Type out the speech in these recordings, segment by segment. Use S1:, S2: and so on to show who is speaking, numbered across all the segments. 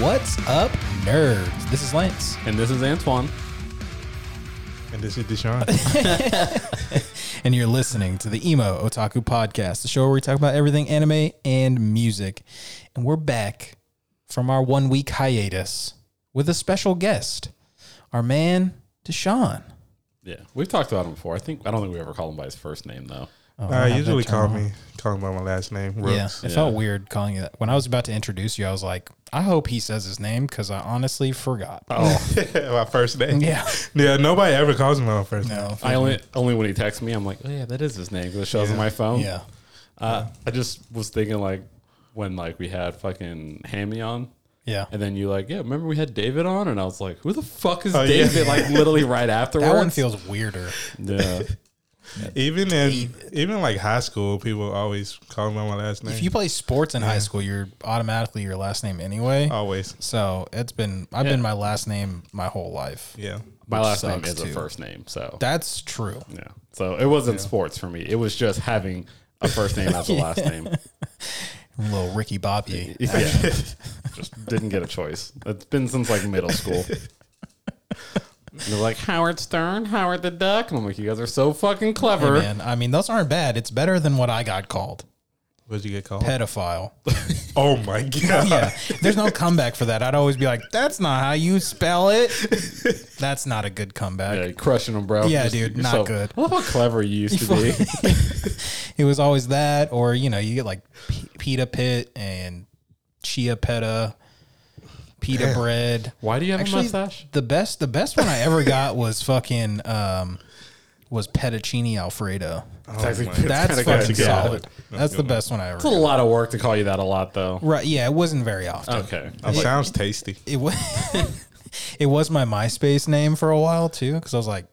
S1: What's up, nerds? This is Lance.
S2: And this is Antoine.
S3: And this is
S1: Oh,
S3: Deshaun.
S1: and you're listening to the Emo Otaku Podcast, the show where we talk about everything anime and music. And we're back from our one week hiatus with a special guest, our man, Deshaun.
S2: Yeah. We've talked about him before. I think I don't think we ever call him by his first name though.
S1: Oh,
S3: I
S1: have
S3: Uh, usually
S1: that term
S3: call
S1: wrong.
S3: me call me by my last name.
S1: Yeah,
S3: Rooks.
S1: it felt weird calling you that. When I was about to introduce you, I was like, I hope he says his name because I honestly forgot.
S2: Oh.
S3: my first name.
S1: Yeah.
S3: Yeah, nobody ever calls me my first name.
S1: No.
S2: I only only when he texts me, I'm like, oh yeah, that is his name because it shows on my phone.
S1: Yeah.
S2: Uh, I just was thinking like when like we had fucking Hammy on,
S1: Yeah.
S2: and then you like, yeah, remember we had David on, and I was like, who the fuck is
S3: Oh, yeah.
S2: David? Like literally right afterwards.
S1: That one feels weirder.
S2: yeah.
S3: Even in even like high school, people always call me by my last name.
S1: If you play sports in high school, you're automatically your last name anyway.
S3: always.
S1: So it's been I've been my last name my whole life.
S3: Yeah.
S2: My
S1: Which
S2: last name
S1: sucks,
S2: is a
S1: too.
S2: first name, so
S1: That's true.
S2: yeah. So it wasn't sports for me. It was just having a first name as a last name.
S1: Little Ricky Bobby.
S2: Yeah. Just didn't get a choice. It's been since like middle school. And They're like Howard Stern, Howard the Duck, and I'm like, you guys are so fucking
S1: Hey,
S2: clever.
S1: man, I mean those aren't bad. It's better than what I got called.
S3: What'd you get called?
S1: Pedophile.
S3: Oh my god.
S1: Yeah. There's no comeback for that. I'd always be like, that's not how you spell it. That's not a good comeback.
S2: yeah, you're crushing them, bro.
S1: Yeah, dude,
S2: you're
S1: not good.
S2: I love how clever you used to be.
S1: it was always that, or you know, you get like p- pita pit and chia petta, pita bread.
S2: Why do you have
S1: Actually,
S2: a mustache?
S1: the best the best one I ever got was fucking um, was fettuccine alfredo.
S3: Oh my-
S1: That's fucking
S3: good.
S1: solid.
S3: That's
S1: That's
S3: a
S1: the
S3: good one.
S1: best one I ever.
S2: It's a
S1: Got.
S2: lot of work to call you that a lot, though.
S1: Right? Yeah, it wasn't very often.
S3: Oh.
S2: Okay.
S3: It sounds tasty.
S1: It was it was my MySpace name for a while too, because I was like,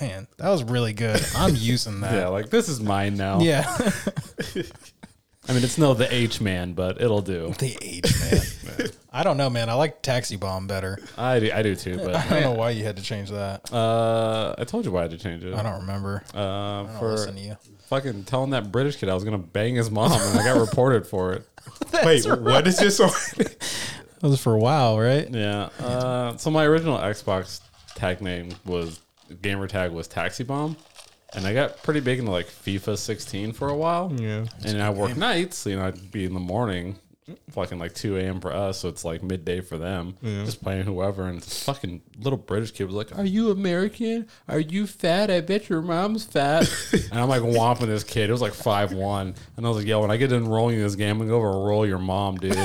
S1: man, that was really good. I'm using that.
S2: Yeah, like this is mine now.
S1: yeah.
S2: I mean, it's no the H man, but it'll do.
S1: the age man. I don't know, man. I like Taxi Bomb better.
S2: I do, I do too, but
S1: I don't know why you had to change that.
S2: uh, I told you why I had to change it.
S1: I don't remember.
S2: Uh,
S1: I don't
S2: for
S1: listen to you.
S2: fucking telling that British kid I was gonna bang his mom, and I got reported for it.
S3: Wait, what is this on?
S1: That was for a while, right?
S2: Yeah. Uh, so my original Xbox tag name was gamer tag was Taxi Bomb, and I got pretty big into like FIFA 16 for a while.
S3: yeah.
S2: And I work nights, you know, I'd be in the morning, fucking like 2 a.m. for us, so it's like midday for them, just playing whoever. And this fucking little British kid was like, Are you American? Are you fat? I bet your mom's fat. and I'm like whomping this kid. It was like 5'1. And I was like, Yo, when I get done rolling this game, I'm going to roll your mom, dude.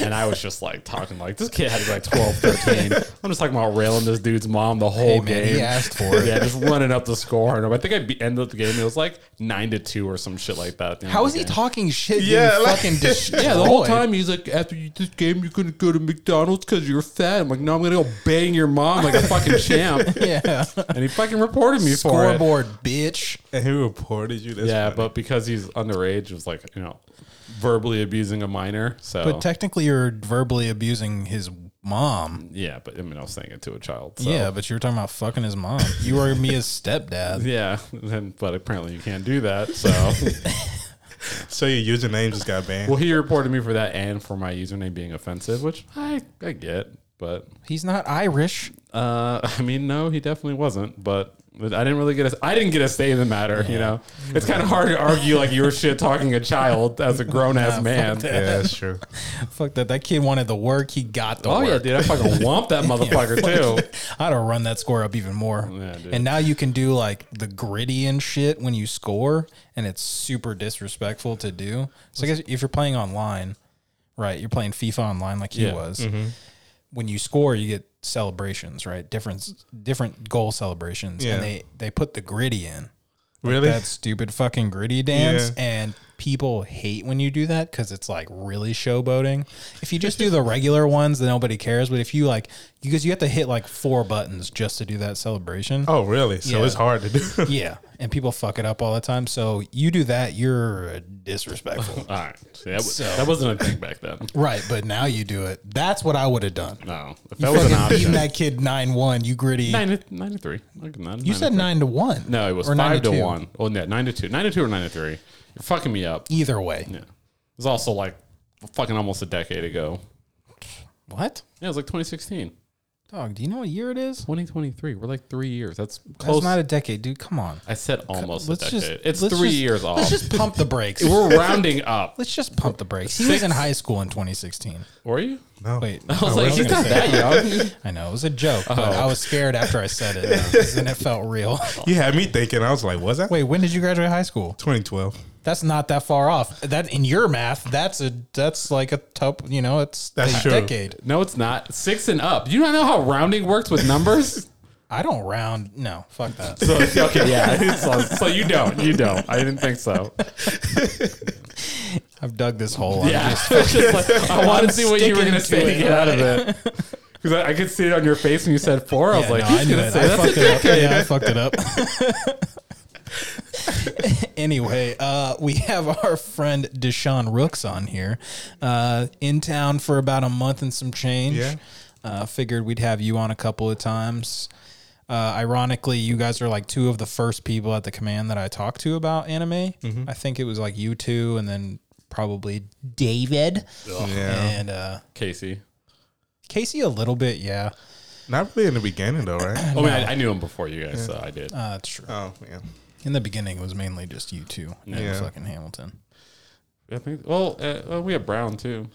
S2: And I was just like talking like this kid had to be like 12, 13. I'm just talking about railing this dude's mom the
S1: Hey,
S2: whole
S1: man,
S2: game
S1: he asked for it.
S2: yeah, just running up the score. And I think I be, ended up the game. It was like nine to two or some shit like that. at the end
S1: How
S2: of
S1: is
S2: the
S1: he
S2: game.
S1: talking shit?
S3: Yeah,
S1: Yeah,
S3: like-
S1: fucking destroyed?
S2: Yeah, the whole time he's like, after you, this game, you're gonna go to McDonald's because you're fat. I'm like, no, I'm gonna go bang your mom like a fucking champ.
S1: Yeah,
S2: And he fucking reported me for it.
S1: scoreboard, bitch.
S3: And he reported you this
S2: Yeah, but because he's underage, it was like you know, verbally abusing a minor. So
S1: But technically, you're verbally abusing his mom.
S2: yeah, but I mean, I was saying it to a child. So.
S1: Yeah, but you were talking about fucking his mom. You were Mia's stepdad.
S2: Yeah, and, but apparently you can't do that. So,
S3: So your username just got banned.
S2: well, he reported me for that and for my username being offensive, which I I get, but
S1: He's not Irish.
S2: Uh, I mean, no, he definitely wasn't, but. but I didn't really get a. I didn't get a say in the matter. You know, it's kind of hard to argue like you were shit talking a child as a grown ass man.
S3: yeah, that's true.
S1: Fuck that. That kid wanted the work. He got the
S2: Oh
S1: work.
S2: yeah, dude, I fucking whomped that motherfucker too.
S1: I'd have run that score up even more.
S2: Yeah, dude.
S1: and now you can do like the gritty and shit when you score, and it's super disrespectful to do. So I guess if you're playing online, right, you're playing FIFA online like he
S2: Yeah. Mm-hmm.
S1: was. When you score, you get celebrations, right? Different different goal celebrations,
S3: Yeah.
S1: and they they put the gritty in
S3: Really?
S1: that stupid fucking gritty dance
S3: Yeah.
S1: and people hate when you do that because it's like really showboating if you just do the regular ones then nobody cares but if you like because you have to hit like four buttons just to do that celebration
S3: oh, really? So
S1: Yeah.
S3: it's hard to do.
S1: yeah and people fuck it up all the time so you do that you're disrespectful
S2: All right, See, that, was, that wasn't a thing back then.
S1: right but now you do it that's what i would have done
S2: No, if that was an
S1: Fucking beating
S2: option.
S1: that kid 9-1 you gritty
S2: Nine to, nine to three. Like, nine,
S1: you said 9 to 1
S2: No, it was
S1: or nine
S2: five to,
S1: two.
S2: one. Oh no, nine to two. Nine to two or nine to three. You're fucking me up.
S1: either way
S2: Yeah. It was also like fucking almost a decade ago.
S1: What?
S2: Yeah, it was like 2016,
S1: Dog, do you know what year it is?
S2: 2023. We're like three years. That's
S1: That's
S2: close.
S1: not a decade, dude. Come on.
S2: I said almost a
S1: Let's
S2: decade.
S1: just
S2: it's
S1: let's
S2: three
S1: just-
S2: years off.
S1: Let's just pump the brakes.
S2: We're rounding up.
S1: Let's just pump the brakes. He was in high school in 2016.
S2: Were you?
S3: No.
S1: Wait,
S2: I was like, he's not that Oh. young.
S1: I know it was a joke, but I was scared after I said it, and it felt real.
S3: You had me thinking. I was like, was that
S1: Wait, when did you graduate high school?
S3: 2012?
S1: That's not that far off. That in your math, that's a that's like a top. You know, it's
S3: That's
S1: a
S3: true.
S1: decade.
S2: No, it's not. Six and up. You don't know how rounding works with numbers?
S1: I don't round. No, fuck that.
S2: so, okay, yeah. So, so you don't. You don't. I didn't think so.
S1: I've dug this hole.
S2: Yeah. It's just like, I wanted to see what you were going to say to
S1: sticking to
S2: get out of it. Because I, I could see it on your face when you said four. I was
S1: Yeah,
S2: like,
S1: no, I
S2: he's
S1: knew
S2: going to
S1: it.
S2: say
S1: I
S2: that's
S1: fucked
S2: a
S1: it up.
S2: decade.
S1: Yeah, I fucked it up. anyway, uh, we have our friend Deshaun Rooks on here, uh, in town for about a month and some change.
S3: Yeah.
S1: Uh, figured we'd have you on a couple of times. Uh, ironically, you guys are like two of the first people at the command that I talked to about anime. I think it was like you two, and then probably David
S3: Yeah.
S1: and uh,
S2: Casey.
S1: Casey a little bit. Yeah,
S3: Not really in the beginning though, right?
S2: I mean, Oh, I, I knew him before you guys, so I did.
S1: uh, that's true.
S3: Oh yeah.
S1: In the beginning, it was mainly just you two and
S3: Yeah.
S1: fucking Hamilton.
S2: I think, well, uh, well, we have Brown, too.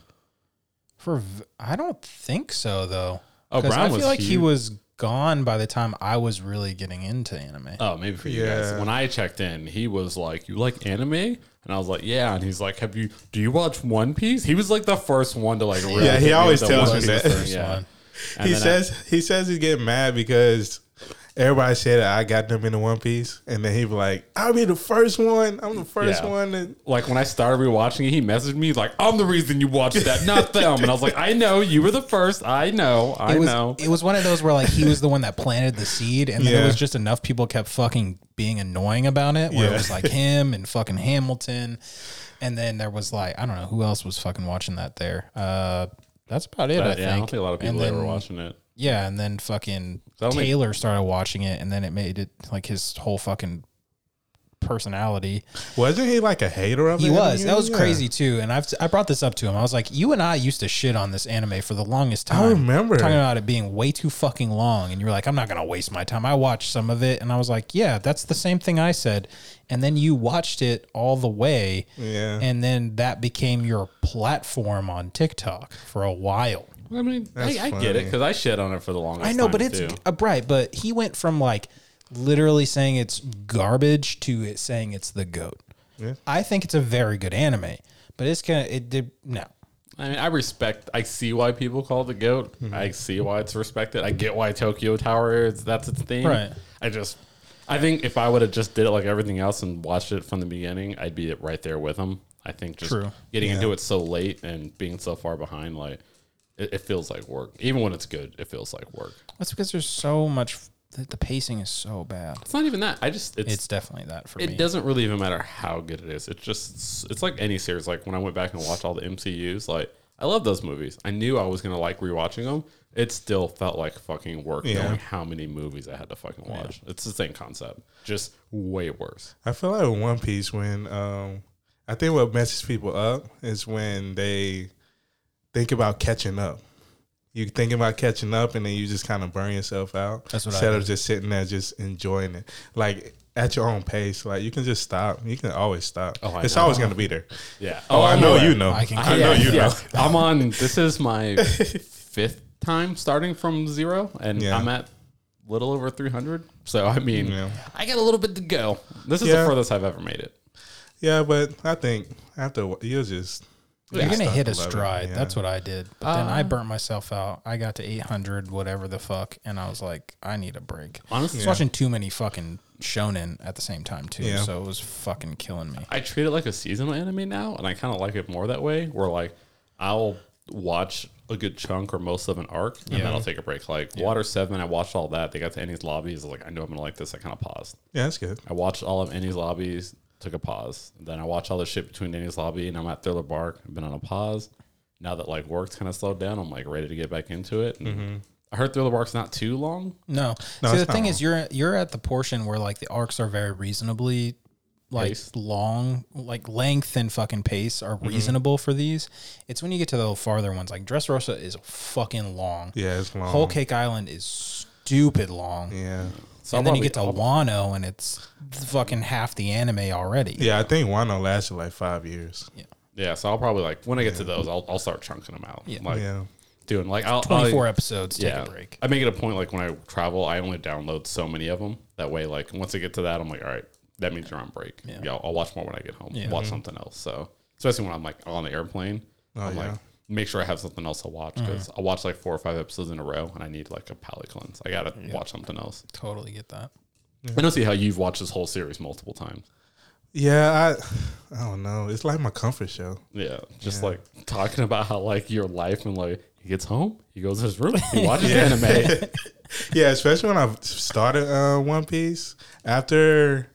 S1: For v- I don't think so though.
S2: Oh,
S1: 'Cause
S2: Brown
S1: I feel
S2: was
S1: like he
S2: huge.
S1: was gone by the time I was really getting into anime.
S2: Oh, maybe for you guys.
S3: Yeah.
S2: When I checked in, he was like, "You like anime?" And I was like, "Yeah." And he's like, "Have you? Do you watch One Piece?" He was like the first one to like. really
S3: Yeah, he
S2: hit me
S3: always
S2: with the
S3: tells
S2: One
S3: me
S2: Piece
S3: that.
S2: thing,
S3: First
S2: Yeah.
S1: one.
S2: And
S3: he
S2: then I-
S3: says he says he's getting mad because everybody said I got them into One Piece, and then he be like, "I'll be the first one. I'm the first
S2: Yeah.
S3: one." And
S2: like when I started rewatching it, he messaged me like, "I'm the reason you watched that, not them." And I was like, "I know you were the first. I know. I
S1: it was
S2: know."
S1: it was one of those where like he was the one that planted the seed, and then there
S3: Yeah.
S1: was just enough people kept fucking being annoying about it. Where it
S3: Yeah.
S1: was like him and fucking Hamilton, and then there was like I don't know who else was fucking watching that there. Uh, that's about it. I
S2: But,
S1: think.
S2: yeah, I don't think a lot of
S1: And
S2: people that were
S1: then-
S2: watching it.
S1: Yeah, and then fucking
S2: That only-
S1: Taylor started watching it, and then it made it like his whole fucking personality.
S3: wasn't he like a hater of
S1: He
S3: it?
S1: was
S3: Yeah.
S1: that was crazy too, and I've I brought this up to him. I was like, you and I used to shit on this anime for the longest time.
S3: I remember.
S1: talking about it being way too fucking long, and you were like, I'm not gonna waste my time. I watched some of it, and I was like, yeah, that's the same thing I said. And then you watched it all the way,
S3: Yeah.
S1: and then that became your platform on TikTok for a while.
S2: I mean,
S3: That's
S2: I, I get it
S3: funny.
S2: because I shit on it for the longest.
S1: I know,
S2: time,
S1: but it's
S2: too.
S1: uh, right. But he went from like literally saying it's garbage to it saying it's the goat.
S3: Yeah.
S1: I think it's a very good anime, but it's gonna it did no.
S2: I mean, I respect. I see why people call it the goat.
S1: Mm-hmm.
S2: I see why it's respected. I get why Tokyo Tower is that's its thing.
S1: Right.
S2: I just, I think if I would have just did it like everything else and watched it from the beginning, I'd be right there with them. I think just
S1: True.
S2: getting into it so late and being so far behind, like it, it feels like work. Even when it's good, it feels like work.
S1: That's because there's so much. The, the pacing is so bad.
S2: It's not even that. I just it's,
S1: It's definitely that for
S2: it
S1: me.
S2: doesn't really even matter how good it is. It's just it's like any series. Like when I went back and watched all the MCU's, like I love those movies. I knew I was gonna like rewatching them. It still felt like fucking work
S3: Yeah.
S2: knowing how many movies I had to fucking watch. It's the same concept, just way worse.
S3: I feel like with One Piece when um I think what messes people up is when they think about catching up. You think about catching up and then you just kind of burn yourself out
S1: That's what I
S3: instead of just sitting there just enjoying it. Like at your own pace. Like you can just stop. You can always stop.
S2: Oh, I
S3: it's
S2: know.
S3: always gonna be there.
S2: Yeah.
S3: Oh, I
S2: I'm
S3: know
S2: aware.
S3: you know.
S1: I
S3: I,
S1: can-
S3: know you know.
S2: yes. I'm on. This is my fifth time starting from zero, and
S3: Yeah.
S2: I'm at little over 300. So I mean,
S3: Yeah.
S2: I got a little bit to go. This is
S3: Yeah.
S2: the furthest I've ever made it.
S3: Yeah, but I think after a wh- you'll just
S1: You're gonna
S3: stop
S1: hit a
S3: the level,
S1: stride.
S3: yeah.
S1: That's what I did. But then
S2: Um,
S1: I burnt myself out. I got to 800, whatever the fuck, and I was like, I need a break.
S2: Honestly,
S1: I was watching too many fucking shonen at the same time too,
S3: Yeah.
S1: so it was fucking killing me.
S2: I treat it like a seasonal anime now, and I kind of like it more that way. Where like I'll watch a good chunk or most of an arc, and then I'll take a break. Like Water Seven, I watched all that. They got to Annie's lobbies. I was like, I know I'm gonna like this. I kind of paused.
S3: Yeah, that's good.
S2: I watched all of Annie's lobbies, took a pause. Then I watched all the shit between Annie's lobby and I'm at Thriller Bark. I've been on a pause. Now that like work's kind of slowed down, I'm like ready to get back into it. And
S1: Mm-hmm.
S2: I heard Thriller Bark's not too long.
S1: No. See, the thing is, you're you're at the portion where like the arcs are very reasonably like
S2: Pace.
S1: long, like length and fucking pace are
S3: Mm-hmm.
S1: reasonable for these. It's when you get to the farther ones, like Dressrosa is fucking long.
S3: Yeah, it's long.
S1: Whole Cake Island is stupid long.
S3: Yeah.
S2: So
S1: and
S2: I'll
S1: then you get to
S2: probably-
S1: Wano, and it's fucking half the anime already.
S3: Yeah, I think Wano lasted like five years.
S2: yeah. So I'll probably like when I get to those, I'll, I'll start chunking them out.
S1: Yeah.
S2: Like
S3: yeah.
S2: doing like I'll, I'll-
S1: 24 episodes. Take
S2: yeah.
S1: a break.
S2: I make it a point like when I travel, I only download so many of them. That way, like once I get to that, I'm like, all right, that means you're on break. Yeah, I'll, I'll watch more when I get home.
S1: Yeah. Mm-hmm.
S2: Watch something else. So especially when I'm like on the airplane,
S1: Oh,
S2: I'm
S3: yeah.
S2: like make sure I have something else to watch
S1: Mm-hmm.
S2: because I'll watch like four or five episodes in a row, and I need like a palate cleanse. I gotta watch something else.
S1: Totally get that.
S2: I don't see how you've watched this whole series multiple times.
S3: Yeah, I I don't know. It's like my comfort show.
S2: Yeah, just like talking about how like your life and like he gets home, he goes to his room, he watches anime.
S3: Yeah, especially when I started uh, One Piece after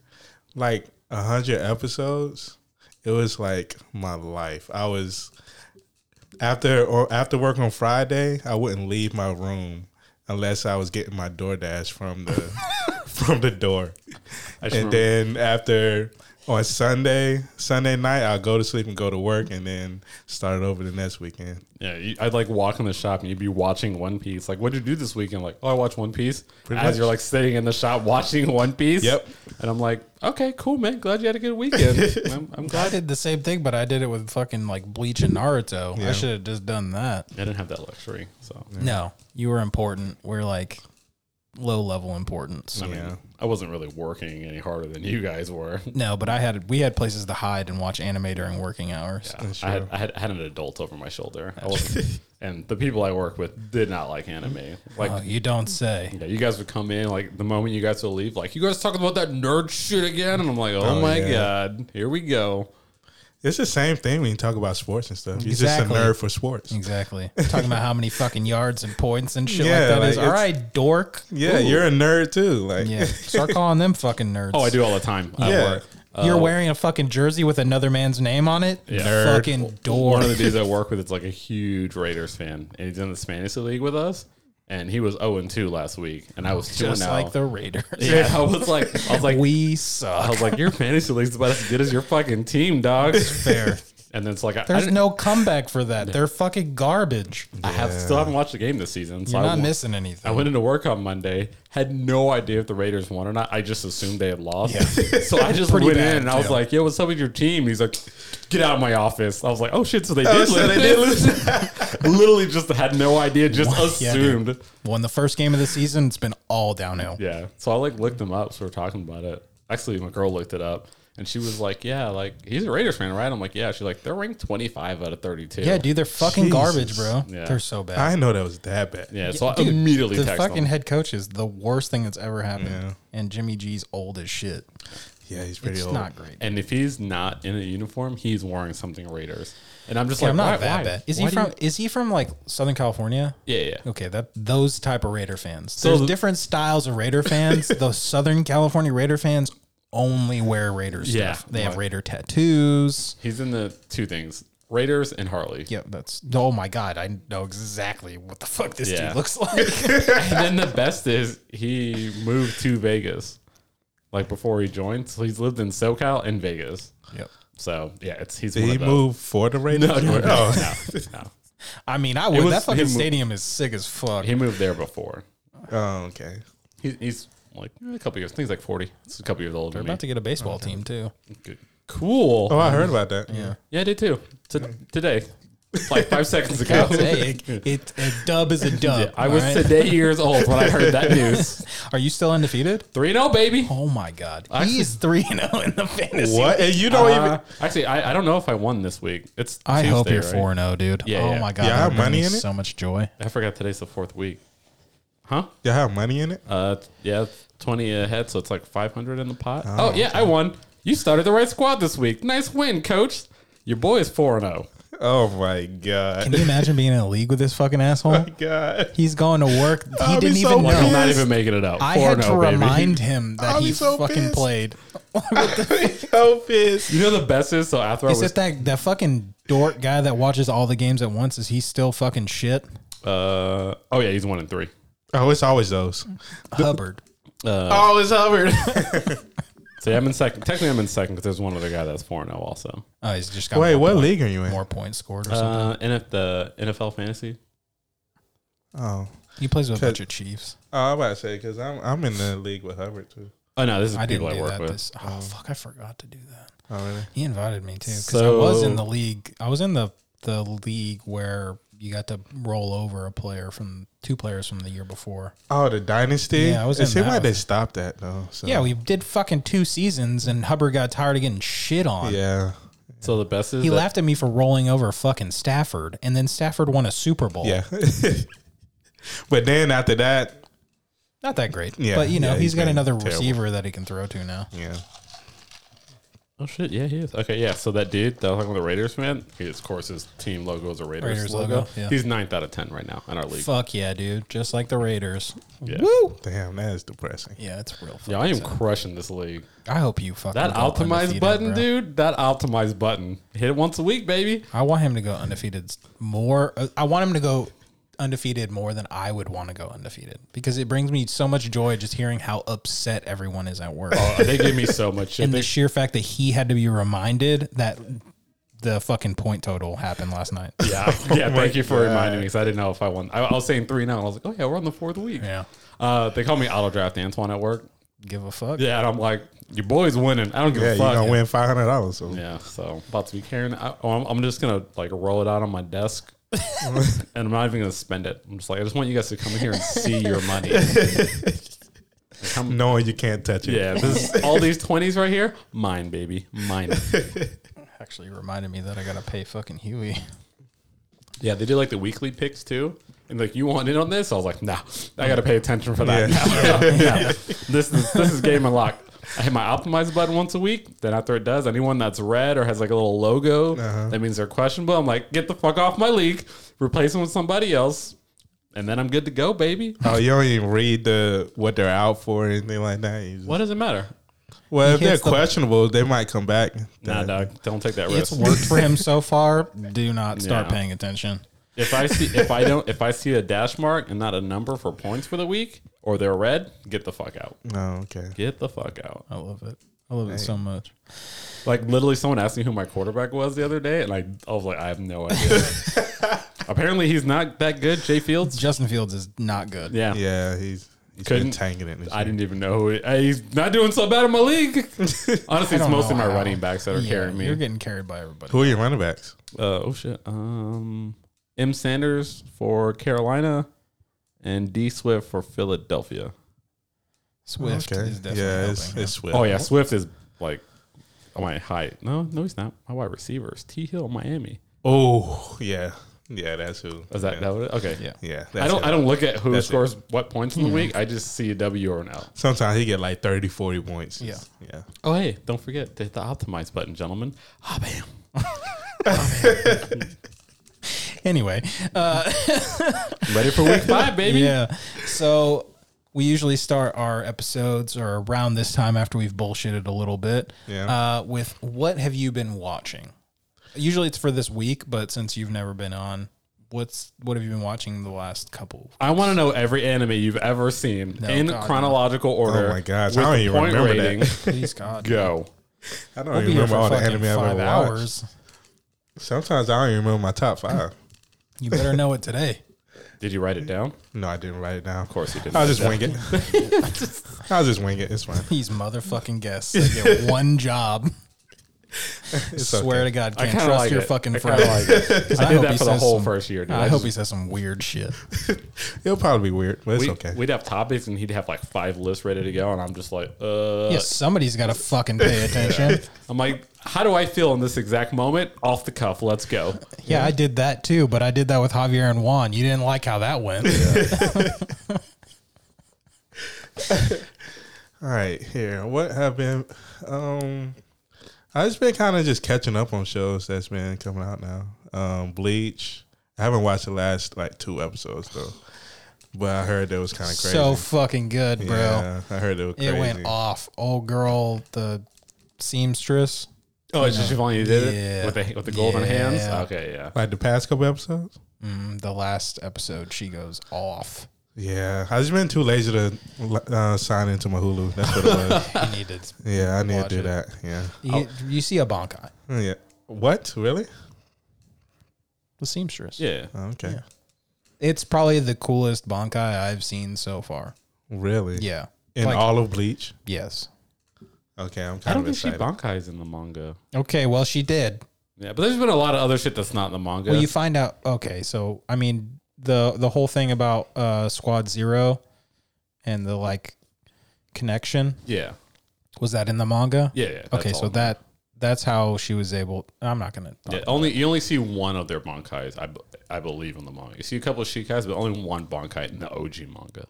S3: like a hundred episodes, it was like my life. I was after or after work on Friday, I wouldn't leave my room unless I was getting my DoorDash from the from the door.
S2: I just
S3: And
S2: remember-
S3: then after on Sunday, Sunday night, I'll go to sleep and go to work, and then start over the next weekend.
S2: Yeah, you, I'd like walk in the shop and you'd be watching One Piece. Like, what'd you do this weekend? Like, oh, I watched One Piece.
S3: Pretty
S2: As
S3: much.
S2: you're like sitting in the shop watching One Piece.
S3: Yep.
S2: And I'm like, okay, cool, man. Glad you had a good weekend. I'm, I'm
S1: I
S2: glad.
S1: did the same thing, but I did it with fucking like Bleach and Naruto. I
S3: Yeah.
S1: should have just done that.
S2: I didn't have that luxury. So
S1: No, you were important. We're like low level importance.
S2: I mean,
S3: Yeah.
S2: I wasn't really working any harder than you guys were.
S1: No, but I had we had places to hide and watch anime during working hours.
S2: Yeah, I, had, I had I had an adult over my shoulder. I wasn't, and the people I work with did not like anime. Like,
S3: Uh,
S1: Oh, you don't say.
S2: Yeah, you guys would come in like the moment you guys would leave, like you guys talking about that nerd shit again, and I'm like, oh,
S3: Oh,
S2: my
S3: yeah.
S2: god, here we go.
S3: It's the same thing when you talk about sports and stuff. You're
S1: Exactly. Mm.
S3: just a nerd for sports.
S1: Exactly. Talking about how many fucking yards and points and shit
S3: Yeah,
S1: like that
S3: like,
S1: is. All
S3: it's-
S1: right, dork.
S3: Yeah, you're a nerd too. Like,
S1: Yeah. Start calling them fucking nerds.
S2: Oh, I do all the time. at
S3: Yeah.
S2: work.
S1: You're wearing a fucking jersey with another man's name on it?
S2: Yeah.
S1: Nerd. Fucking
S2: One
S1: dork.
S2: of the dudes I work with, it's like a huge Raiders fan, and he's in the Fantasy League with us, and he was 0 and 2 last week, and I was 2
S1: Just
S2: and
S1: like
S2: oh.
S1: the Raiders.
S2: Yeah, I was like, I was like,
S1: we
S2: I
S1: suck.
S2: was like, your fantasy league's about as good as your fucking team, dog.
S1: Fair.
S2: And then it's like, I, I,
S1: There's
S2: didn't-
S1: no comeback for that. They're fucking garbage.
S2: I have still haven't watched the game this season, so
S1: You're
S2: I
S1: not
S2: won't-
S1: missing anything.
S2: I went into work on Monday, had no idea if the Raiders won or not. I just assumed they had lost. so I just
S1: Pretty
S2: went
S1: bad,
S2: in and I was
S1: yeah.
S2: like, yo, what's up with your team? He's like, get out of my office. I was like, oh shit, so they
S3: Oh,
S2: did
S3: so
S2: lose.
S3: they did lose.
S2: Literally just had no idea, just
S1: Yeah,
S2: assumed. Yeah,
S1: Won the first game of the season. It's been all downhill.
S2: So I like looked them up. So we're talking about it. Actually, my girl looked it up and she was like, yeah, like he's a Raiders fan, right? I'm like, yeah. She's like, they're ranked 25 out of 32.
S1: Yeah, dude, they're fucking
S3: Jesus.
S1: garbage, bro.
S2: Yeah.
S1: They're so bad.
S3: I didn't know that was that bad.
S2: Yeah, so I
S1: Dude,
S2: immediately
S1: the
S2: texted
S1: fucking
S2: them.
S1: head coach is the worst thing that's ever happened.
S3: Yeah.
S1: And Jimmy G's old as shit.
S3: Yeah, he's pretty
S1: it's
S3: old.
S1: not great.
S2: And if he's not in a uniform, he's wearing something Raiders. And I'm just
S1: Yeah,
S2: like,
S1: I'm not
S2: why,
S1: that
S2: why?
S1: bad. Is
S2: Why
S1: he
S2: do
S1: from? Is he from like Southern California?
S2: you- yeah, yeah.
S1: Okay, that those type of Raider fans. There's
S2: the-
S1: different styles of Raider fans. Those Southern California Raider fans only wear Raider stuff.
S2: Yeah,
S1: they have
S2: right.
S1: Raider tattoos.
S2: He's in the two things: Raiders and Harley.
S1: Yeah, that's. Oh my god, I know exactly what the fuck this
S2: Yeah.
S1: dude looks like.
S2: And then the best is he moved to Vegas, like before he joined. So he's lived in SoCal and Vegas.
S1: yep.
S2: So yeah, it's he's
S3: Did
S2: one
S3: he
S2: of those.
S3: move for the Raiders?
S2: No, no,
S3: Or-
S2: no,
S3: oh.
S2: no, no.
S1: I mean, I would.
S2: was
S1: That fucking
S2: him-
S1: stadium is sick as fuck.
S2: He moved there before.
S3: Oh, okay.
S2: He, he's like a couple years. I think he's like forty. He's a couple years older.
S1: They're
S2: Than me.
S1: about to get a baseball team too.
S2: Good. Cool.
S3: Oh, I heard about that.
S1: Yeah.
S2: yeah, I did too. T- today, like five seconds ago.
S1: Mm. hey, it, it- a dub is a dub.
S2: I
S1: all
S2: was
S1: right?
S2: today years old when I heard that news.
S1: Are you still undefeated?
S2: 3 0, baby.
S1: Oh my god, he's three and zero in the fantasy.
S3: What? And you don't even.
S2: Uh, actually, I, I don't know if I won this week. It's
S1: I hope
S2: Tuesday,
S1: you're
S2: right?
S1: four and zero, dude.
S2: Yeah,
S1: oh
S2: yeah.
S1: my god,
S3: Yeah,
S1: that
S3: I have
S1: would bring
S3: money
S1: me
S3: in it.
S1: so much joy.
S2: I forgot today's the fourth week. Huh?
S3: Y'all have money in it?
S2: Uh, yeah, twenty ahead, so it's like five hundred in the pot. Oh, yeah, I won. You started the right squad this week. Nice win, coach. Your boy is four and zero.
S3: Oh, my God.
S1: Can you imagine being in a league with this fucking asshole?
S3: God.
S1: He's going to work. He
S3: I'll be
S1: didn't
S3: so
S1: even
S3: pissed. oh,
S1: know.
S2: I'm not even making it up.
S1: I had
S2: 4-0,
S1: to
S2: baby.
S1: remind him that
S3: I'll
S1: he
S3: be so
S1: fucking
S3: pissed.
S1: played.
S3: so pissed.
S2: You know the best is so after I
S1: Is
S2: was
S1: it that that fucking dork guy that watches all the games at once? Is he still fucking shit?
S2: uh oh yeah he's one and three.
S1: Oh,
S3: Oh, it's always those.
S1: Hubbard.
S3: Oh, it's Hubbard.
S2: Uh, See, I'm in second. Technically, I'm in second because there's one other guy that's 4 0 also.
S1: Oh, he's just got
S3: Wait,
S1: more
S3: what
S1: point-
S3: league are you in?
S1: More points scored or something.
S2: Uh, and if the NFL fantasy,
S3: Oh,
S1: He plays with a
S3: Ted-
S1: bunch of Chiefs.
S3: oh, I'm about to say because I'm I'm in the league with Hubbard too.
S2: oh no, this is
S1: I
S2: people
S1: didn't do
S2: I work
S1: that.
S2: with.
S1: This. Oh fuck! I forgot to do that.
S3: Oh, really?
S1: He invited me too because
S2: So-
S1: I was in the league. I was in the the league where you got to roll over a player from two players from the year before.
S3: Oh, the dynasty.
S1: Yeah, I was
S3: It
S1: in
S3: seemed
S1: that
S3: like they
S1: one.
S3: stopped that though. So.
S1: Yeah, we did fucking two seasons, and Hubbard got tired of getting shit on.
S3: yeah,
S2: So the best is
S1: He
S2: that-
S1: laughed at me for rolling over fucking Stafford, and then Stafford won a Super Bowl.
S3: yeah. but then after that,
S1: Not that great.
S3: Yeah,
S1: But, you know,
S3: yeah, he's
S1: he's got
S3: been
S1: another
S3: terrible.
S1: receiver that he can throw to now.
S3: yeah.
S2: Oh shit! Yeah, he is. Okay, yeah. So that dude, that was talking about the Raiders man. He, of course, his team logo is a Raiders,
S1: Raiders
S2: logo.
S1: logo, yeah.
S2: He's ninth out of ten right now in our league.
S1: Fuck yeah, dude. Just like the Raiders.
S2: Yeah.
S1: Woo!
S3: Damn, that is depressing.
S1: Yeah, it's real.
S2: Yeah, I am crushing this league.
S1: I hope you fucking
S2: That
S1: go
S2: optimize
S1: undefeated,
S2: button,
S1: bro.
S2: dude. That optimize button. Hit it once a week, baby.
S1: I want him to go undefeated more. uh, I want him to go undefeated more than I would want to go undefeated because it brings me so much joy just hearing how upset everyone is at work.
S2: Oh, they give me so much shit.
S1: and
S2: They-
S1: the sheer fact that he had to be reminded that the fucking point total happened last night.
S2: yeah, yeah.
S3: oh my
S2: thank you for reminding me because I didn't know if I won. I, I was saying three now. And I was like, oh yeah, we're on the fourth week.
S1: Yeah.
S2: Uh, they call me auto draft Antoine at work.
S1: Give a fuck.
S2: Yeah, and I'm like, your boy's winning. I don't give
S3: Yeah,
S2: a
S3: you
S2: fuck.
S3: gonna win five hundred dollars. So.
S2: Yeah, so about to be carrying. I, oh, I'm, I'm just gonna like roll it out on my desk, and I'm not even gonna spend it. I'm just like, I just want you guys to come in here and see your money. Like, I'm-
S3: Knowing you can't touch it.
S2: yeah, this all these twenties right here, mine, baby, mine.
S1: Actually reminded me that I gotta pay fucking Huey.
S2: Yeah, they do like the weekly picks too, and like you want in on this. I was like, nah, I gotta pay attention for that. Yeah. This is this is game unlocked. I hit my optimize button once a week. Then after it does, anyone that's red or has like a little logo that means they're questionable. I'm like, get the fuck off my league, replace them with somebody else, and then I'm good to go, baby.
S3: Oh, you don't even read the what they're out for or anything like that. You just-
S2: What does it matter?
S3: Well, if
S1: He
S3: they're
S1: hits the-
S3: questionable, they might come back.
S2: Nah,
S3: That-
S2: dog, don't take that
S1: It's
S2: risk.
S1: worked for him so far. Do not start
S2: Yeah.
S1: paying attention.
S2: If I see if I don't if I see a dash mark and not a number for points for the week, or they're red, get the fuck out.
S3: Oh, okay.
S2: Get the fuck out.
S1: I love it. I love it so much.
S2: Like literally, someone asked me who my quarterback was the other day, and I, I was like, I have no idea. Apparently, he's not that good. Jay Fields.
S1: Justin Fields is not good.
S2: Yeah,
S3: Yeah, he's he's been
S2: Couldn't-
S3: tanking it.
S2: I didn't even know who he, I- he's not doing so bad in my league. Honestly, it's
S1: don't
S2: mostly
S1: know
S2: my
S1: how.
S2: running backs that are
S1: Yeah,
S2: carrying me.
S1: You're getting carried by everybody.
S3: Who are your running backs?
S2: uh, oh shit. Um, M. Sanders for Carolina, and D. Swift for Philadelphia.
S1: Swift
S3: okay.
S1: is definitely
S3: yeah,
S1: helping.
S3: it's,
S1: yeah.
S3: it's Swift.
S2: Oh yeah, Swift is like on my height. No, no, he's not. My wide receivers, T. Hill, Miami.
S3: Oh yeah, yeah. That's who.
S2: Is that
S3: yeah.
S2: that? What it, okay.
S1: Yeah.
S3: Yeah. That's
S2: I don't.
S3: Him.
S2: I don't look at who
S3: That's it.
S2: scores what points in the week. I just see a W or an L.
S3: Sometimes he get like 30, 40 points.
S1: Yeah.
S3: yeah.
S2: Oh, hey, don't forget to hit the optimize button, gentlemen. Ah, bam.
S1: Anyway, uh,
S2: Ready for week five, baby.
S1: yeah. So we usually start our episodes or around this time after we've bullshitted a little bit
S3: Yeah.
S1: uh, with what have you been watching? Usually it's for this week, but since you've never been on, what's what have you been watching the last couple?
S2: I want to know every anime you've ever seen in
S1: God, no.
S2: chronological order.
S3: Oh my gosh,
S2: with
S3: I don't
S2: the
S3: even
S2: point
S3: remember
S2: rating.
S3: that.
S1: Please God,
S2: Go.
S3: I don't
S1: we'll be here
S3: remember
S1: for
S3: all the
S1: fucking
S3: anime I've
S1: five
S3: ever watched.
S1: hours.
S3: Sometimes I don't even remember my top five.
S1: You better know it today.
S2: Did you write it down? Of
S3: No, I didn't write it down. Of
S2: course you didn't.
S3: I'll just wing it. I'll just wing it. It's fine.
S1: These motherfucking guests they get one job. Swear to God,
S2: I
S1: can't
S2: kinda
S1: trust
S2: like
S1: your
S2: it.
S1: fucking
S2: I
S1: friend.
S2: kinda like it.
S1: 'Cause
S2: I did
S1: hope
S2: that
S1: he
S2: for the
S1: says
S2: whole
S1: some-
S2: first year, dude.
S1: I,
S2: I
S1: hope
S2: just-
S1: he says some weird shit.
S3: It'll probably be weird, but it's
S2: We,
S3: okay.
S2: We'd have topics and he'd have like five lists ready to go, and I'm just like, uh.
S1: Yeah, somebody's got to fucking pay attention.
S2: I'm like, how do I feel in this exact moment? Off the cuff, let's go.
S1: Yeah, I did that too, but I did that with Javier and Juan. You didn't like how that went.
S3: All right, here. What have been? Um, I just been kind of just catching up on shows that's been coming out now. Um, Bleach. I haven't watched the last like two episodes though, but I heard that was kind of crazy.
S1: so fucking good, bro.
S3: yeah, I heard it was
S1: It
S3: crazy.
S1: went off. Old girl, the seamstress.
S2: Oh, it's just you finally did
S1: Yeah.
S2: it with the with the golden hands.
S1: Yeah.
S2: Okay, yeah.
S3: Like the past couple episodes.
S1: Mm, the last episode, she goes off.
S3: Yeah, I just been too lazy to uh, sign into my Hulu. That's what it was.
S1: You need to.
S3: yeah, I need
S1: Watch
S3: to do
S1: it.
S3: that. Yeah, Oh,
S1: You, you see a bonkai,
S3: yeah. What really?
S1: the seamstress.
S2: Yeah.
S3: Oh, Okay,
S1: Yeah. It's probably the coolest bonkai I've seen so far.
S3: really?
S1: Yeah.
S3: In
S1: Like-
S3: all of Bleach.
S1: Yes.
S3: Okay, I'm kind
S2: I don't
S3: of
S2: think she
S3: excited.
S2: bankais in the manga.
S1: Okay. Well, she did.
S2: Yeah, but there's been a lot of other shit that's not in the manga.
S1: Well, you find out. Okay, so I mean the the whole thing about uh, Squad Zero and the like connection
S2: yeah.
S1: was that in the manga?
S2: Yeah. yeah that's
S1: Okay,
S2: all
S1: so
S2: in there.
S1: that that's how she was able. I'm not gonna. Talk.
S2: Yeah, only you only see one of their bankais, I, b- I believe, in the manga. You see a couple of shikais, but only one bankai in the OG manga.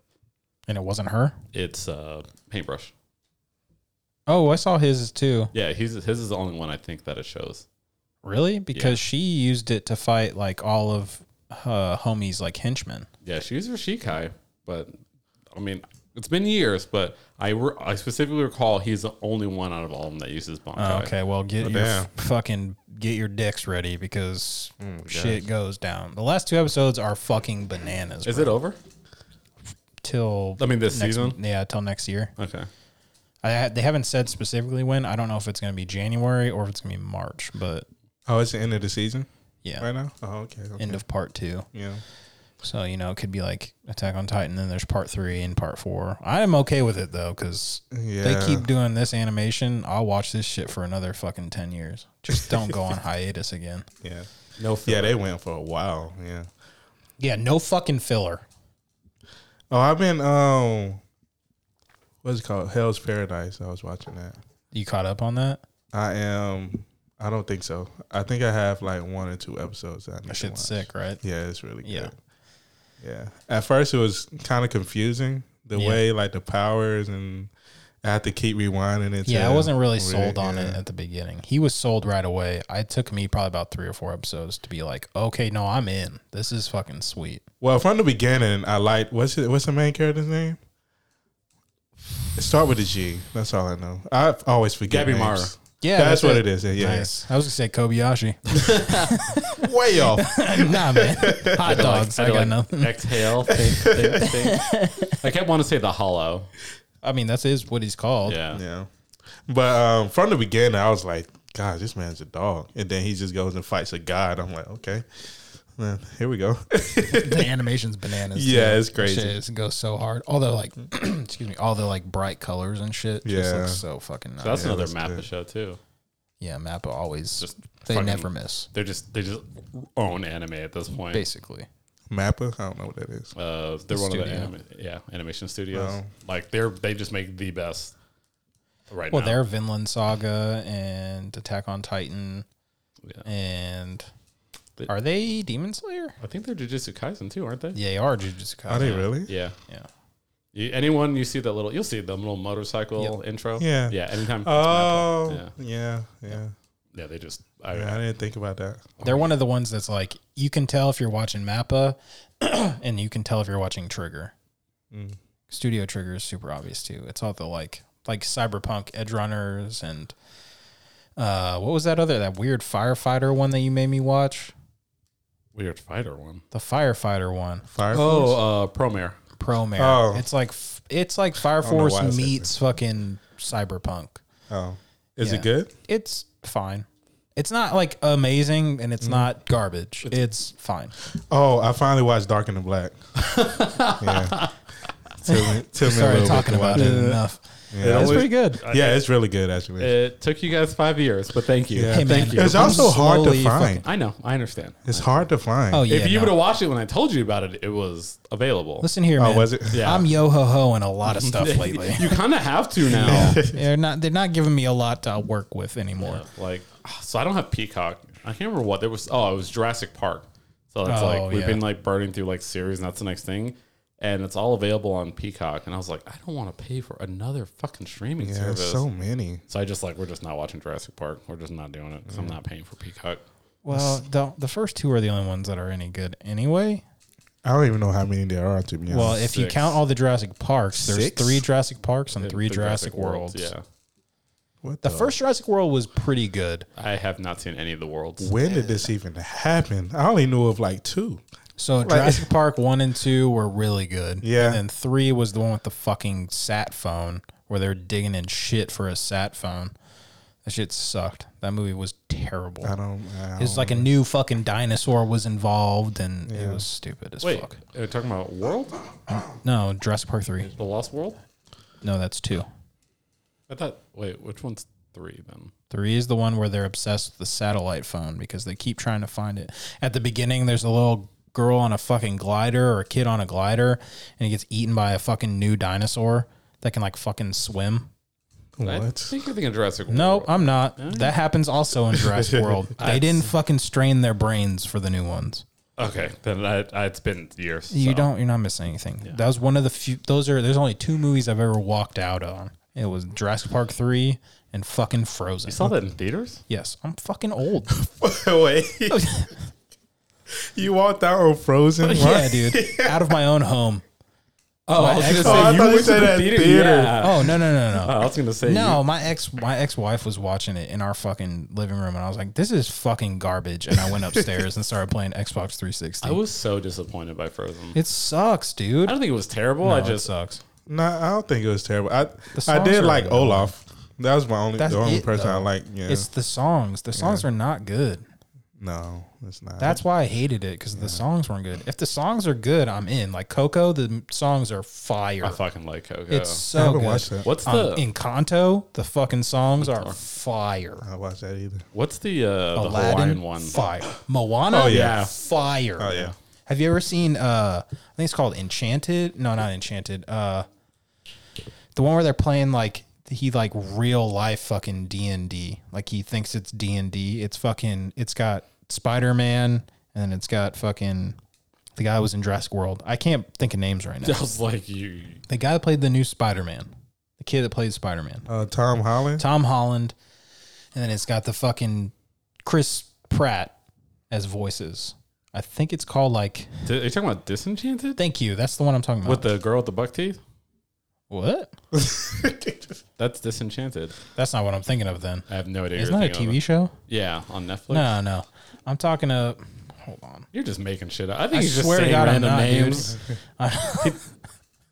S1: And it wasn't her.
S2: It's uh, paintbrush.
S1: Oh, I saw his too.
S2: Yeah, he's his is the only one I think that it shows.
S1: Really? Because she used it to fight like all of her homies, like henchmen.
S2: Yeah, she was her shikai, but I mean, it's been years, but I re- I specifically recall he's the only one out of all of them that uses bankai.
S1: Oh, Okay, well get your
S3: damn.
S1: f- fucking get your dicks ready because
S2: Oh
S1: shit goes down. The last two episodes are fucking bananas.
S2: Is
S1: bro.
S2: it over?
S1: till
S2: I mean, this
S1: next-
S2: season.
S1: Yeah, till next year.
S2: Okay.
S1: I ha- they haven't said specifically when. I don't know if it's going to be January or if it's going to be March, but
S3: Oh, it's the end of the season
S1: yeah,
S3: right now. Oh, okay. okay.
S1: end of part two.
S3: yeah.
S1: So you know, it could be like Attack on Titan, then there's part three and part four. I am okay with it though, because
S3: Yeah.
S1: they keep doing this animation. I'll watch this shit for another fucking ten years. Just don't go on hiatus again.
S3: Yeah.
S2: No.
S3: Yeah, they went for a while. Yeah.
S1: Yeah, no fucking filler.
S3: Oh, I've been um, what's it called? Hell's Paradise. I was watching that.
S1: You caught up on that?
S3: I am. I don't think so. I think I have like one or two episodes. That I need
S1: That
S3: to
S1: shit's
S3: watch.
S1: sick, right?
S3: Yeah, it's really good.
S1: Yeah.
S3: Yeah. At first, it was kind of confusing the
S1: Yeah.
S3: way like the powers and I had to keep rewinding it.
S1: Yeah,
S3: to
S1: I wasn't really
S3: re-
S1: sold on it
S3: yeah.
S1: at the beginning. He was sold right away. It took me probably about three or four episodes to be like, okay, no, I'm in. This is fucking sweet.
S3: Well, from the beginning, I liked what's it, what's the main character's name? Start with a G. That's all I know. I always forget.
S2: Gabby
S3: names.
S2: Mara.
S1: Yeah,
S3: That's, what it is. Yeah, yeah.
S1: Nice. I was gonna say Kobayashi.
S3: way off.
S1: nah, man. Hot dogs. I,
S2: had to,
S1: got
S2: like,
S1: nothing.
S2: Exhale. think, think, think. I kept wanting to say the hollow.
S1: I mean, that's is what he's called.
S2: Yeah.
S3: yeah, but um, from the beginning, I was like, God, this man's a dog, and then he just goes and fights a god. I'm like, okay, well, here we go.
S1: the animation's bananas.
S3: Yeah,
S1: too.
S3: it's crazy.
S1: Shit, it goes so hard. All the like, excuse me, all the like bright colors and shit. Just
S3: Yeah.
S1: looks so fucking nice.
S2: That's another
S3: that's
S2: map
S3: good.
S2: show too.
S1: yeah, Mappa always.
S2: Just
S1: they
S2: fucking-
S1: never miss.
S2: They're just they just own anime at this point.
S1: Basically,
S3: Mappa, I don't know what that is.
S2: Uh, they're one of
S1: Studio.
S2: the anima- yeah animation studios.
S3: Wow.
S2: Like they're they just make the best right
S1: well,
S2: now.
S1: they're Vinland Saga and Attack on Titan,
S2: Yeah.
S1: and
S2: But-
S1: are they Demon Slayer?
S2: I think they're Jujutsu Kaisen too, aren't they?
S1: Yeah, they are Jujutsu
S3: Are
S1: Kaisen.
S3: they really?
S2: Yeah.
S1: Yeah,
S2: You, anyone you see that little, you'll see the little motorcycle intro.
S3: Yeah.
S2: Yeah. Anytime.
S3: Oh,
S2: Yeah.
S3: yeah, yeah.
S2: Yeah. They just. I,
S3: Yeah, I didn't think about that.
S1: they're one of the ones that's like you can tell if you're watching Mappa, and you can tell if you're watching Trigger.
S3: Mm.
S1: Studio Trigger is super obvious too. It's all the like like cyberpunk edge runners and uh what was that other that weird firefighter one that you made me watch?
S2: Weird fighter one.
S1: The firefighter one.
S3: Fire Force?
S2: Oh, uh, Promare.
S1: Promare.
S3: Oh.
S1: It's like f- it's like Fire
S3: don't know
S1: Force
S3: why I said
S1: meets fucking cyberpunk.
S3: Oh, is
S1: Yeah.
S3: it good?
S1: It's fine. It's not like amazing and
S3: Mm-hmm.
S1: it's not garbage. It's, fine.
S3: Oh, I finally watched Dark and the Black. yeah, took me, took me a little
S1: Sorry
S3: bit
S1: talking
S3: to
S1: about
S3: watch
S1: it enough.
S3: Yeah,
S1: It's
S3: it's
S1: pretty good.
S3: pretty- yeah, it's really good actually.
S2: It took you guys five years, but thank you.
S3: Yeah.
S1: Hey, man,
S2: thank you.
S3: It's also
S1: I'm
S3: hard to
S1: slowly
S3: find.
S1: fucking-
S2: I know. I understand.
S3: It's hard to find.
S1: Oh yeah.
S2: if you
S1: no.
S2: would have watched it when I told you about it, it was available.
S1: Listen here,
S3: Oh,
S1: man.
S3: was it?
S2: Yeah.
S1: I'm yo ho ho and a lot of stuff lately.
S2: you kind of have to now.
S1: they're not they're not giving me a lot to work with anymore.
S2: like, so I don't have Peacock. I can't remember what there was. Oh, it was Jurassic Park. So it's
S1: Oh,
S2: like we've
S1: yeah.
S2: been like burning through like series, and that's the next thing. And it's all available on Peacock. And I was like, I don't want to pay for another fucking streaming
S3: yeah,
S2: service.
S3: there's so many.
S2: So I just like we're just not watching Jurassic Park. We're just not doing it because I'm not paying for Peacock.
S1: Well, the the first two are the only ones that are any good anyway.
S3: I don't even know how many there are to be honest.
S1: Well, if you
S2: Six.
S1: count all the Jurassic parks, there's
S3: Six?
S1: three Jurassic parks and
S2: The-
S1: three
S2: the
S1: Jurassic, Worlds.
S2: Yeah,
S3: what
S1: The first Jurassic World was pretty good.
S2: I have not seen any of the worlds.
S3: When did this even happen? I only knew of like two.
S1: So Jurassic Park one and two were really good.
S3: Yeah.
S1: And then three was the one with the fucking sat phone where they're digging in shit for a sat phone. That shit sucked. That movie was terrible.
S3: I don't. I
S1: It's
S3: don't-
S1: like a new fucking dinosaur was involved and it was stupid as
S2: Wait,
S1: fuck.
S2: are we talking about World?
S1: No, Jurassic Park three.
S2: The Lost World?
S1: No, that's two.
S2: I thought. Wait, which one's three then?
S1: Three is the one where they're obsessed with the satellite phone because they keep trying to find it. At the beginning, there's a little girl on a fucking glider or a kid on a glider, and he gets eaten by a fucking new dinosaur that can like fucking swim.
S2: I
S3: what?
S2: think you're thinking Jurassic World.
S1: No, I'm not.
S2: Oh.
S1: That happens also in Jurassic World. They didn't fucking strain their brains for the new ones.
S2: Okay, then I, I, it's been years.
S1: You
S2: so.
S1: don't. You're not missing anything. That was one of the few. Those are. There's only two movies I've ever walked out on. It was Jurassic Park three and fucking Frozen.
S2: You saw that in theaters?
S1: Yes, I'm fucking old.
S3: Wait. you walked out on Frozen?
S1: yeah, dude. Out of my own home.
S2: Oh, I
S1: was
S2: was
S1: gonna say,
S2: going to say, you
S3: Oh, I thought you
S2: went to
S3: said
S2: the
S3: at
S2: theater.
S3: theater.
S2: Yeah.
S1: Oh no no no
S2: I
S1: no.
S2: was going to say, you-
S1: No, my ex my ex wife was watching it in our fucking living room, and I was like, "This is fucking garbage." And I went upstairs and started playing Xbox 360.
S2: I was so disappointed by Frozen.
S1: it sucks,
S2: I
S1: dude.
S2: don't think it was terrible. I
S1: No,
S2: just.
S1: it sucks.
S3: No, I don't think it was terrible. I I
S1: songs
S3: did
S1: are
S3: like
S1: good.
S3: Olaf. That was my only
S1: That's
S3: the only
S1: it,
S3: person I
S1: though.
S3: like. Yeah.
S1: It's the songs. The songs are not good.
S3: no, it's not.
S1: That's why I hated it because the songs weren't good. If the songs are good, I'm in. Like Coco, the m- songs are fire.
S2: I fucking like Coco.
S1: uh, It's
S3: I
S1: so
S3: haven't
S1: good.
S3: watched that.
S2: what's
S1: Um,
S2: the
S1: Encanto, the fucking songs are fire.
S3: I watched that either.
S2: what's the uh, the
S1: Aladdin,
S2: Hawaiian one?
S1: fire. Moana,
S3: Oh, yeah.
S1: fire.
S3: Oh yeah.
S1: Have you ever seen? uh I think it's called Enchanted. No, not Enchanted. Uh, the one where they're playing like he like real life fucking D and D. Like he thinks it's D and D. It's fucking. It's got Spider Man and then it's got fucking the guy who was in Jurassic World. I can't think of names right now.
S2: I was like, you.
S1: the guy that played the new Spider Man, the kid that played Spider Man.
S3: Uh, Tom Holland.
S1: Tom Holland, and then it's got the fucking Chris Pratt as voices. I think it's called like.
S2: Are you talking about Disenchanted?
S1: Thank you. That's the one I'm talking about.
S2: With the girl with the buck teeth?
S1: what?
S2: That's Disenchanted.
S1: That's not what I'm thinking of. Then
S2: I have no idea.
S1: isn't that a TV show?
S2: Yeah, on Netflix.
S1: No, no. I'm talking to. Hold on.
S2: You're just making shit up. I think
S1: I
S2: he's just
S1: swear to
S2: saying
S1: God, I'm
S2: random
S1: not, dude.
S2: names.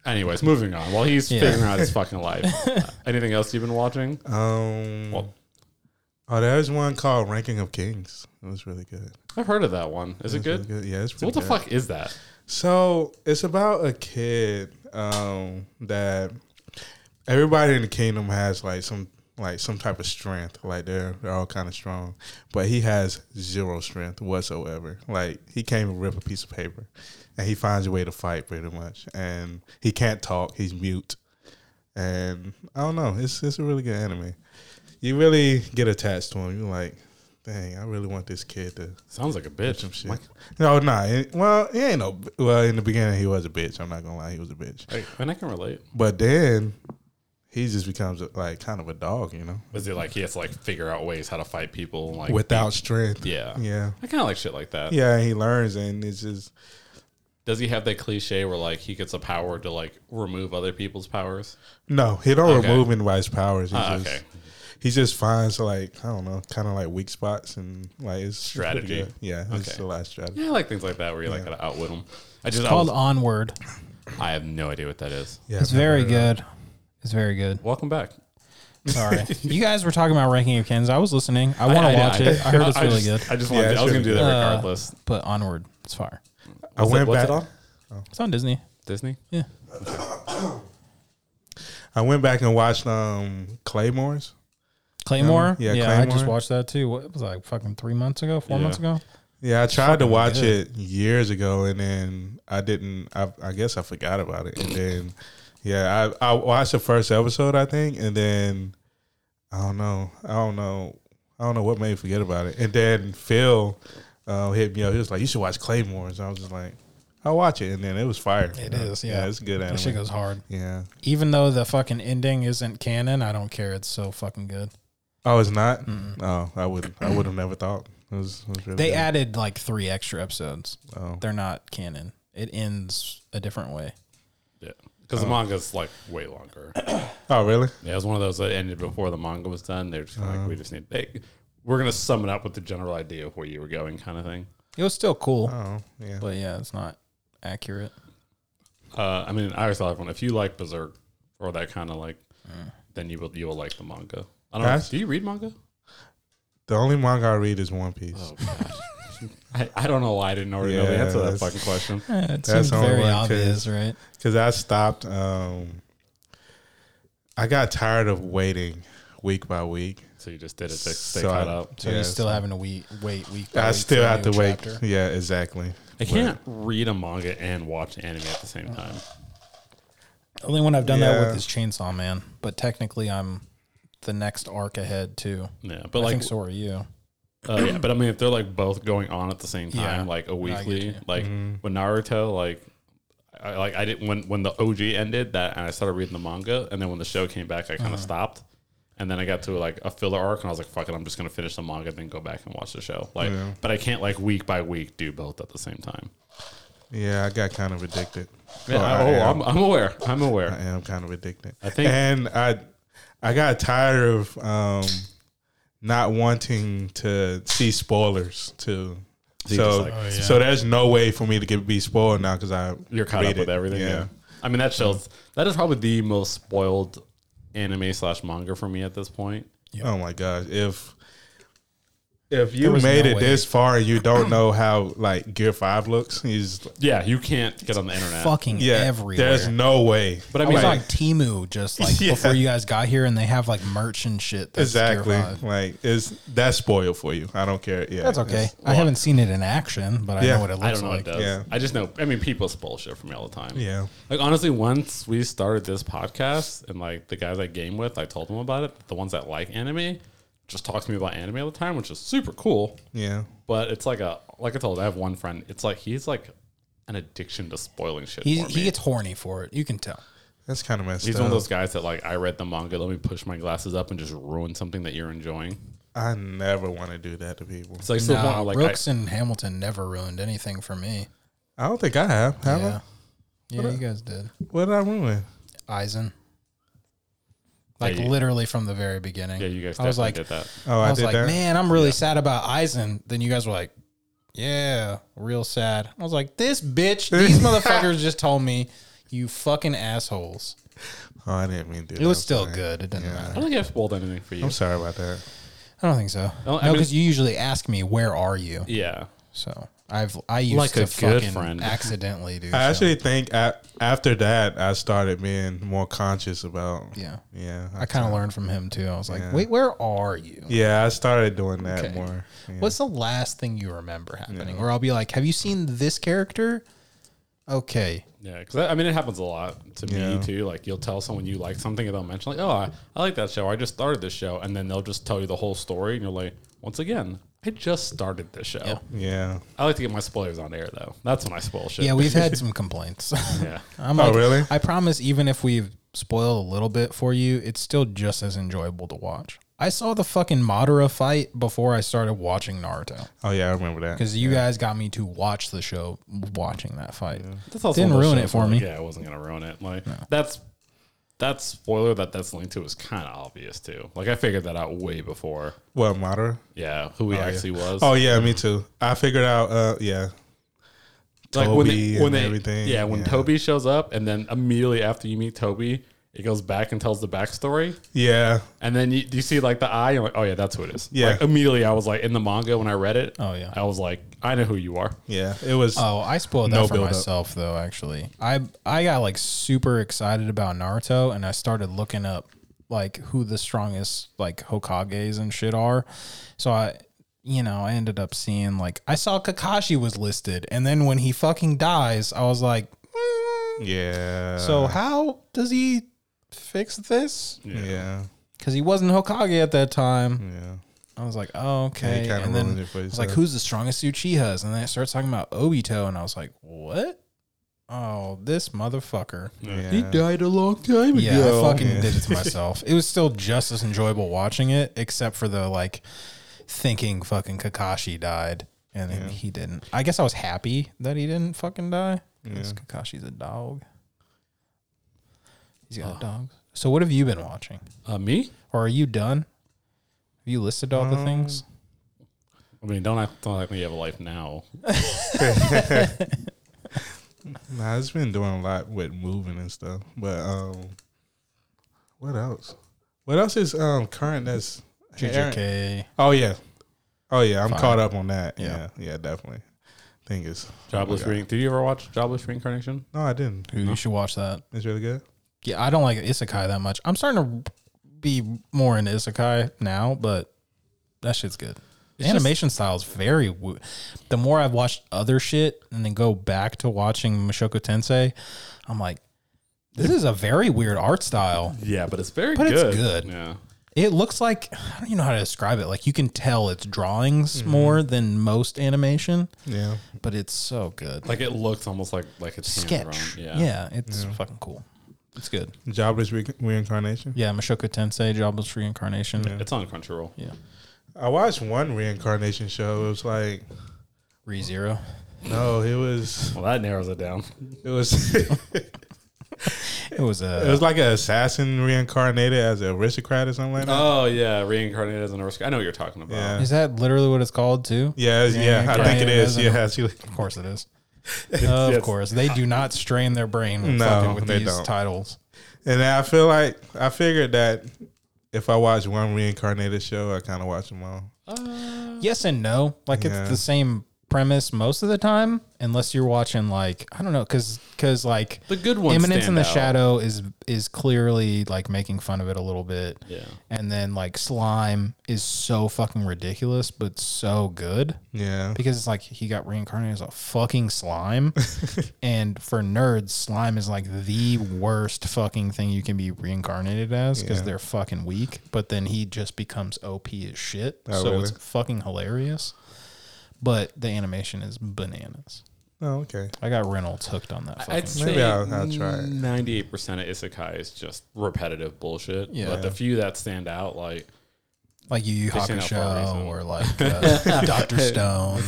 S2: Anyways, moving on. While he's figuring out his fucking life. Uh, anything else you've been watching?
S3: Um.
S2: Well-
S3: oh, there's one called Ranking of Kings. It was really good.
S2: I've heard of that one. Is it
S3: It's really
S2: good?
S3: Yeah, it's
S2: So what
S3: pretty
S2: the
S3: good.
S2: fuck is that?
S3: So it's about a kid um, that everybody in the kingdom has like some like some type of strength. Like they're they're all kind of strong, but he has zero strength whatsoever. Like he can't even rip a piece of paper, and he finds a way to fight pretty much. And he can't talk. He's mute. And I don't know. It's it's a really good anime. You really get attached to him. You're like, dang, I really want this kid to
S2: Sounds like a
S3: some
S2: bitch.
S3: shit. No, nah. it- Well, he ain't no. Well, in the beginning, he was a bitch. I'm not gonna lie, he was a bitch.
S2: Like, and I can relate.
S3: But then he just becomes like kind of a dog, you know,
S2: Is it like he has to like figure out ways how to fight people? Like
S3: without strength.
S2: yeah,
S3: Yeah,
S2: I kind of like shit like that.
S3: yeah. He learns, and it's just
S2: Does he have that cliche where like he gets a power to like remove other people's powers?
S3: no. He don't
S2: Okay.
S3: remove anybody's powers. He
S2: Ah,
S3: just,
S2: okay.
S3: He just finds like I don't know, kind of like weak spots and like it's pretty
S2: Strategy.
S3: good. Yeah, it's
S2: Okay.
S3: a lot of strategy.
S2: Yeah, I like things like that where you like gotta outwit them. I just
S1: Called
S2: I, was-
S1: Onward.
S2: I have no idea what that is.
S3: Yeah,
S1: It's
S3: I've never
S1: very
S3: heard of it.
S1: good. It's very good.
S2: Welcome back.
S1: Sorry, you guys were talking about ranking of kins. I was listening. I want
S2: I-
S1: to watch
S2: I-
S1: it. I heard it's
S2: I
S1: really
S2: just-
S1: good.
S2: I just wanted.
S3: Yeah,
S2: to, I was
S3: it's
S2: gonna do
S3: really
S2: that
S1: good. Uh,
S2: regardless.
S1: But Onward, it's fire.
S3: I
S2: Was it-
S3: went
S2: what's
S3: back.
S2: it on?
S1: It's on Disney.
S2: Disney.
S1: Yeah.
S3: I went back and watched um Claymore's.
S1: Claymore.
S3: Yeah,
S1: I just
S3: Claymore.
S1: watched that too. What was that, like fucking three months ago, four
S2: Yeah.
S1: months ago?
S3: Yeah, I tried to
S1: fucking
S3: watch
S1: good.
S3: it years ago, and then I didn't. I, I guess I forgot about it, and then yeah, I, I watched the first episode, I think, and then I don't know, I don't know, I don't know what made me forget about it. And then Phil uh, hit me up. He was like, "You should watch Claymore's." I was just like, "I'll watch it," and then it was fire. Uh,
S1: It is, yeah.
S3: it's good
S1: That shit
S3: anime.
S1: goes hard.
S3: Yeah.
S1: Even though the fucking ending isn't canon, I don't care. It's so fucking good.
S3: Oh, it's not. Oh, I would. I would have never thought. It was, it was really
S1: They
S3: good.
S1: added like three extra episodes.
S3: Oh.
S1: They're not canon. It ends a different way.
S2: Yeah, because the manga's like way longer.
S3: Oh, really?
S2: Yeah, it was one of those that ended before the manga
S1: Uh-huh.
S2: was done. They're just kinda like, we just need, hey, we're gonna sum it up with the general idea of where you were going, kind of thing.
S1: It was still cool,
S3: Oh, yeah.
S1: but yeah, it's not accurate.
S2: Uh, I mean, I always tell everyone if you like Berserk or that kind of like, then you will you will like the manga. I don't
S3: That's-
S2: know. Do you read manga?
S3: The only manga I read is One Piece.
S2: Oh gosh, I, I don't know why I didn't already know the
S3: Yeah,
S2: answer to that
S3: that's-
S2: fucking question.
S1: Eh, it
S3: That's
S1: seems
S3: the only
S1: very
S3: one, too.
S1: obvious, right?
S3: Because I stopped. Um, I got tired of waiting week by week.
S2: So you just did it to stay
S3: So
S2: caught
S3: I-
S2: up.
S1: So
S3: Yeah,
S1: you're
S3: so-
S1: still having to wait, wait week. by
S3: I
S1: week
S3: still
S1: for a
S3: have to
S1: new
S3: wait.
S1: chapter.
S3: Yeah, exactly.
S2: I can't read a manga and watch anime at the same time.
S1: Only one I've done that
S3: Yeah.
S1: with is Chainsaw Man, but technically I'm the next arc ahead too.
S2: Yeah, but
S1: I
S2: like,
S1: think so are you.
S2: uh, yeah, but I mean, if they're like both going on at the same time,
S1: Yeah.
S2: like a
S1: get
S2: weekly,
S1: you.
S2: like when Naruto, like. I, like I didn't when when the OG ended that and I started reading the manga and then when the show came back I kind of stopped and then I got to like a filler arc and I was like fuck it I'm just gonna finish the manga then go back and watch the show like
S3: Yeah.
S2: but I can't like week by week do both at the same time
S3: Yeah, I got kind of addicted.
S2: yeah,
S3: Or I
S2: I- oh
S3: am.
S2: I'm, I'm aware I'm
S3: I
S2: aware
S3: am kind of addicted.
S2: I think-
S3: and I I got tired of um not wanting to see spoilers too.
S2: So you
S3: so
S2: just like- Oh,
S3: so there's no way for me to get be spoiled now because I
S2: you're caught
S3: read
S2: up with
S3: it.
S2: everything yeah. I mean that shows that is probably the most spoiled anime slash manga for me at this point
S3: Oh my gosh! If if you
S1: was
S3: made
S1: no
S3: it
S1: way.
S3: this far and you don't know how like Gear Five looks, he's
S2: yeah you can't get on the internet
S1: Fucking
S3: yeah.
S1: everywhere.
S3: There's no way.
S2: but I
S1: I
S2: mean
S1: was
S2: like,
S1: on Timu just like
S3: Yeah.
S1: before you guys got here, and they have like merch and shit. That's Gear
S3: exactly.
S1: Five.
S3: Like is that's spoiled for you? I don't care. Yeah,
S1: That's okay.
S3: it's-
S1: I haven't seen it in action, but I
S3: Yeah.
S1: know what it looks
S2: I don't know
S1: like.
S2: what it does.
S3: Yeah.
S2: I just know. I mean, people spoil shit for me all the time.
S3: Yeah.
S2: Like honestly, once we started this podcast, and like the guys I game with, I told them about it. The ones that like anime just talk to me about anime all the time, which is super cool.
S3: Yeah.
S2: But it's like a like I told, I have one friend. It's like he's like an addiction to spoiling shit.
S1: He,
S2: for me.
S1: he gets horny for it. You can tell.
S3: That's kind of messed
S2: He's
S3: up.
S2: one of those guys that like I read the manga. Let me push my glasses up and just ruin something that you're enjoying.
S3: I never want to do that to people.
S2: It's like so
S1: No,
S2: like I-
S1: Brooks and Hamilton never ruined anything for me.
S3: I don't think I have. Have
S1: Yeah, yeah, you guys did.
S3: I? What did I ruin?
S1: Eisen, like
S2: Yeah, you-
S1: literally from the very beginning.
S2: yeah, you guys
S1: I
S2: definitely
S1: was like,
S2: did that.
S3: Oh, I,
S1: I, was
S3: did
S1: like,
S3: that.
S1: man, I'm really sad about Eisen. Then you guys were like, yeah, real sad. I was like, this bitch, these motherfuckers just told me, you fucking assholes.
S3: Oh, I didn't mean to. do
S1: It was
S3: that.
S1: still good. It didn't
S2: I
S1: matter.
S2: don't think I've spoiled anything for you.
S3: I'm sorry about that.
S1: I don't think so.
S2: Oh,
S1: no,
S2: I mean-
S1: because you usually ask me, where are you?
S2: yeah,
S1: So I've I used
S2: Like
S1: to
S2: a good
S1: fucking
S2: friend.
S1: accidentally do.
S3: I
S1: so.
S3: actually think a after that, I started being more conscious about.
S1: yeah.
S3: Yeah.
S1: I kind of learned from him too. I was like,
S3: Yeah.
S1: wait, where are you?
S3: Yeah, I started doing that
S1: Okay.
S3: more. Yeah.
S1: What's the last thing you remember happening? Or I'll be like, have you seen this character? Okay.
S2: yeah. Because I, I mean, it happens a lot to
S3: Yeah.
S2: me too. Like you'll tell someone you like something, and they'll mention like, "Oh, I, I like that show. I just started this show," and then they'll just tell you the whole story, and you're like, "Once again, I just started this show."
S3: Yeah.
S2: I like to get my spoilers on air though. That's when I spoil shit.
S1: Yeah, we've had some complaints.
S2: yeah.
S1: I'm
S3: Oh,
S1: like,
S3: really?
S1: I promise, even if we've spoiled a little bit for you, it's still just as enjoyable to watch. I saw the fucking Madara fight before I started watching Naruto
S3: Oh yeah, I remember that.
S1: because you guys got me to watch the show watching that fight.
S2: That's also
S1: Didn't
S2: one of those
S1: ruin it
S2: shows
S1: for
S2: where,
S1: me.
S2: Yeah, I wasn't gonna ruin it. Like that's that spoiler that that's linked to is kind of obvious too. Like I figured that out way before.
S3: What Madara?
S2: Yeah, who he actually was.
S3: Oh yeah, me too. I figured out. Uh, yeah.
S2: like
S3: Toby and everything,
S2: Yeah, when
S3: yeah.
S2: Toby shows up, and then immediately after you meet Toby, it goes back and tells the backstory,
S3: Yeah.
S2: and then you, you see like the eye, and like, oh yeah, that's who it is.
S3: Yeah.
S2: Like, immediately, I was like in the manga when I read it.
S1: Oh, yeah.
S2: I was like, I know who you are.
S3: Yeah. It was.
S1: Oh, I spoiled that
S3: No
S1: for
S3: buildup.
S1: myself though. Actually, I I got like super excited about Naruto, and I started looking up like who the strongest like Hokages and shit are. So I, you know, I ended up seeing like I saw Kakashi was listed, and then when he fucking dies, I was like, "Mm,
S3: yeah.
S1: so how does he fix this?
S3: Yeah.
S1: Because he wasn't Hokage at that time.
S3: Yeah.
S1: I was like, oh, okay.
S3: Mm. kinda
S1: and
S3: ruined
S1: then
S3: it for
S1: I was like,
S3: yourself.
S1: who's the strongest Uchihas? And then it starts talking about Obito, and I was like, what? Oh, this motherfucker.
S3: Yeah.
S2: died a long time
S1: Yeah, I fucking did it to myself. it was still just as enjoyable watching it, except for the like thinking fucking Kakashi died. And then he didn't. I guess I was happy that he didn't fucking die. Because Kakashi's a dog. He's got dogs. So what have you been watching?
S2: Uh, me?
S1: Or are you done? Have you listed all the things?
S2: I mean, don't act, don't act like you have a life now.
S3: Nah, it's been doing a lot with moving and stuff. But um, what else? What else is um current? That's
S1: JJK.
S3: Oh yeah, oh yeah. I'm
S1: Fire.
S3: caught up on that.
S1: Yeah.
S3: Yeah, yeah, definitely. Thing is, oh
S2: Jobless Re- Did you ever watch Jobless Reincarnation?
S3: no, I didn't.
S1: You should watch that.
S3: It's really good.
S1: Yeah, I don't like isekai that much. I'm starting to be more into isekai now, but that shit's good. Animation style is very. Wo- the more I've watched other shit and then go back to watching Mashoku Tensei, I'm like, this is a very weird art style.
S2: Yeah, but it's very
S1: But it's
S2: good.
S1: good.
S2: Yeah.
S1: It looks like I don't even know how to describe it. Like you can tell it's drawings more than most animation,
S3: Yeah,
S1: but it's so good. Like
S2: Like it looks almost like like it's hand-drawn.
S1: sketch. Yeah.
S2: Yeah.
S1: it's fucking cool. It's good.
S3: jobless re- reincarnation.
S1: Yeah, Mashoku Tensei, Jobless Reincarnation. Yeah.
S2: It's on Crunchyroll.
S3: I watched one reincarnation show. It was like,
S1: ReZero.
S3: no, it was,
S2: Well, that narrows it down.
S3: it was, it
S1: It was a
S3: was like an assassin reincarnated as an aristocrat or something like that.
S2: Oh yeah, reincarnated as an Orsk. I know what you're talking about.
S3: Yeah.
S1: Is that literally what it's called too?
S3: Yeah, it's- yeah, I think
S1: Reincarnated
S3: it is.
S1: as an-
S3: Yeah, actually.
S1: Of course it is. of
S2: yes.
S1: course. They do not strain their brain with,
S3: No,
S1: fucking with
S3: they
S1: these
S3: don't.
S1: titles.
S3: And I feel like I figured that if I watch one reincarnated show, I kind of watch them all.
S1: Yes and no. Like
S3: Yeah.
S1: it's the same premise most of the time unless you're watching like I don't know cuz cuz like
S2: The good ones
S1: Eminence in
S2: stand
S1: the
S2: out.
S1: Shadow is is clearly like making fun of it a little bit.
S2: Yeah.
S1: And then like Slime is so fucking ridiculous but so good.
S3: Yeah,
S1: because it's like he got reincarnated as a fucking slime. and for nerds, slime is like the worst fucking thing you can be reincarnated as because
S3: Yeah.
S1: they're fucking weak. But then he just becomes OP as shit.
S3: Oh,
S1: so
S3: really?
S1: it's fucking hilarious. But the animation is bananas.
S3: Oh, okay.
S1: I got Reynolds hooked on that fucking
S2: I'd
S1: shit.
S2: say
S3: Maybe I'll- I'll try it.
S2: Ninety-eight percent of isekai is just repetitive bullshit.
S1: Yeah.
S2: But the few that stand out, like
S1: Like Yu Yu
S2: stand out for a
S1: Hakusho
S2: reason.
S1: or like uh, Doctor Stone.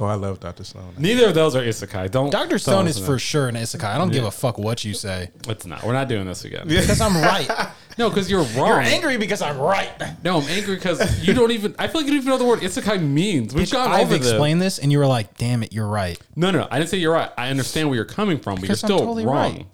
S3: Oh, I love Doctor Stone.
S2: neither of those are isekai. Don't
S1: Doctor
S2: don't
S1: Stone is
S2: listen
S1: for sure an isekai. I don't give a fuck what you say
S2: to- It's not. We're not doing this again.
S1: because I'm right.
S2: No, because you're wrong.
S1: You're angry because I'm right.
S2: No, I'm angry because you don't even. I feel like you don't even know the word isekai means. We've gone
S1: I've
S2: over this.
S1: explained this, and you were like, "Damn it, you're right."
S2: No, no, no. I didn't say you're right. I understand where you're coming from, but you're
S1: Because I'm
S2: still
S1: totally
S2: wrong.
S1: right.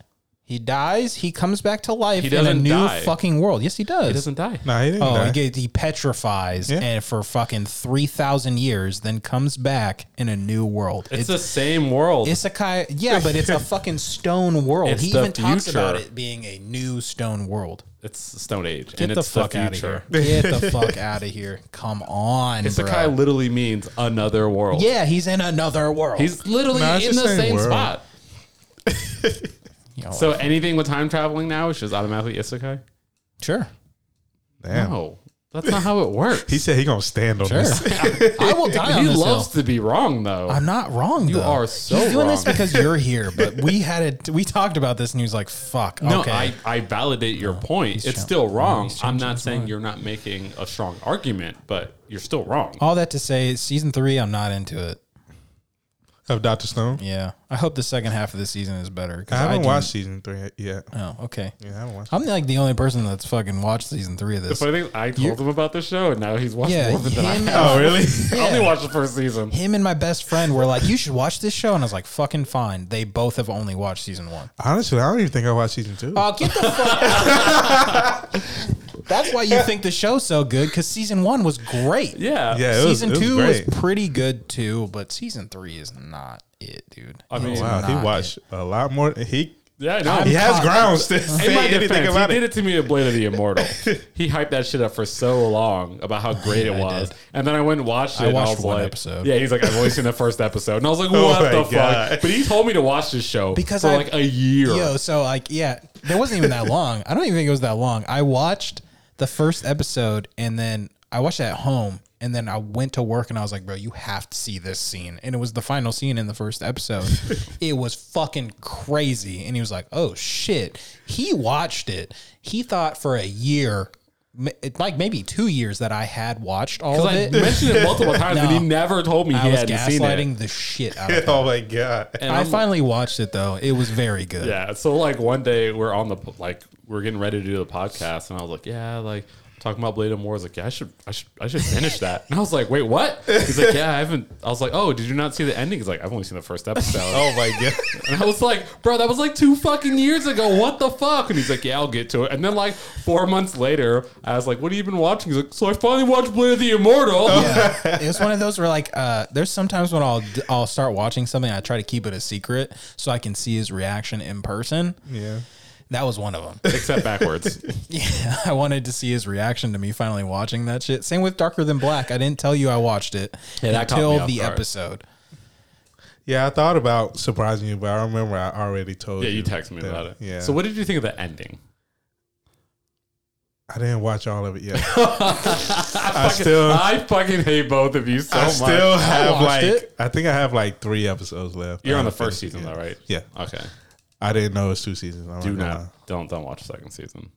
S1: He dies. He comes back to life
S2: He
S1: in a
S2: doesn't
S1: new
S2: die.
S1: fucking world. Yes, he does.
S2: It doesn't die.
S3: No, he didn't.
S1: Oh,
S3: die.
S1: he, get, he petrifies
S3: Yeah.
S1: and for fucking three thousand years, then comes back in a new world. It's,
S2: It's, the same world.
S1: isekai, yeah, but it's a fucking stone world.
S2: It's
S1: he
S2: the
S1: even talks
S2: future.
S1: about it being a new stone world.
S2: It's Stone Age,
S1: Get
S2: and
S1: the
S2: it's
S1: fuck
S2: the
S1: out of
S2: future.
S1: here! Get the fuck out of here! Come on,
S2: Isekai
S1: bro.
S2: literally means another world.
S1: Yeah, he's in another world.
S2: He's literally
S3: No, it's
S2: in
S3: the
S2: the
S3: same
S2: same,
S3: world.
S2: spot.
S1: You know,
S2: So anything with time traveling now is just automatically isekai?
S1: sure.
S3: Damn.
S2: No. That's not how it works.
S3: He said he gonna stand on
S1: Sure.
S3: this.
S1: I will die on
S2: he
S1: this
S2: loves
S1: hill.
S2: to be wrong though.
S1: I'm not wrong. You
S2: are so
S1: He's doing this
S2: wrong.
S1: because you're here, but we had it. We talked about this, and he was like, "Fuck."
S2: no,
S1: okay.
S2: I, I validate your point. It's
S1: changed-
S2: still wrong. I'm
S1: changing
S2: not
S1: his
S2: saying
S1: mind.
S2: you're not making a strong argument, but you're still wrong.
S1: All that to say, season three, I'm not into it.
S3: Of Doctor Stone.
S1: Yeah, I hope the second half of the season is better. 'cause
S3: I haven't
S1: do-
S3: watched season three yet.
S1: Oh, okay.
S3: Yeah, I haven't watched.
S1: I'm like the only person that's fucking watched season three of this.
S2: So I think I told him about the show, and now he's watching
S1: Yeah,
S2: more than I
S1: him-
S2: have.
S3: Oh, really?
S2: I only watched the first season.
S1: Him and my best friend were like, "You should watch this show," and I was like, "Fucking fine." They both have only watched season one.
S3: Honestly, I don't even think I watched season two.
S1: Oh, get the fuck. out. That's why you think the show's so good because season one was great.
S2: Yeah.
S3: yeah, it was,
S1: season
S3: it was
S1: two was,
S3: great.
S1: pretty good too, but season three is not it, dude. I
S2: mean,
S3: wow, he watched a lot more. He
S2: Yeah, no.
S3: he has
S1: caught-
S3: grounds to
S2: In my
S3: say anything
S2: defense,
S3: about
S2: he
S3: it.
S2: did it to me at Blade of the Immortal. he hyped that shit up for so long about how great it
S1: I
S2: was,
S1: did.
S2: and then I went and watched it.
S1: I
S2: and
S1: watched
S2: was
S1: one
S2: like,
S1: episode.
S2: Yeah, he's like, I've only seen the first episode, and I was like,
S3: Oh
S2: What
S3: my
S2: the
S3: God.
S2: fuck? But he told me to watch this show
S1: Because
S2: for
S1: I-
S2: like a year.
S1: Yo, so like, yeah, there wasn't even that long. I don't even think it was that long. I watched the first episode and then I watched it at home. And then I went to work and I was like, bro, you have to see this scene. And it was the final scene in the first episode. it was fucking crazy. And he was like, oh shit. He watched it. He thought for a year, m- it- like maybe two years, that I had watched all of
S2: I
S1: it.
S2: mentioned it multiple times, and
S1: No.
S2: he never told me
S1: I
S2: he
S1: was
S2: hadn't seen it.
S1: gaslighting the shit out of it.
S3: Oh my god.
S2: And
S1: I
S2: I'm-
S1: finally watched it though. It was very good.
S2: Yeah. So like one day we're on the like we're getting ready to do the podcast, and I was like, yeah, like talking about Blade of War. I was like, yeah, I should, I should, I should finish that. And I was like, wait, what? He's like, yeah, I haven't. I was like, oh, did you not see the ending? He's like, I've only seen the first episode.
S3: Oh my god.
S2: And I was like, bro, that was like two fucking years ago. What the fuck? And he's like, yeah, I'll get to it. And then like four months later, I was like, what have you been watching? He's like, so I finally watched Blade of the Immortal.
S3: Oh.
S1: Yeah. it was one of those where like uh, there's sometimes when I'll I'll start watching something I try to keep it a secret so I can see his reaction in person.
S3: Yeah.
S1: That was one of them.
S2: Except backwards.
S1: Yeah, I wanted to see his reaction to me finally watching that shit. Same with Darker Than Black. I didn't tell you I watched it
S2: Yeah, that caught me
S1: until
S2: off
S1: the
S2: guard.
S1: episode.
S3: Yeah, I thought about surprising you, but I remember I already told
S2: yeah,
S3: you.
S2: you texted me
S3: that-
S2: about it.
S3: Yeah.
S2: So what did you think of the ending?
S3: I didn't watch all of it yet.
S2: I, fucking,
S3: still-
S2: I fucking hate both of Oh you so
S3: I
S2: much.
S3: still have
S1: watched
S3: like
S1: it.
S3: I think I have like three episodes left.
S2: You're
S3: I
S2: on the
S3: haven't
S2: first
S3: finished
S2: season
S3: it
S2: though, right?
S3: yet.
S2: Okay.
S3: Yeah, I didn't know it was two seasons. I'm
S2: Do
S3: like,
S2: not
S3: nah.
S2: don't don't watch the second season.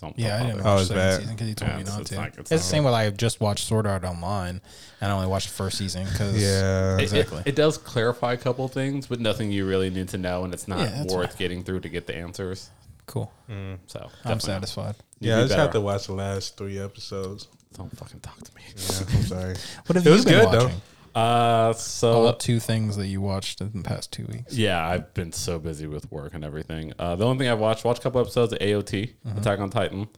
S2: Don't
S1: Yeah, I
S2: don't
S1: didn't
S2: bother.
S3: Oh,
S1: watch the second
S3: it's bad.
S1: season because he told
S2: Yeah,
S1: me
S2: it's-
S1: not
S2: it's
S1: to.
S2: not- it's
S1: it's
S2: not
S1: the same with I just watched Sword Art Online and I only watched the first season because
S3: Yeah.
S2: It- it-
S1: Exactly.
S2: It, does clarify a couple things, but nothing you really need to know, and it's not
S1: Yeah, that's
S2: worth getting through to get the answers.
S1: cool.
S2: So
S1: I'm
S2: Mm, definitely not.
S1: satisfied.
S2: You'd
S3: yeah, I
S2: be
S3: just
S2: better
S3: have to
S2: off.
S3: watch the last three episodes.
S2: Don't fucking talk to me.
S3: Yeah, I'm sorry.
S1: What have
S3: It
S1: you
S3: was
S1: been
S3: good, though.
S1: watching?
S2: Uh,
S1: Pull
S2: so
S1: up two things that you watched in the past two weeks.
S2: yeah, I've been so busy with work and everything. Uh, the only thing I've watched watched a couple episodes of AOT
S1: Mm-hmm.
S2: Attack on Titan.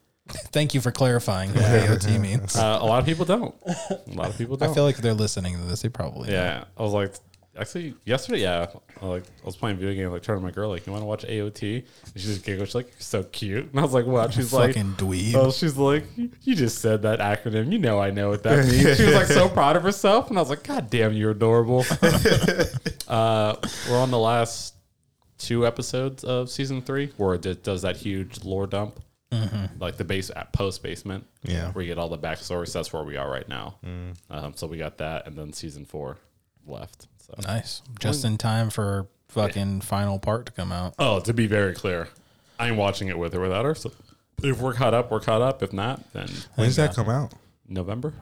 S1: Thank you for clarifying what AOT means.
S2: Uh, a lot of people don't. A lot of people don't.
S1: I feel like they're listening to this. They probably
S2: yeah, I was like. Actually, yesterday, yeah, I like I was playing video game, like turned to my girl, like, "You want to watch AOT?" And she just giggled. She's like, "You're so cute," and I was like, "What?" She's like,
S1: fucking dweeb.
S2: Oh, she's like, you just said that acronym. You know, I know what that means. She was like so proud of herself, and I was like, God damn, you're adorable. uh, we're on the last two episodes of season three, where it d- does that huge lore dump, like the base at post basement.
S3: Yeah.
S2: where you get all the backstories. That's where we are right now. Um, so we got that, and then season four left. So.
S1: Nice. Just in time for fucking final part to come out.
S2: Oh, to be very clear, I ain't watching it with or without her. So if we're caught up, we're caught up. If not, then
S3: When does that come out?
S2: November.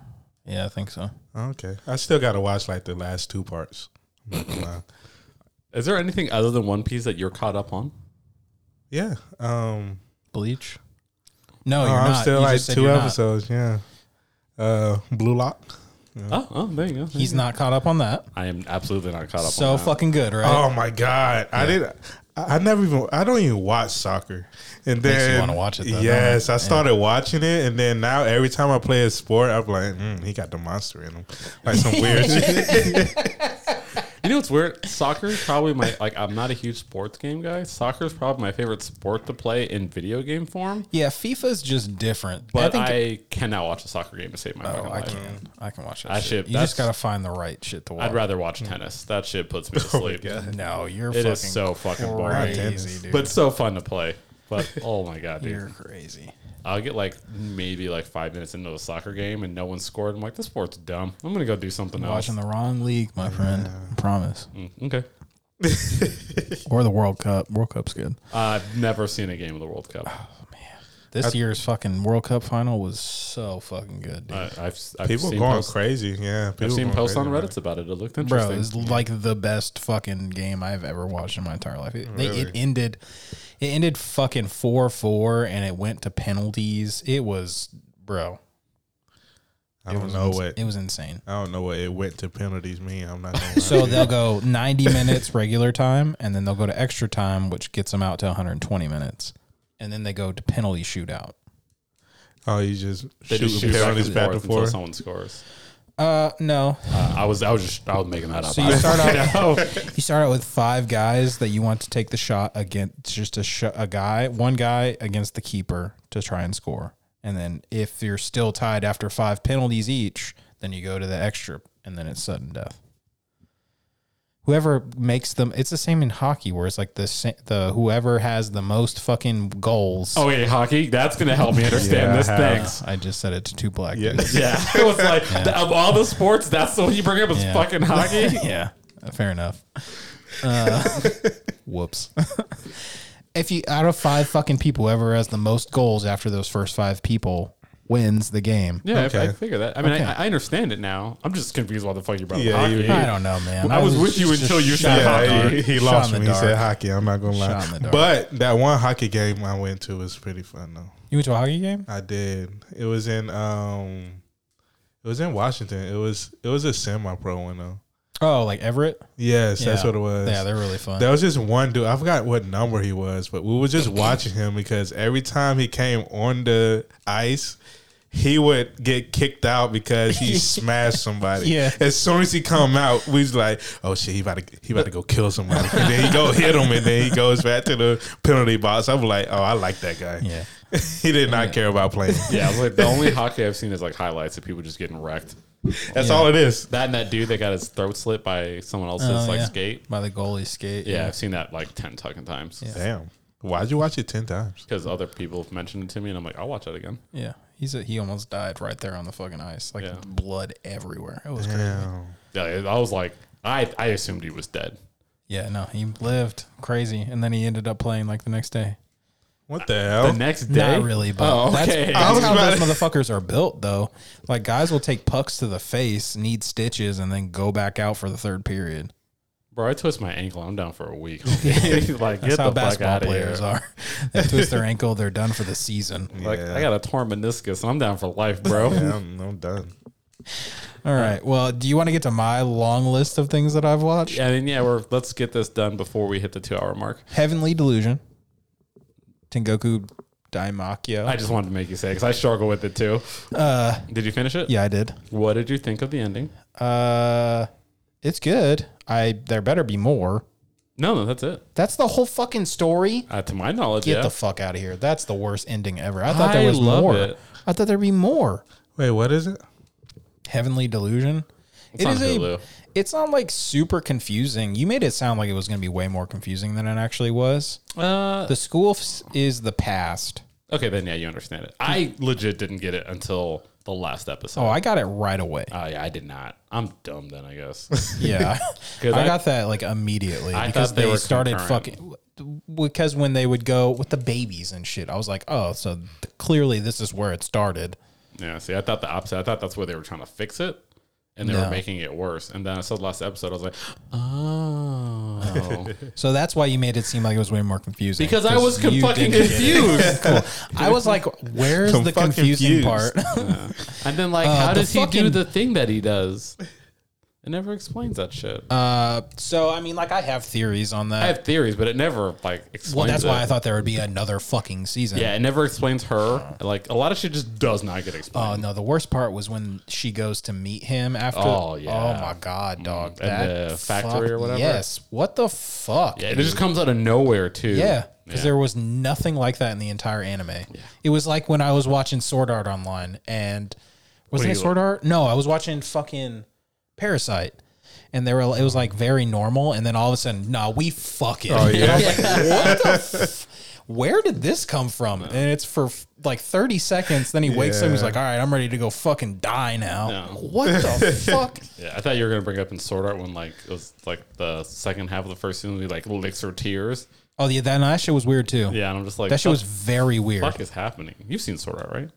S1: Yeah, I think so.
S3: Okay, I still got to watch like the last two parts. I'm not gonna lie.
S2: Is there anything other than One Piece that you're caught up on?
S3: yeah, um,
S1: Bleach? No,
S3: oh,
S1: you're
S3: I'm
S1: not.
S3: still
S1: You
S3: like
S1: just said
S3: two
S1: you're not.
S3: episodes. Yeah, uh, Blue Lock.
S2: Oh, oh, there you go.
S1: He's not caught up on that.
S2: I am absolutely not caught up.
S1: So
S2: on that.
S1: fucking good, right?
S3: Oh my god, I didn't. I I never even. I don't even watch soccer. And
S1: Makes you
S3: then
S1: wanna watch it, though,
S3: yes,
S1: don't it?
S3: I started watching it, and then now every time I play a sport, I'm like, mm, he got the monster in him, like some weird shit.
S2: You know what's weird? Soccer is probably my like. I'm not a huge sports game guy. Soccer is probably my favorite sport to play in video game form.
S1: Yeah, FIFA's just different. I
S2: But
S1: think
S2: I, cannot watch a soccer game to save my fucking
S1: Oh, I
S2: life.
S1: can. I can watch that.
S2: I
S1: shit.
S2: should-
S1: You just
S2: that's-
S1: gotta find the right shit to watch.
S2: I'd rather
S1: Hmm.
S2: watch tennis. That shit puts me to sleep.
S1: no, you're Oh
S2: It
S1: fucking
S2: is so fucking boring,
S1: crazy, dude.
S2: but so fun to play. But oh my god, dude!
S1: you're crazy.
S2: I'll get like maybe like five minutes into a soccer game and no one scored. I'm like, this sport's dumb. I'm gonna go do something else. Mm,
S1: Watching the wrong league, my friend. I promise.
S2: okay.
S1: Or the World Cup. World Cup's good.
S2: I've never seen a game of the World Cup.
S1: This year's fucking World Cup final was so fucking good, dude.
S2: I, I've, I've
S3: People
S2: seen
S3: going
S2: posts,
S3: crazy. Yeah, people
S2: I've seen
S3: going
S2: posts on
S3: crazy about
S2: Reddit about it. It looked
S1: Bro,
S2: interesting.
S1: it's like the best fucking game I've ever watched in my entire life. It, they, it ended, it ended fucking four four, and it went to penalties. It was, bro.
S3: it. I don't
S1: was
S3: know
S1: ins-
S3: what.
S1: It was insane.
S3: I don't know what it went to penalties mean. I'm not. Gonna
S1: So they'll go 90 minutes regular time, and then they'll go to extra time, which gets them out to 120 minutes, and then they go to penalty shootout.
S3: oh, you just
S2: They
S3: shooting
S2: just shoot
S3: penalties back and
S2: until
S3: forth.
S2: someone scores.
S1: Uh, no.
S2: Uh, I was I was just I was making that up.
S1: So
S2: I
S1: you
S2: don't
S1: start out,
S2: know.
S1: you start out with five guys that you want to take the shot against just a sh- a guy, one guy against the keeper to try and score. And then if you're still tied after five penalties each, then you go to the extra and then it's sudden death. Whoever makes them, it's the same in hockey where it's like the sa- the whoever has the most fucking goals. Uh,
S2: oh wait, hockey. That's gonna help me understand
S3: Yeah,
S2: this.
S3: I have.
S2: Thanks.
S1: I just said it to two black
S3: Yeah.
S1: dudes.
S2: Yeah, it was like the- of all the sports, that's the one you bring up is
S1: Yeah.
S2: fucking hockey.
S1: yeah, fair enough. Uh, whoops. if you out of five fucking people, whoever has the most goals after those first five people wins the game.
S2: Yeah, I, I
S3: Okay.
S2: figure that. I mean,
S1: Okay.
S2: I, I understand it now. I'm just confused why the fuck you brought
S3: Yeah,
S2: up hockey.
S3: you-
S1: I don't know, man.
S2: I was with you
S1: just
S2: until you
S1: shot
S2: said
S1: in the
S2: hockey.
S1: dark.
S3: he, he
S1: Shot
S3: lost
S1: in the
S3: me. He said
S1: dark.
S3: hockey. I'm not gonna
S1: Shot in the dark.
S3: lie. But that one hockey game I went to was pretty fun though.
S1: You went to a hockey game?
S3: I did. It was in um, it was in Washington. It was it was a semi pro one though.
S1: Oh, like Everett?
S3: Yes, that's
S1: Yeah.
S3: what it was.
S1: Yeah, they're really fun.
S3: There was just one dude. I forgot what number he was, but we were just watching him because every time he came on the ice, he would get kicked out because he smashed somebody.
S1: Yeah.
S3: As soon as he come out, we was like, "Oh shit, he about to he about to go kill somebody." And then he go hit him, and then he goes back to the penalty box. I'm like, "Oh, I like that guy.
S1: yeah.
S3: he did not care about playing.
S2: Yeah, I was like the only hockey I've seen is like highlights of people just getting wrecked.
S3: That's all it is."
S2: That and that dude that got his throat slit by someone else's
S1: Oh,
S2: like
S1: yeah.
S2: skate.
S1: By the goalie skate.
S2: Yeah, I've seen that like ten fucking times
S3: Damn, why'd you watch it ten times?
S2: because other people have mentioned it to me, and I'm like, I'll watch that again.
S1: Yeah. He's a, he almost died right there on the fucking ice. Like
S2: Yeah.
S1: blood everywhere. It was crazy.
S3: Damn.
S2: Yeah, I was like, I I assumed he was dead.
S1: Yeah, no, he lived crazy. And then he ended up playing like the next day.
S3: What the
S2: The
S3: hell?
S2: next day,
S1: Not really, but
S2: Oh, okay.
S1: that's,
S3: I
S1: that's
S3: was
S1: how
S3: about
S1: those motherfuckers are built, though. Like guys will take pucks to the face, need stitches, and then go back out for the third period.
S2: bro, I twist my ankle. I'm down for a week. like,
S1: That's
S2: get
S1: how
S2: the fuck
S1: basketball
S2: out of
S1: players
S2: here.
S1: are. They twist their ankle, they're done for the season.
S2: Like,
S3: Yeah.
S2: I got a torn meniscus, and I'm down for life, bro.
S3: Yeah, I'm, I'm done.
S1: All right. Well, do you want to get to my long list of things that I've watched?
S2: I mean, yeah, we're let's get this done before we hit the two hour mark.
S1: Heavenly Delusion, Tengoku Daimakyo.
S2: I just wanted to make you say because I struggle with it too.
S1: uh,
S2: Did you finish it?
S1: yeah, I did.
S2: What did you think of the ending?
S1: Uh, it's good. I there better be more.
S2: No, no, that's it.
S1: That's the whole fucking story.
S2: Uh, to my knowledge,
S1: Get
S2: yeah.
S1: the fuck out of here. That's the worst ending ever. I thought
S2: I
S1: there was
S2: love
S1: more.
S2: it.
S1: I thought there'd be more.
S3: Wait, what is it?
S1: Heavenly Delusion. It's
S2: on Hulu.
S1: It's not like super confusing. You made it sound like it was going to be way more confusing than it actually was.
S2: uh,
S1: The school f- is the past.
S2: okay, then yeah, you understand it. I legit didn't get it until the last episode.
S1: Oh,
S2: Oh,
S1: I got it right away.
S2: yeah, I did not. I'm dumb then, I guess.
S1: Yeah,
S2: 'Cause
S1: I,
S2: I-
S1: got that like immediately
S2: I
S1: because
S2: thought they
S1: they,
S2: were
S1: started
S2: concurrent.
S1: fucking. Because when they would go with the babies and shit, I was like, oh, so th- clearly this is where it started.
S2: yeah, see, I thought the opposite. I thought that's where they were trying to fix it, and they
S1: No.
S2: were making it worse. And then I saw the last episode, I was like, oh,
S1: So that's why you made it seem like it was way more confusing.
S2: because I was con-
S1: you
S2: fucking
S1: didn't get it.
S2: confused.
S1: I was like, where's
S3: I'm
S1: the
S3: fucking
S1: confusing
S3: confused.
S1: part?
S2: and then like,
S1: Uh,
S2: how
S1: the
S2: does he do
S1: fucking-
S2: the thing that he does? It never explains that shit.
S1: uh, so I mean, like, I have theories on that.
S2: I have theories, but it never like explains.
S1: well, that's
S2: it.
S1: why I thought there would be another fucking season.
S2: Yeah, it never explains her. Like a lot of shit just does not get
S1: Oh
S2: explained.
S1: no! The worst part was when she goes to meet him after.
S2: Oh, yeah.
S1: Oh my god, dog!
S2: At
S1: that
S2: the factory or whatever?
S1: Yes. What the fuck?
S2: yeah, it just comes out of nowhere too.
S1: Oh, Yeah, because there was nothing like that in the entire anime. It was like when I was watching Sword Art Online, and was
S2: do
S1: it
S2: you-
S1: Sword Art? No, I was watching fucking Parasite, and they were it was like very normal, and then all of a sudden, nah, we fuck
S3: Oh,
S1: it. And I was like, what the? F- where did this come from? And it's for f- like thirty seconds. Then he wakes up. He's
S3: Yeah.
S1: like, "All right, I'm ready to go fucking die now."
S2: No.
S1: What the fuck?
S2: Yeah, I thought you were gonna bring up in Sword Art when like it was like the second half of the first season, he like licks her tears.
S1: Oh yeah, that, no, that shit was weird too.
S2: Yeah, and I'm just like
S1: That shit
S2: what
S1: was very weird.
S2: the fuck is happening. You've seen Sword Art, right?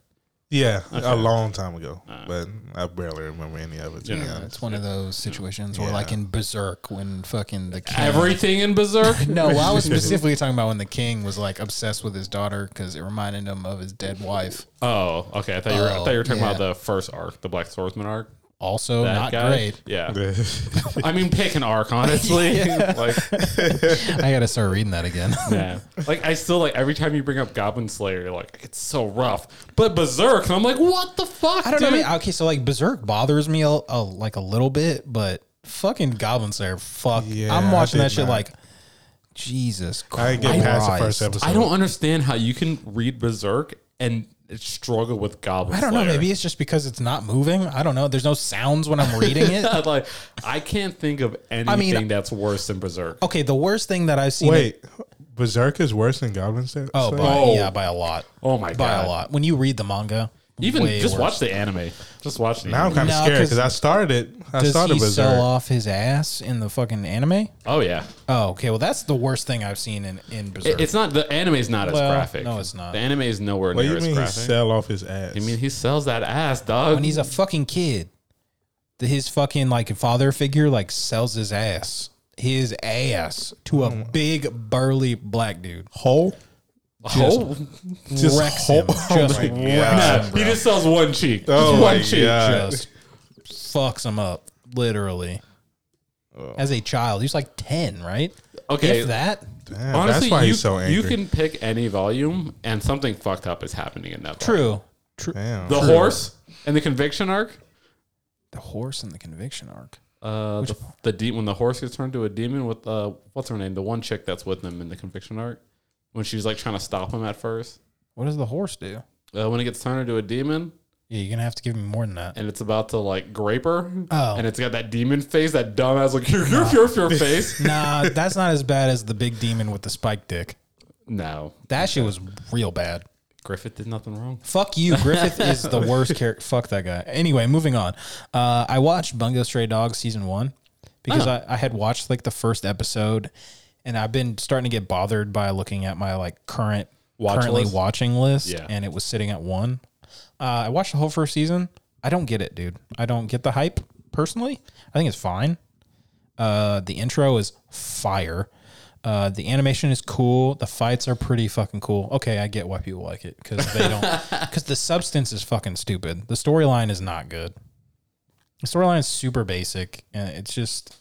S3: Yeah, a long time ago, but I barely remember any of it. To be honest.
S1: It's one of those situations where, like in Berserk, when fucking the king.
S2: Everything in Berserk.
S1: no, well, I was specifically talking about when the king was like obsessed with his daughter because it reminded him of his dead wife.
S2: Oh, okay. I thought you were. I thought you were talking
S1: Oh,
S2: about the first arc, the Black Swordsman arc.
S1: Also,
S2: That
S1: not
S2: guy.
S1: great.
S2: Yeah. I mean, pick an arc, honestly. like,
S1: I gotta start reading that again.
S2: yeah. Like, I still like every time you bring up Goblin Slayer, you're like, it's so rough. But Berserk, and I'm like, what the fuck?
S1: I don't
S2: dude?
S1: know. man. Okay, so like Berserk bothers me a, a, like a little bit, but fucking Goblin Slayer, fuck.
S3: Yeah,
S1: I'm watching
S3: I
S1: that
S3: did
S1: shit
S3: not.
S1: like Jesus Christ.
S3: I didn't get past the first
S1: Christ.
S3: episode.
S2: I don't understand how you can read Berserk and struggle with Goblin.
S1: I don't know.
S2: Slayer.
S1: Maybe it's just because it's not moving. I don't know. There's no sounds when I'm reading it.
S2: I'm like I can't think of anything
S1: mean-
S2: that's worse than Berserk.
S1: Okay, the worst thing that I've seen.
S3: Wait, Berserk is worse than Goblin Slayer.
S1: Oh, by,
S2: Oh.
S1: yeah, by a lot.
S2: Oh my
S1: by
S2: god!
S1: a lot. When you read the manga,
S2: Even
S1: way
S2: just
S1: worse.
S2: watch the anime. Just watching.
S3: Now I'm kind of
S1: No,
S3: scared
S1: 'cause-
S3: because I started. I
S1: Does
S3: started
S1: he
S3: Berserk.
S1: sell off his ass in the fucking anime?
S2: Oh yeah.
S1: Oh, okay. Well, that's the worst thing I've seen in in Berserk.
S2: It- it's not the anime's not
S1: Well,
S2: as graphic.
S1: no, it's not.
S2: The anime is nowhere
S3: What do
S2: near
S3: you
S2: as
S3: mean he
S2: graphic.
S3: sell off his ass?
S2: I mean, he sells that ass, dog.
S1: when he's a fucking kid, the- his fucking like father figure like sells his ass, his ass to a big burly black dude.
S3: whole?
S2: oh,
S3: Just
S1: wrecks
S3: whole-
S1: him. Just
S3: Oh my
S1: wrecks
S3: God.
S1: him,
S2: he
S1: bro.
S2: just sells one cheek.
S3: Oh
S2: Just
S3: my
S2: one cheek.
S3: God.
S1: Just fucks him up, literally. As a child, he was like ten, right?
S2: Okay.
S1: If that
S3: Damn,
S2: Honestly,
S3: that's why
S2: you,
S3: he's so angry.
S2: you can pick any volume, and something fucked up is happening in that. volume.
S1: true, true.
S3: Damn.
S2: The horse and the conviction arc.
S1: The horse and the conviction arc.
S2: Uh, the, the de- when the horse gets turned to a demon with uh, what's her name? The one chick that's with him in the conviction arc, when she's like trying to stop him at first.
S1: What does the horse do?
S2: Uh, when it gets turned into a demon,
S1: Yeah, you're gonna have to give me more than that.
S2: and it's about to like grape her.
S1: Oh.
S2: And it's got that demon face, that dumbass like your your your your face.
S1: nah, that's not as bad as the big demon with the spike dick.
S2: no.
S1: That shit was real bad.
S2: Griffith did nothing wrong.
S1: Fuck you. Griffith is the worst character. Fuck that guy. Anyway, moving on. Uh, I watched Bungo Stray Dogs season one
S2: Oh.
S1: because I, I had watched like the first episode and I've been starting to get bothered by looking at my like current,
S2: Watch
S1: currently
S2: list?
S1: watching list
S2: Yeah.
S1: and it was sitting at one. Uh, I watched the whole first season. I don't get it, dude. I don't get the hype personally. I think it's fine. Uh, the intro is fire. Uh, the animation is cool. The fights are pretty fucking cool. Okay, I get why people like it because they don't. Because the substance is fucking stupid. The storyline is not good. The storyline is super basic, and it's just,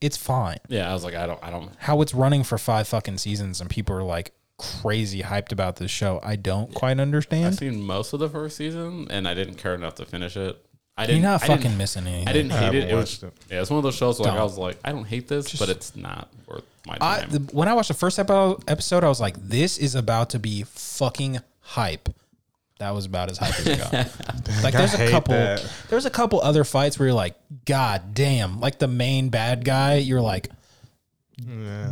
S1: it's fine.
S2: Yeah, I was like, I don't I don't
S1: How it's running for five fucking seasons, and people are like crazy hyped about this show. I don't quite
S2: I've
S1: understand.
S2: seen most of the first season and I didn't care enough to finish it. I
S1: You're
S2: didn't
S1: not
S2: I
S1: fucking
S2: didn't,
S1: missing anything.
S2: I didn't hate
S3: haven't
S2: it. It was
S3: watched it.
S2: yeah, it's one of those shows where like, I
S1: Don't.
S2: was like, I don't hate this, but it's not worth my
S1: I,
S2: time.
S1: the, when I watched the first epi- episode, I was like, "This is about to be fucking hype." That was about as hype as it got. like,
S3: I
S1: there's a
S3: hate
S1: couple.
S3: that.
S1: There's a couple other fights where you're like, "God damn!" Like the main bad guy, you're like,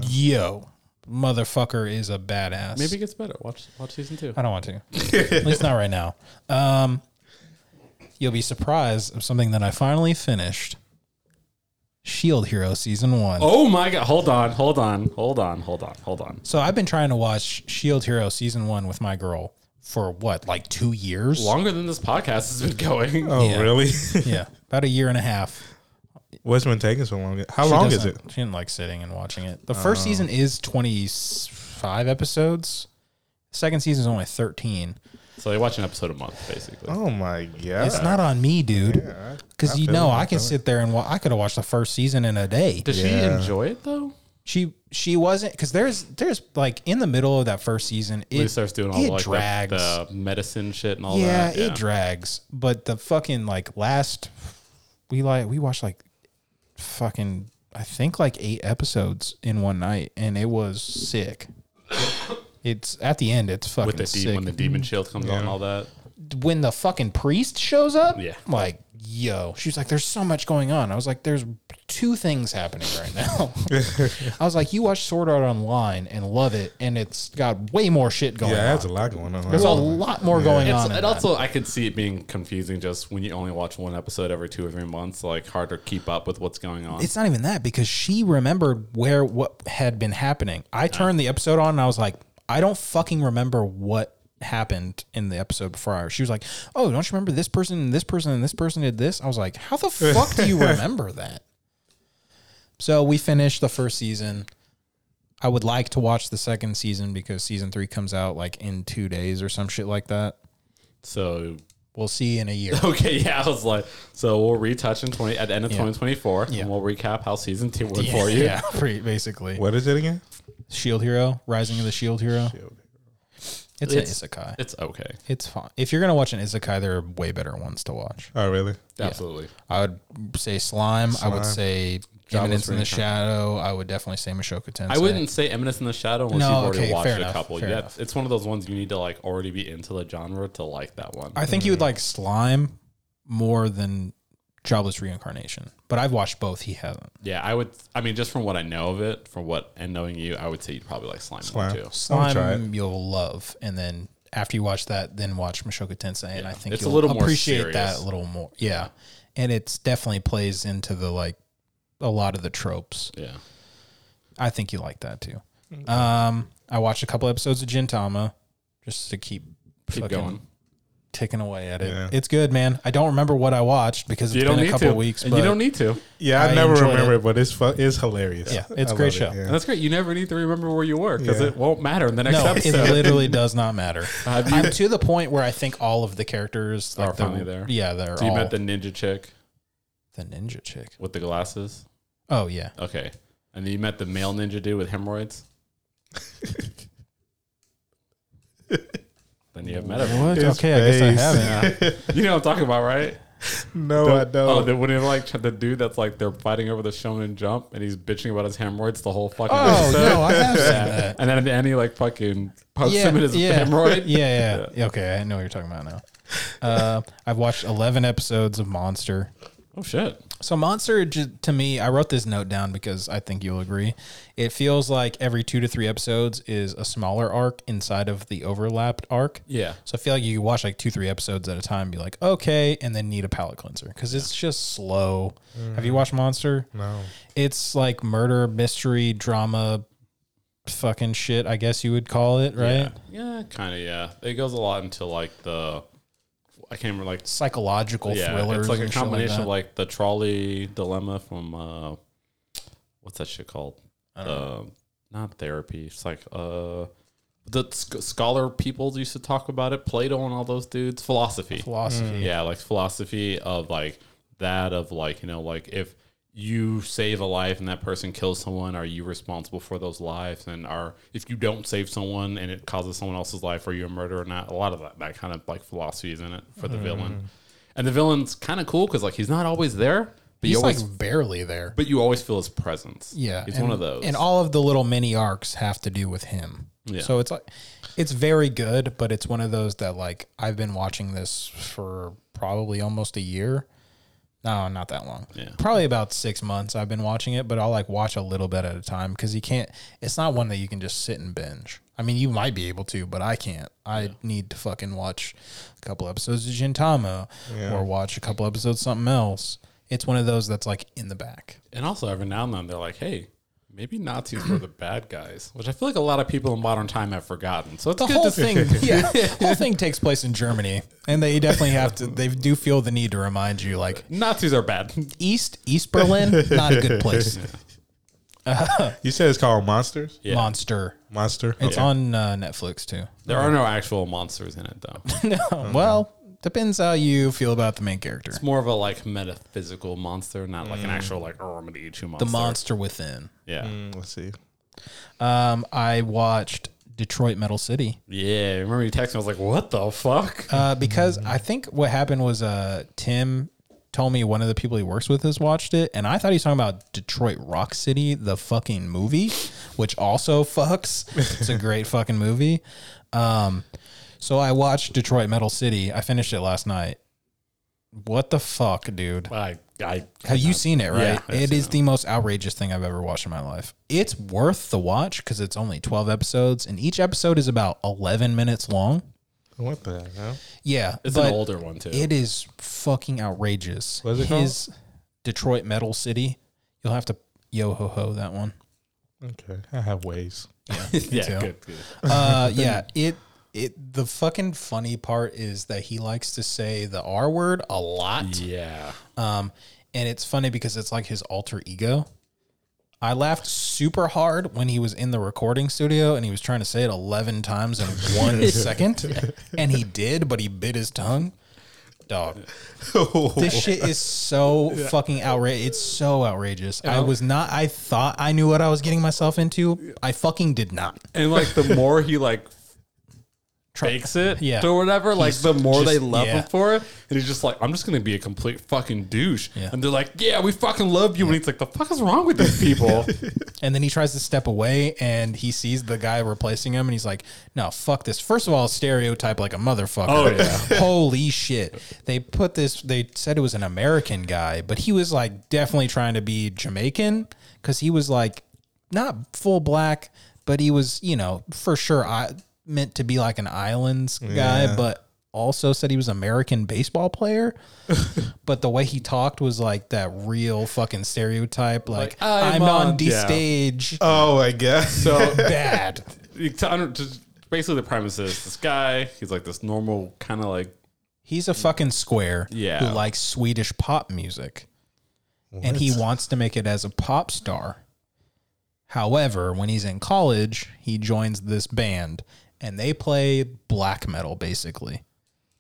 S1: "Yo, motherfucker is a badass."
S2: Maybe it gets better. Watch watch season two.
S1: I don't want to. At least not right now. Um, you'll be surprised of something that I finally finished. Shield Hero season one.
S2: Oh my god, hold on, hold on, hold on, hold on, hold on.
S1: So I've been trying to watch Shield Hero season one with my girl for what, like two years?
S2: Longer than this podcast has been going.
S3: Oh,
S1: Yeah.
S3: really?
S1: Yeah, about a year and a half.
S3: What's been taking so long? How
S1: She
S3: long is it? Oh.
S1: doesn't- She didn't like sitting and watching it. The first season is twenty five episodes. Second season is only thirteen.
S2: So you watch an episode a month, basically.
S3: Oh my god!
S1: It's not on me, dude.
S3: Yeah, I-
S1: Because
S3: I
S1: you
S3: feel
S1: know
S3: it,
S1: I
S3: I
S1: can
S3: feel it.
S1: sit there and wa- I could have watched the first season in a day.
S2: Does
S3: Yeah.
S2: she enjoy it though?
S1: She she wasn't because there's there's like in the middle of that first season it
S2: He starts doing all
S1: it
S2: the, like
S1: drags.
S2: The, the medicine shit and all
S1: yeah,
S2: that.
S1: it drags. But the fucking like last we like we watched like fucking I think like eight episodes in one night, and it was sick. it's at the end. It's fucking
S2: With the
S1: sick.
S2: de- when the demon shield comes on, and all that.
S1: when the fucking priest shows up,
S2: Yeah.
S1: I'm like, yo, she's like, there's so much going on. I was like, there's two things happening right now. I was like, you watch Sword Art Online and love it, and it's got way more shit going
S3: Yeah,
S1: on.
S3: that's a lot going on.
S1: There's a lot more going
S2: It's,
S1: on. in that.
S2: and also, I could see it being confusing just when you only watch one episode every two or three months. Like hard to keep up with what's going on.
S1: it's not even that because she remembered where what had been happening. I turned the episode on and I was like, I don't fucking remember what happened in the episode before. She was like, Oh, don't you remember this person and this person and this person did this? I was like, How the fuck do you remember that? So we finished the first season. I would like to watch the second season because season three comes out like in two days or some shit like that.
S2: so
S1: We'll see in a year.
S2: okay, yeah. I was like, so we'll retouch in twenty at the end of twenty twenty four, and we'll recap how season two went for you.
S1: yeah, pretty, basically.
S3: What is it again?
S1: Shield E Hero, Rising of the Shield E Hero. It's,
S2: It's-
S1: an isekai.
S2: It's okay,
S1: It's fine. If you're gonna watch an isekai, there are way better ones to watch.
S3: Oh, really?
S2: absolutely.
S1: I would say Slime. I would say Eminence in the
S2: Reincarnation.
S1: Shadow. I would definitely say Mashoka Tensei.
S2: I wouldn't say Eminence in the Shadow unless
S1: No,
S2: you've already
S1: okay,
S2: watched
S1: fair
S2: a
S1: enough,
S2: couple.
S1: fair
S2: Yeah,
S1: enough.
S2: it's one of those ones you need to like already be into the genre to like that one.
S1: I think you would like Slime more than Jobless Reincarnation. But I've watched both. He hasn't.
S2: Yeah, I would. I mean, just from what I know of it, from what and knowing you, I would say you'd probably like slime, more,
S3: Slime.
S2: too.
S3: I'll try it.
S1: Slime you'll love, and then after you watch that, then watch Mashoka Tensei, and I think
S2: It's a
S1: you'll
S2: little more
S1: appreciate that
S2: serious.
S1: a little more. Yeah, and it's definitely plays into the like a lot of the tropes.
S2: Yeah.
S1: I think you like that too. Um, I watched a couple episodes of Gintama just to keep
S2: Keep
S1: fucking
S2: going.
S1: ticking away at it.
S3: Yeah.
S1: It's good, man. I don't remember what I watched because
S2: You
S1: it's
S2: don't
S1: been a
S2: need
S1: couple
S2: to.
S1: weeks.
S2: and
S1: but
S2: you don't need to.
S3: Yeah, I,
S1: I
S3: never
S1: enjoyed
S3: remember
S1: it.
S3: it, but it's fu- it's hilarious.
S1: Yeah, it's
S3: I
S1: great
S3: love it,
S1: show.
S2: And that's great. You never need to remember where you were because
S3: Yeah.
S2: it won't matter in the next
S1: no, it
S2: episode.
S1: literally does not matter.
S2: Have you,
S1: I'm to the point where I think all of the characters like
S2: Are
S1: the-
S2: finally there.
S1: Yeah, they're
S2: so you
S1: all
S2: met the
S1: the,
S2: ninja chick
S1: ninja chick.
S2: with the glasses.
S1: Oh yeah,
S2: Okay. And then you met the male ninja dude with hemorrhoids. then you have met him.
S1: what?
S3: His
S1: okay, I guess I
S3: face.
S1: haven't.
S2: You know what I'm talking about, right?
S3: No, I
S2: Oh,
S3: don't.
S2: the, when they're like the dude that's like they're fighting over the Shonen Jump and he's bitching about his hemorrhoids the whole fucking
S1: Oh
S2: episode.
S1: no, I have seen
S2: Yeah.
S1: that.
S2: And then at the end he like fucking pokes
S1: yeah,
S2: him in his
S1: yeah,
S2: hemorrhoid.
S1: Yeah, yeah, yeah. Okay, I know what you're talking about now. Uh, I've watched 11 episodes of Monster.
S2: Oh shit.
S1: So Monster j- to me, I wrote this note down because I think you'll agree. It feels like every 2 to 3 episodes is a smaller arc inside of the overlapped arc.
S2: Yeah.
S1: So I feel like you could watch like 2 3 episodes at a time and be like, "Okay," and then need a palate cleanser cuz it's just slow. Have you watched Monster?
S3: No.
S1: It's like murder, mystery, drama fucking shit, I guess you would call it, right?
S2: Yeah, kind of. Yeah, it goes a lot into like the I can't remember like
S1: Psychological
S2: yeah,
S1: thrillers.
S2: it's like a
S1: and shit
S2: combination
S1: that.
S2: of like the trolley dilemma from uh, what's that shit called? Uh, not therapy. It's like uh, the sc- scholar people used to talk about it. Plato and all those dudes. Philosophy.
S1: philosophy.
S2: Yeah, like philosophy of like that of like, you know, like if you save a life and that person kills someone, are you responsible for those lives? And are if you don't save someone and it causes someone else's life, are you a murderer or not? A lot of that, that kind of like philosophy is in it for the
S1: Mm.
S2: villain. And the villain's kind of cool because like he's not always there, but you
S1: He's
S2: always
S1: like barely there.
S2: but you always feel his presence.
S1: Yeah,
S2: he's
S1: and-
S2: one of those.
S1: And all of the little mini arcs have to do with him.
S2: Yeah.
S1: So it's like it's very good, but it's one of those that like I've been watching this for probably almost a year. No, not that long.
S2: Yeah.
S1: Probably about six months I've been watching it, but I'll like watch a little bit at a time because you can't it's not one that you can just sit and binge. I mean you might be able to, but I can't. I need to fucking watch a couple episodes of Gintama or watch a couple episodes of something else. It's one of those that's like in the back.
S2: And also, every now and then, they're like, hey, maybe Nazis were the bad guys, which I feel like a lot of people in modern time have forgotten. So it's
S1: the
S2: good
S1: whole
S2: to
S1: thing, yeah, the whole thing takes place in Germany, and they definitely have to. They do feel the need to remind you, like
S2: Nazis are bad.
S1: East East Berlin, not a good place.
S3: You said it's called Monsters?
S2: Yeah.
S1: Monster.
S3: Monster?
S1: It's on uh, Netflix too. Um,
S2: There are no actual monsters in it, though. It's
S1: Well, depends how you feel about the main character,
S2: more of a like metaphysical monster, not like an actual like oh, I'm gonna eat you monster.
S1: Mm. the monster within.
S2: Yeah,
S3: Mm, Let's see.
S1: Um, I watched Detroit Metal City
S2: yeah. Remember you texted me? I was like, what the fuck?
S1: uh, because I think what happened was uh, Tim told me one of the people he works with has watched it, and I thought he was talking about Detroit Rock City, the fucking movie, which also fucks. It's a great fucking movie. Um, so I watched Detroit Metal City. I finished it last night. What the fuck, dude?
S2: I, I
S1: Have you seen it, right?
S2: Yeah, I've
S1: it
S2: seen
S1: is the most outrageous thing I've ever watched in my life. It's worth the watch because it's only 12 episodes, and each episode is about 11 minutes long.
S3: What the hell?
S1: Yeah.
S2: It's
S1: but-
S2: an older one too.
S1: it is fucking outrageous.
S3: What is it
S1: Detroit Metal City. You'll have to yo ho ho that one.
S3: Okay. I have ways.
S2: yeah,
S1: too.
S2: good, good.
S1: Uh, yeah. It it the fucking funny part is that he likes to say the R word a lot.
S2: Yeah,
S1: Um, and it's funny because it's like his alter ego. I laughed super hard when he was in the recording studio and he was trying to say it 11 times in one second. And he did, but he bit his tongue. Dog. this shit is so fucking outrageous. It's so outrageous. I was not. I thought I knew what I was getting myself into. I fucking did not.
S2: and like the more he like fakes it
S1: Yeah.
S2: or whatever, like the more
S1: just-
S2: they love
S1: yeah.
S2: him for it. And he's just like, I'm just gonna be a complete fucking douche.
S1: Yeah.
S2: And they're like, Yeah, we fucking love you. And he's like, The fuck is wrong with these people?
S1: And then he tries to step away, and he sees the guy replacing him, and he's like, "No, fuck this." First of all, stereotype like a motherfucker.
S2: Oh, yeah.
S1: Holy shit! They put this. They said it was an American guy, but he was like definitely trying to be Jamaican because he was like not full black, but he was you know for sure I meant to be like an islands guy,
S3: Yeah.
S1: but also said he was American baseball player. but the way he talked was like that real fucking stereotype, like,
S2: Like,
S1: I'm,
S2: "I'm
S1: on
S2: on-
S1: D
S2: yeah.
S1: stage.
S3: Oh my god. So
S1: Bad.
S2: You t- under- just- basically the premise is this guy he's like this normal kind of like
S1: He's a fucking square
S2: Yeah.
S1: who likes Swedish pop music. And he wants to make it as a pop star. However, when he's in college, he joins this band and they play black metal basically.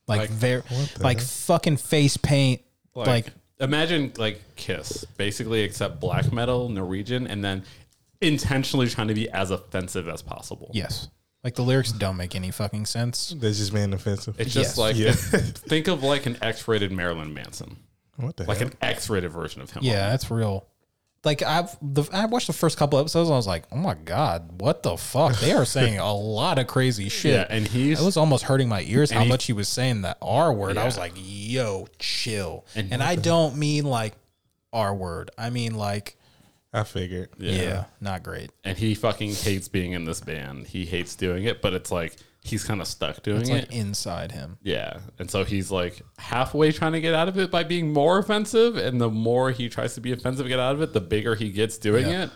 S1: Like, very like fucking face paint like,
S2: like, imagine like Kiss, basically except black metal, Norwegian, and then intentionally trying to be as offensive as possible.
S1: yes. Like the lyrics don't make any fucking sense.
S3: that's just being offensive.
S2: It's just
S1: Yes.
S2: like
S3: Yeah.
S2: think of like an X-rated Marilyn Manson,
S3: what the
S2: like
S3: heck?
S2: an X-rated version of him.
S1: Yeah, that's real. Like I've the I watched the first couple episodes and I was like, "Oh my god, what the fuck? They are saying a lot of crazy shit."
S2: yeah, and he's
S1: It was almost hurting my ears how
S2: he-
S1: much he was saying that R word. I was
S2: Yeah.
S1: like, yo, chill. And,
S2: And-
S1: I don't mean like R word. I mean like,
S3: I figured.
S1: yeah,
S2: Yeah.
S1: not great.
S2: and he fucking hates being in this band. He hates doing it, but it's like he's kind of stuck doing
S1: It's
S2: it.
S1: like inside him.
S2: yeah, and so he's like halfway trying to get out of it by being more offensive, and the more he tries to be offensive, and get out of it, the bigger he gets doing it.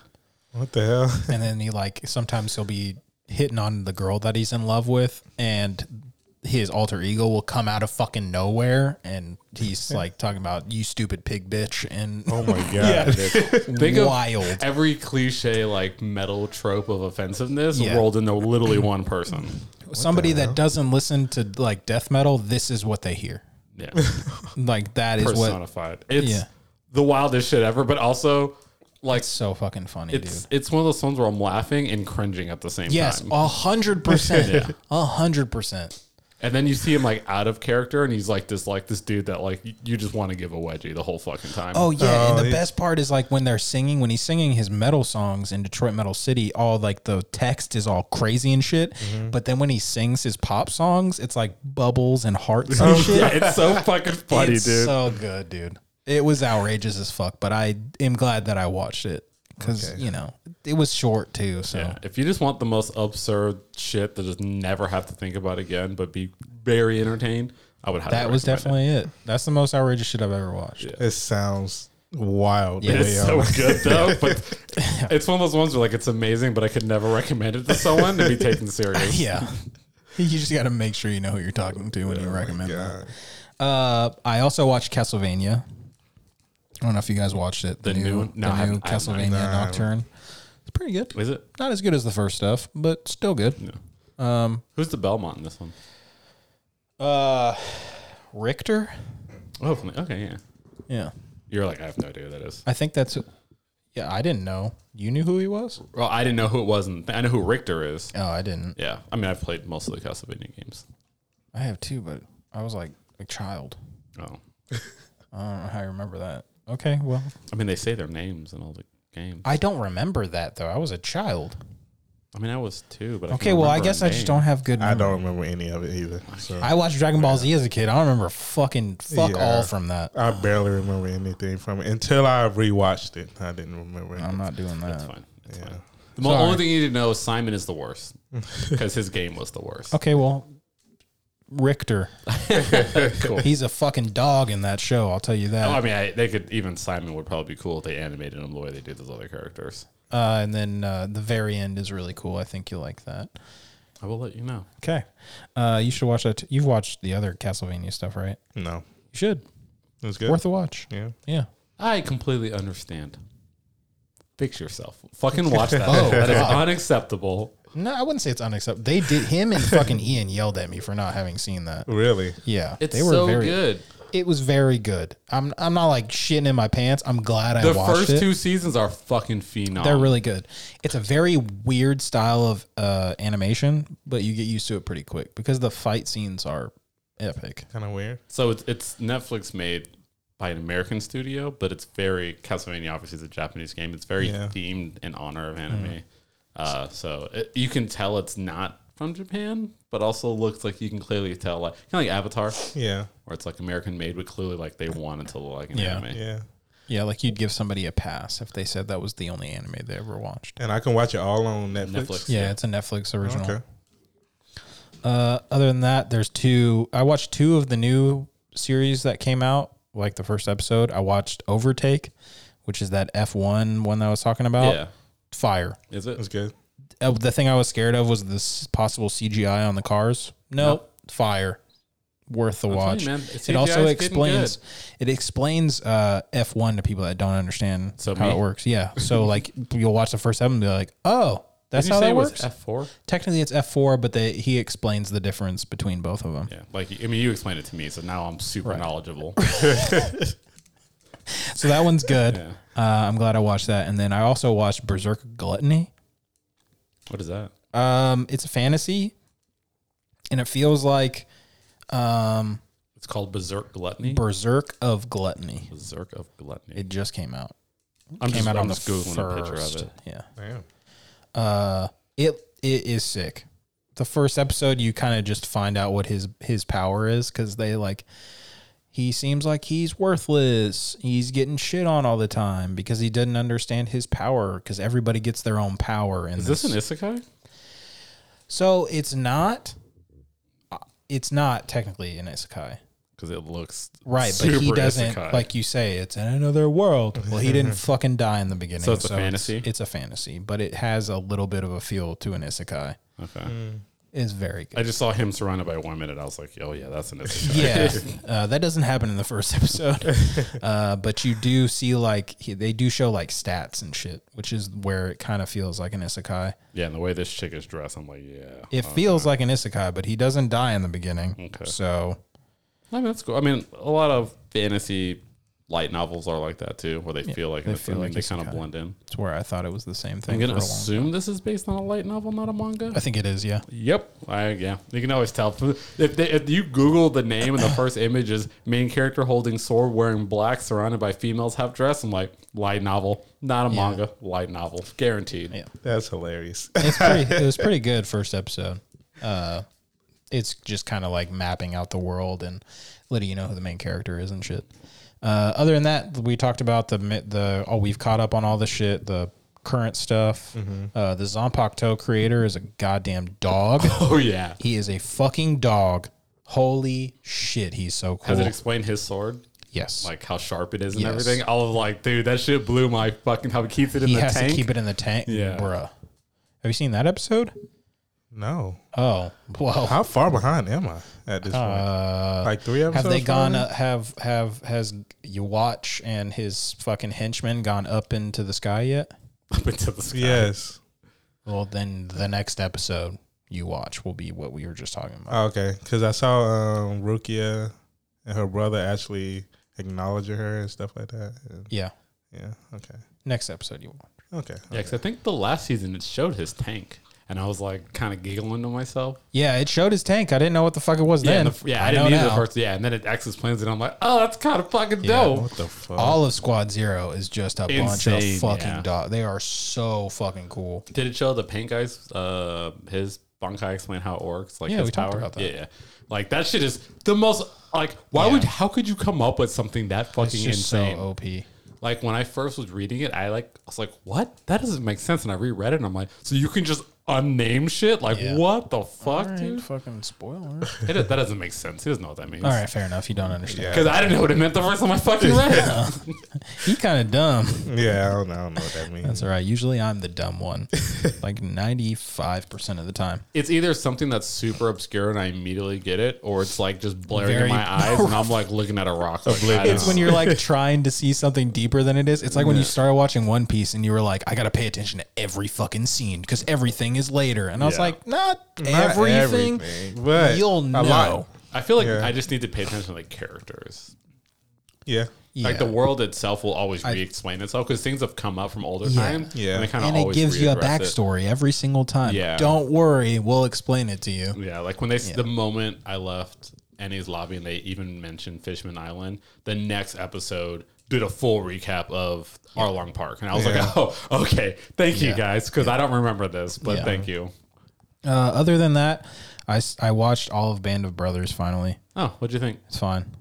S3: What the hell?
S1: And then he like, sometimes he'll be hitting on the girl that he's in love with and his alter ego will come out of fucking nowhere and he's like talking about you stupid pig bitch and
S3: Oh my god. That's-
S2: Think of
S1: wild.
S2: every cliche like metal trope of offensiveness
S1: Yeah.
S2: rolled into literally one person.
S1: Somebody that doesn't listen to like death metal, this is what they hear.
S2: Yeah,
S1: Like that is what
S2: personified. It's
S1: Yeah.
S2: the wildest shit ever, but also like
S1: it's so fucking funny, dude.
S2: it's it's one of those songs where I'm laughing and cringing at the same
S1: Yes,
S2: time.
S1: a hundred percent, a hundred percent.
S2: And then you see him like out of character, and he's like this like this dude that like y- you just want to give a wedgie the whole fucking time.
S1: Oh yeah, and
S3: Oh,
S1: the
S2: Uh,
S3: yeah.
S1: best part is like when they're singing, when he's singing his metal songs in Detroit Metal City, all like the text is all crazy and shit.
S2: Mm-hmm.
S1: But then when he sings his pop songs, it's like bubbles and hearts and shit.
S2: Oh, yeah, it's so fucking funny,
S1: it's
S2: dude.
S1: so good, dude. It was outrageous as fuck, but I am glad that I watched it because you know it was short too. So
S2: Yeah, if you just want the most absurd shit to just never have to think about again, but be very entertained, I would. highly
S1: that was
S2: recommend
S1: definitely it. That's the most outrageous shit I've ever watched.
S2: Yeah.
S3: It sounds wild.
S1: Yeah.
S2: It.
S3: the
S2: It's
S3: way
S2: so
S3: y'all-
S2: good though, but it's one of those ones where like it's amazing, but I could never recommend it to someone to be taken serious.
S1: Yeah. You just got to make sure you know who you're talking to when you recommend that.
S3: God.
S1: Uh, I also watched Castlevania. I don't know if you guys watched it. The,
S2: The
S1: new,
S2: new- no, I
S1: the new
S2: haven't- I haven't.
S1: Castlevania
S3: No, I haven't.
S1: Nocturne. It's pretty good.
S2: Is it?
S1: Not as good as the first stuff, but still good. Um,
S2: Who's the Belmont in this one?
S1: uh, Richter.
S2: Oh, okay, yeah.
S1: Yeah,
S2: You're like I have no idea who that is.
S1: I think that's. Yeah, I didn't know. You knew who he was?
S2: Well, I didn't know who it was. And I know who Richter is.
S1: Oh, I didn't.
S2: Yeah, I mean, I've played most of the Castlevania games.
S1: I have two, but I was like a child.
S2: Oh,
S1: I don't know how I remember that. Okay, well,
S2: I mean, they say their names in all the games.
S1: I don't remember that though. I was a child.
S2: I mean, I was too, but I
S1: Okay,
S2: can't
S1: well, I
S2: remember
S1: guess
S2: her
S1: I just
S2: name.
S1: don't have good.
S3: I
S1: memory.
S3: don't remember any of it
S1: Oh
S3: either. So
S1: I watched Dragon Ball Z as a kid. I don't remember fucking fuck
S3: Yeah.
S1: all from that.
S3: I barely remember anything from it until I rewatched it. I didn't remember.
S1: I'm
S3: Anything.
S1: not doing
S2: It's
S1: that.
S2: fine. It's
S3: Yeah.
S2: fine. The mo-
S1: Sorry.
S2: only thing you need to know is Simon is the worst because his game was the worst.
S1: Okay, well, Richter,
S2: cool.
S1: he's a fucking dog in that show. I'll tell you
S2: Oh, I
S1: that.
S2: mean, I, they could even Simon would probably be cool if they animated him the way they did those other characters.
S1: Uh, and then uh, the very end is really cool. I think you'll like that.
S2: I will let you know.
S1: Okay, uh, you should watch that. T- You've watched the other Castlevania stuff, right?
S3: No,
S1: You should.
S3: it was good.
S1: Worth a watch.
S3: yeah,
S1: Yeah.
S2: I completely understand. Fix yourself. Fucking watch that. that is
S1: God.
S2: unacceptable.
S1: No, I wouldn't say it's unacceptable. They did him and fucking Ian yelled at me for not having seen that.
S3: really.
S1: Yeah,
S2: It's
S1: they were
S2: so
S1: very.
S2: good.
S1: It was very good. I'm I'm not like shitting in my pants. I'm glad I
S2: The
S1: watched
S2: first
S1: it.
S2: two seasons are fucking phenom.
S1: They're really good. It's a very weird style of uh, animation, but you get used to it pretty quick because the fight scenes are epic.
S3: Kind of weird.
S2: So it's, it's Netflix made by an American studio, but it's very Castlevania. Obviously, is a Japanese game. It's very
S3: Yeah.
S2: themed in honor of anime.
S1: Mm.
S2: Uh, so it, you can tell it's not from Japan, but also looks like you can clearly tell, like kind of like Avatar,
S3: Yeah,
S2: where it's like American made, but clearly like they wanted to look like an
S1: Yeah.
S2: anime.
S3: yeah.
S1: Yeah, like you'd give somebody a pass if they said that was the only anime they ever watched.
S3: And I can watch it all on Netflix.
S2: Netflix.
S1: Yeah, it's a Netflix original.
S3: Okay.
S1: Uh, other than that, there's two. I watched two of the new series that came out, like the first episode. I watched Overtake, which is that F1 one that I was talking about.
S2: Yeah.
S1: Fire.
S2: Is it?
S3: That's good.
S1: Uh, the thing I was scared of was this possible CGI on the cars. Nope. Fire. Worth the
S2: telling
S1: watch.
S2: you, man,
S1: it
S2: CGI is
S1: also
S2: getting
S1: explains it explains uh, F1 to people that don't understand
S2: So
S1: how
S2: me.
S1: it works. Yeah. So like you'll watch the first episode and be like, "Oh, that's
S2: Didn't you
S1: how
S2: say
S1: that
S2: it
S1: works."
S2: was F4?
S1: Technically it's F4, but they, he explains the difference between both of them.
S2: Yeah. Like, I mean, you explained it to me, so now I'm super knowledgeable.
S1: So that one's good.
S2: Yeah.
S1: Uh, I'm glad I watched that. And then I also watched Berserk Gluttony.
S2: What is that?
S1: Um, it's a fantasy, and it feels like um,
S2: It's called Berserk Gluttony.
S1: Berserk of Gluttony.
S2: Berserk of Gluttony.
S1: It just came out.
S2: I'm
S1: Came
S2: just,
S1: out
S2: I'm
S1: on the
S2: just googling a picture
S1: first.
S2: of it.
S1: Yeah.
S3: Damn.
S1: Uh, it it is sick. The first episode, you kind of just find out what his his power is because they like. He seems like he's worthless. He's getting shit on all the time because he doesn't understand his power. Because everybody gets their own power. In
S2: Is this an isekai?
S1: So it's not. uh, It's not technically an isekai,
S2: Because it looks
S1: right?
S2: Super
S1: but he doesn't,
S2: isekai.
S1: like you say, it's in another world. Well, he didn't fucking die in the beginning,
S2: So it's a fantasy?
S1: It's, a fantasy, but it has a little bit of a feel to an isekai.
S2: Okay.
S1: Mm. It's very
S2: I
S1: good.
S2: just saw him surrounded by women, and I was like, "Oh yeah, that's an isekai."
S1: yeah, uh, that doesn't happen in the first episode, uh, but you do see like he, they do show like stats and shit, which is where it kind of feels like an isekai.
S2: yeah, and the way this chick is dressed, I'm like, "Yeah."
S1: It feels like an isekai, but he doesn't die in the beginning.
S2: Oh, Okay.
S1: So
S2: I mean, that's cool. I mean, a lot of fantasy light novels are like that too, where they feel like
S1: they
S2: they,
S1: feel like
S2: they kind of
S1: isekai.
S2: blend in.
S1: it's where I thought it was the same thing.
S2: I'm gonna
S1: for a long
S2: assume this is based on a light novel, not a manga.
S1: I think it is, yeah.
S2: Yep. I, yeah. You can always tell if, they, if you Google the name and the first image is main character holding sword, wearing black, surrounded by females half dressed. I'm like light novel, not a manga. Light novel, guaranteed.
S1: Yeah.
S3: That's hilarious.
S1: It's pretty, it was pretty good first episode. Uh, it's just kind of like mapping out the world and letting you know who the main character is and shit. Uh, other than that, we talked about the mi- the oh we've caught up on all the shit the current stuff.
S2: Mm-hmm.
S1: Uh, the Zompacto creator is a goddamn dog.
S2: Oh yeah.
S1: he is a fucking dog. Holy shit, he's so
S2: Has
S1: cool.
S2: it explained his sword?
S1: yes,
S2: Like how sharp it is and
S1: Yes.
S2: everything. I was like, dude, that shit blew my fucking. How he keeps it in
S1: he
S2: the
S1: has
S2: tank.
S1: to keep it in the tank.
S2: Yeah.
S1: bruh. Have you seen that episode?
S3: no.
S1: Oh, whoa.
S3: How far behind am I at this
S1: uh,
S3: point? Like three episodes?
S1: Have they gone?
S3: behind?
S1: Uh, have have has you watch and his fucking henchman gone up into the sky yet?
S2: up into the sky.
S3: Yes.
S1: Well, then the next episode you watch will be what we were just talking about.
S3: Oh, okay. Because I saw um, Rukia and her brother actually acknowledging her and stuff like that. And,
S1: yeah,
S3: yeah. Okay.
S1: next episode you watch.
S3: Okay.
S2: Yeah, because I think the last season it showed his tank, and I was like kind of giggling to myself.
S1: Yeah, it showed his tank. I didn't know what the fuck it was
S2: Yeah,
S1: then.
S2: and the, yeah, I, didn't
S1: know
S2: need the
S1: now.
S2: first. Yeah, and then it actually explains it. and I'm like, oh, that's kind of fucking
S1: Yeah.
S2: dope.
S3: What the fuck?
S1: All of Squad Zero is just a bunch of
S2: Insane,
S1: fucking
S2: yeah.
S1: dog. They are so fucking cool.
S2: Did it show the paint guy's uh his Bankai explain how it works? Like
S1: Yeah,
S2: his
S1: we talked
S2: power?
S1: about that.
S2: Yeah, yeah. Like that shit is the most like why
S1: Yeah.
S2: would how could you come up with something that fucking
S1: It's just
S2: insane?
S1: so OP.
S2: Like when I first was reading it, I like I was like, What? That doesn't make sense. And I reread it and I'm like, so you can just unname shit? Like
S1: Yeah.
S2: what the fuck, dude?
S1: Fucking spoiler.
S2: It, that doesn't make sense. He doesn't know what that means.
S1: All right, fair enough. You don't understand.
S2: Because I didn't know what it meant the first time I fucking read it.
S1: He kind of dumb.
S3: Yeah. I don't, know- I don't know what that means.
S1: That's all right. Usually I'm the dumb one, like 95% of the time.
S2: It's either something that's super obscure and I immediately get it, or it's like just blaring
S1: Very-
S2: in my eyes and I'm like looking at a rock. Like, I don't
S1: It's
S2: know.
S1: when you're like trying to see something deeper than it is. It's like when you started watching One Piece and you were like, I got to pay attention to every fucking scene because everything is later. And I was
S2: Yeah.
S1: like, not,
S3: Not
S1: everything.
S3: everything, but
S1: You'll
S3: a lot.
S1: know.
S2: I feel like
S3: Yeah.
S2: I just need to pay attention to like characters.
S3: Yeah.
S2: Like the
S1: Yeah.
S2: world itself will always re-explain itself because things have come up from older
S1: Yeah.
S2: times.
S3: Yeah.
S2: and they kind of
S1: and it
S2: always
S1: gives you a
S2: readdress it.
S1: backstory every single time.
S2: Yeah.
S1: Don't worry, we'll explain it to you.
S2: Yeah, like when they s the moment I left Annie's lobby and they even mentioned Fishman Island, the next episode did a full recap of Arlong Park, and I was
S3: Yeah.
S2: like, oh, okay, thank you guys because I don't remember this, but
S1: Yeah.
S2: thank you.
S1: Uh, other than that, I, s- I watched all of Band of Brothers finally.
S2: Oh, what'd you think?
S1: It's fine.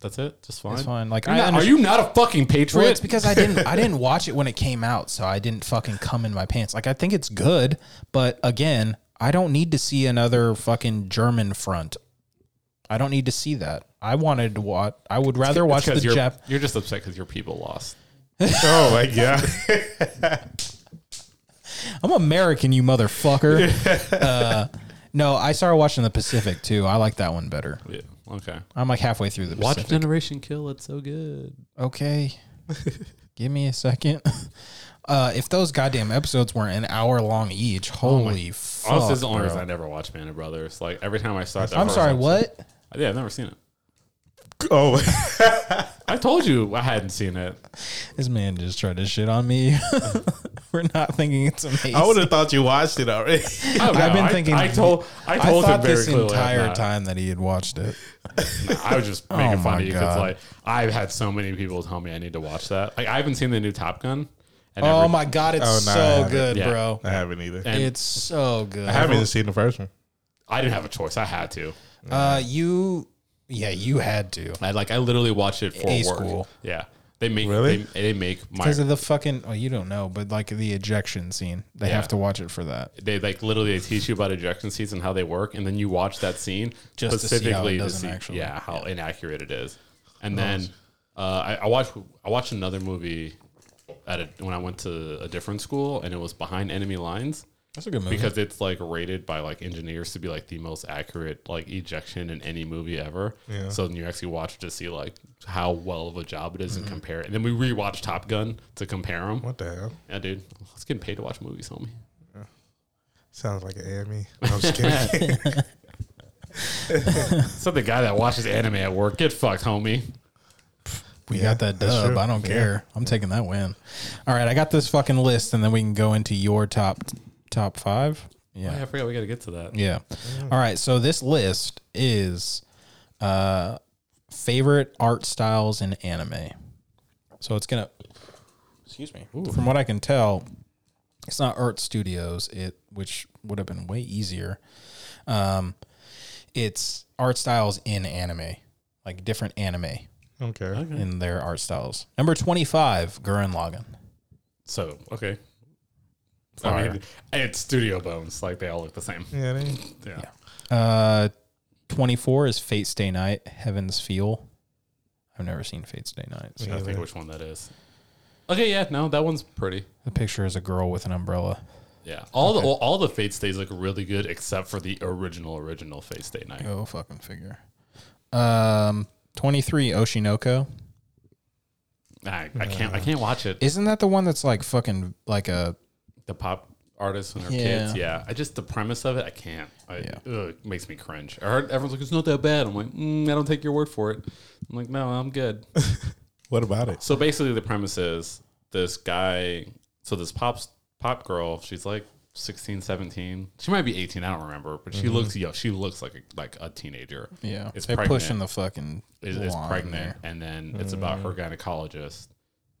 S2: That's it? Just fine.
S1: It's fine. Like
S2: You're
S1: I
S2: not- are
S1: understand-
S2: you not a fucking patriot?
S1: Well, it's because I didn't I didn't watch it when it came out, so I didn't fucking come in my pants. Like I think it's good, but again, I don't need to see another fucking German front. I don't need to see that. I wanted to watch. I would rather watch the
S2: Because you're,
S1: Jap.
S2: you're just upset because your people lost.
S3: Oh my god.
S1: I'm American, you motherfucker. uh, no, I started watching the Pacific too. I like that one better.
S2: Yeah. Okay.
S1: I'm like halfway through the
S2: Watch
S1: Pacific.
S2: Generation Kill. It's so good.
S1: Okay, give me a second. Uh, if those goddamn episodes weren't an hour long each, holy fuck!
S2: Honestly, it's the only
S1: bro.
S2: reason I never watched Band of Brothers. Like every time I saw it,
S1: I'm sorry. What?
S2: Yeah, I've never seen it.
S3: Oh,
S2: I told you I hadn't seen it.
S1: This man just tried to shit on me. We're not thinking it's amazing.
S3: I would have thought you watched it already.
S2: I
S1: I've
S2: don't know.
S1: been
S2: I-
S1: thinking.
S2: I told. I
S1: I
S2: told him
S1: thought
S2: very
S1: this
S2: clearly.
S1: entire
S2: I've not.
S1: time that he had watched it.
S2: I was just making
S1: my
S2: fun of you because
S1: God.
S2: like I've had so many people tell me I need to watch that. Like I haven't seen the new Top Gun. And
S1: Oh
S2: every-
S1: my god, it's
S3: Oh, no, I
S1: so
S3: haven't.
S1: good,
S2: Yeah.
S1: bro.
S3: I haven't either.
S2: And
S1: It's so good.
S3: I haven't seen the first one.
S2: I didn't have a choice. I had to.
S1: Uh, you, yeah, you had to
S2: I like. I literally watched it for
S1: A
S2: work.
S1: school.
S2: Yeah. They make.
S3: Really?
S2: They, they make my.
S1: because of the fucking. Oh, you don't know, but like the ejection scene, they
S2: Yeah.
S1: have to watch it for that.
S2: they like literally they teach you about ejection seats and how they work, and then you watch that scene
S1: Just to see how it doesn't actually-
S2: yeah, how inaccurate it is. And then uh, I, I watched I watched another movie at a, when I went to a different school, and it was behind enemy lines
S1: That's a good movie.
S2: because it's like rated by like engineers to be like the most accurate like ejection in any movie ever. So then you actually watch to see like how well of a job it is
S1: Mm-hmm.
S2: and compare it. And then we rewatched Top Gun to compare them.
S3: What the hell?
S2: Yeah, dude, let's get paid to watch movies, homie.
S3: Sounds like an AME. I'm just kidding.
S2: So the guy that watches anime at work, get fucked, homie.
S1: we
S3: Yeah,
S1: got that
S3: that's
S1: dub.
S3: true.
S1: I don't
S3: Yeah.
S1: care. I'm taking that win. All right, I got this fucking list, and then we can go into your top top five. Yeah,
S2: I forgot we got to get to that.
S1: Yeah. All right. So this list is uh favorite art styles in anime. So it's gonna excuse me. From what I can tell, it's not art studios, it which would have been way easier. Um it's art styles in anime. Like different anime
S3: okay.
S1: in their art styles. Number twenty five, Gurren Lagann.
S2: So okay, I
S1: Fire.
S2: mean, it's Studio Bones. Like they all look the same.
S3: Yeah, they,
S2: Yeah.
S1: Uh, 24 is Fate's Day Night, Heaven's Feel. I've never seen Fate's Day Night. So
S2: I don't think which one that is. Okay, yeah, no, that one's pretty.
S1: The picture is a girl with an umbrella.
S2: Yeah, all the all, all the Fate stays look really good except for the original original Fate Stay Night.
S1: Go fucking figure. Um, 23 Oshinoko.
S2: I, I can't I can't watch it.
S1: Isn't that the one that's like fucking like a
S2: The pop artists and their
S1: Yeah.
S2: kids. Yeah, I just the premise of it. I can't. I,
S1: Yeah.
S2: ugh, it makes me cringe. I heard everyone's like it's not that bad. I'm like mm, I don't take your word for it. I'm like no, I'm good.
S3: what about it?
S2: So basically, the premise is this guy. So this pop pop girl, she's like 16, 17. She might be 18. I don't remember, but she looks yo. She looks like a, like a teenager.
S1: yeah?
S2: It's
S1: they're
S2: pregnant.
S1: pushing the fucking
S2: Is, is
S1: line
S2: pregnant,
S1: there. Mm.
S2: and then it's about her gynecologist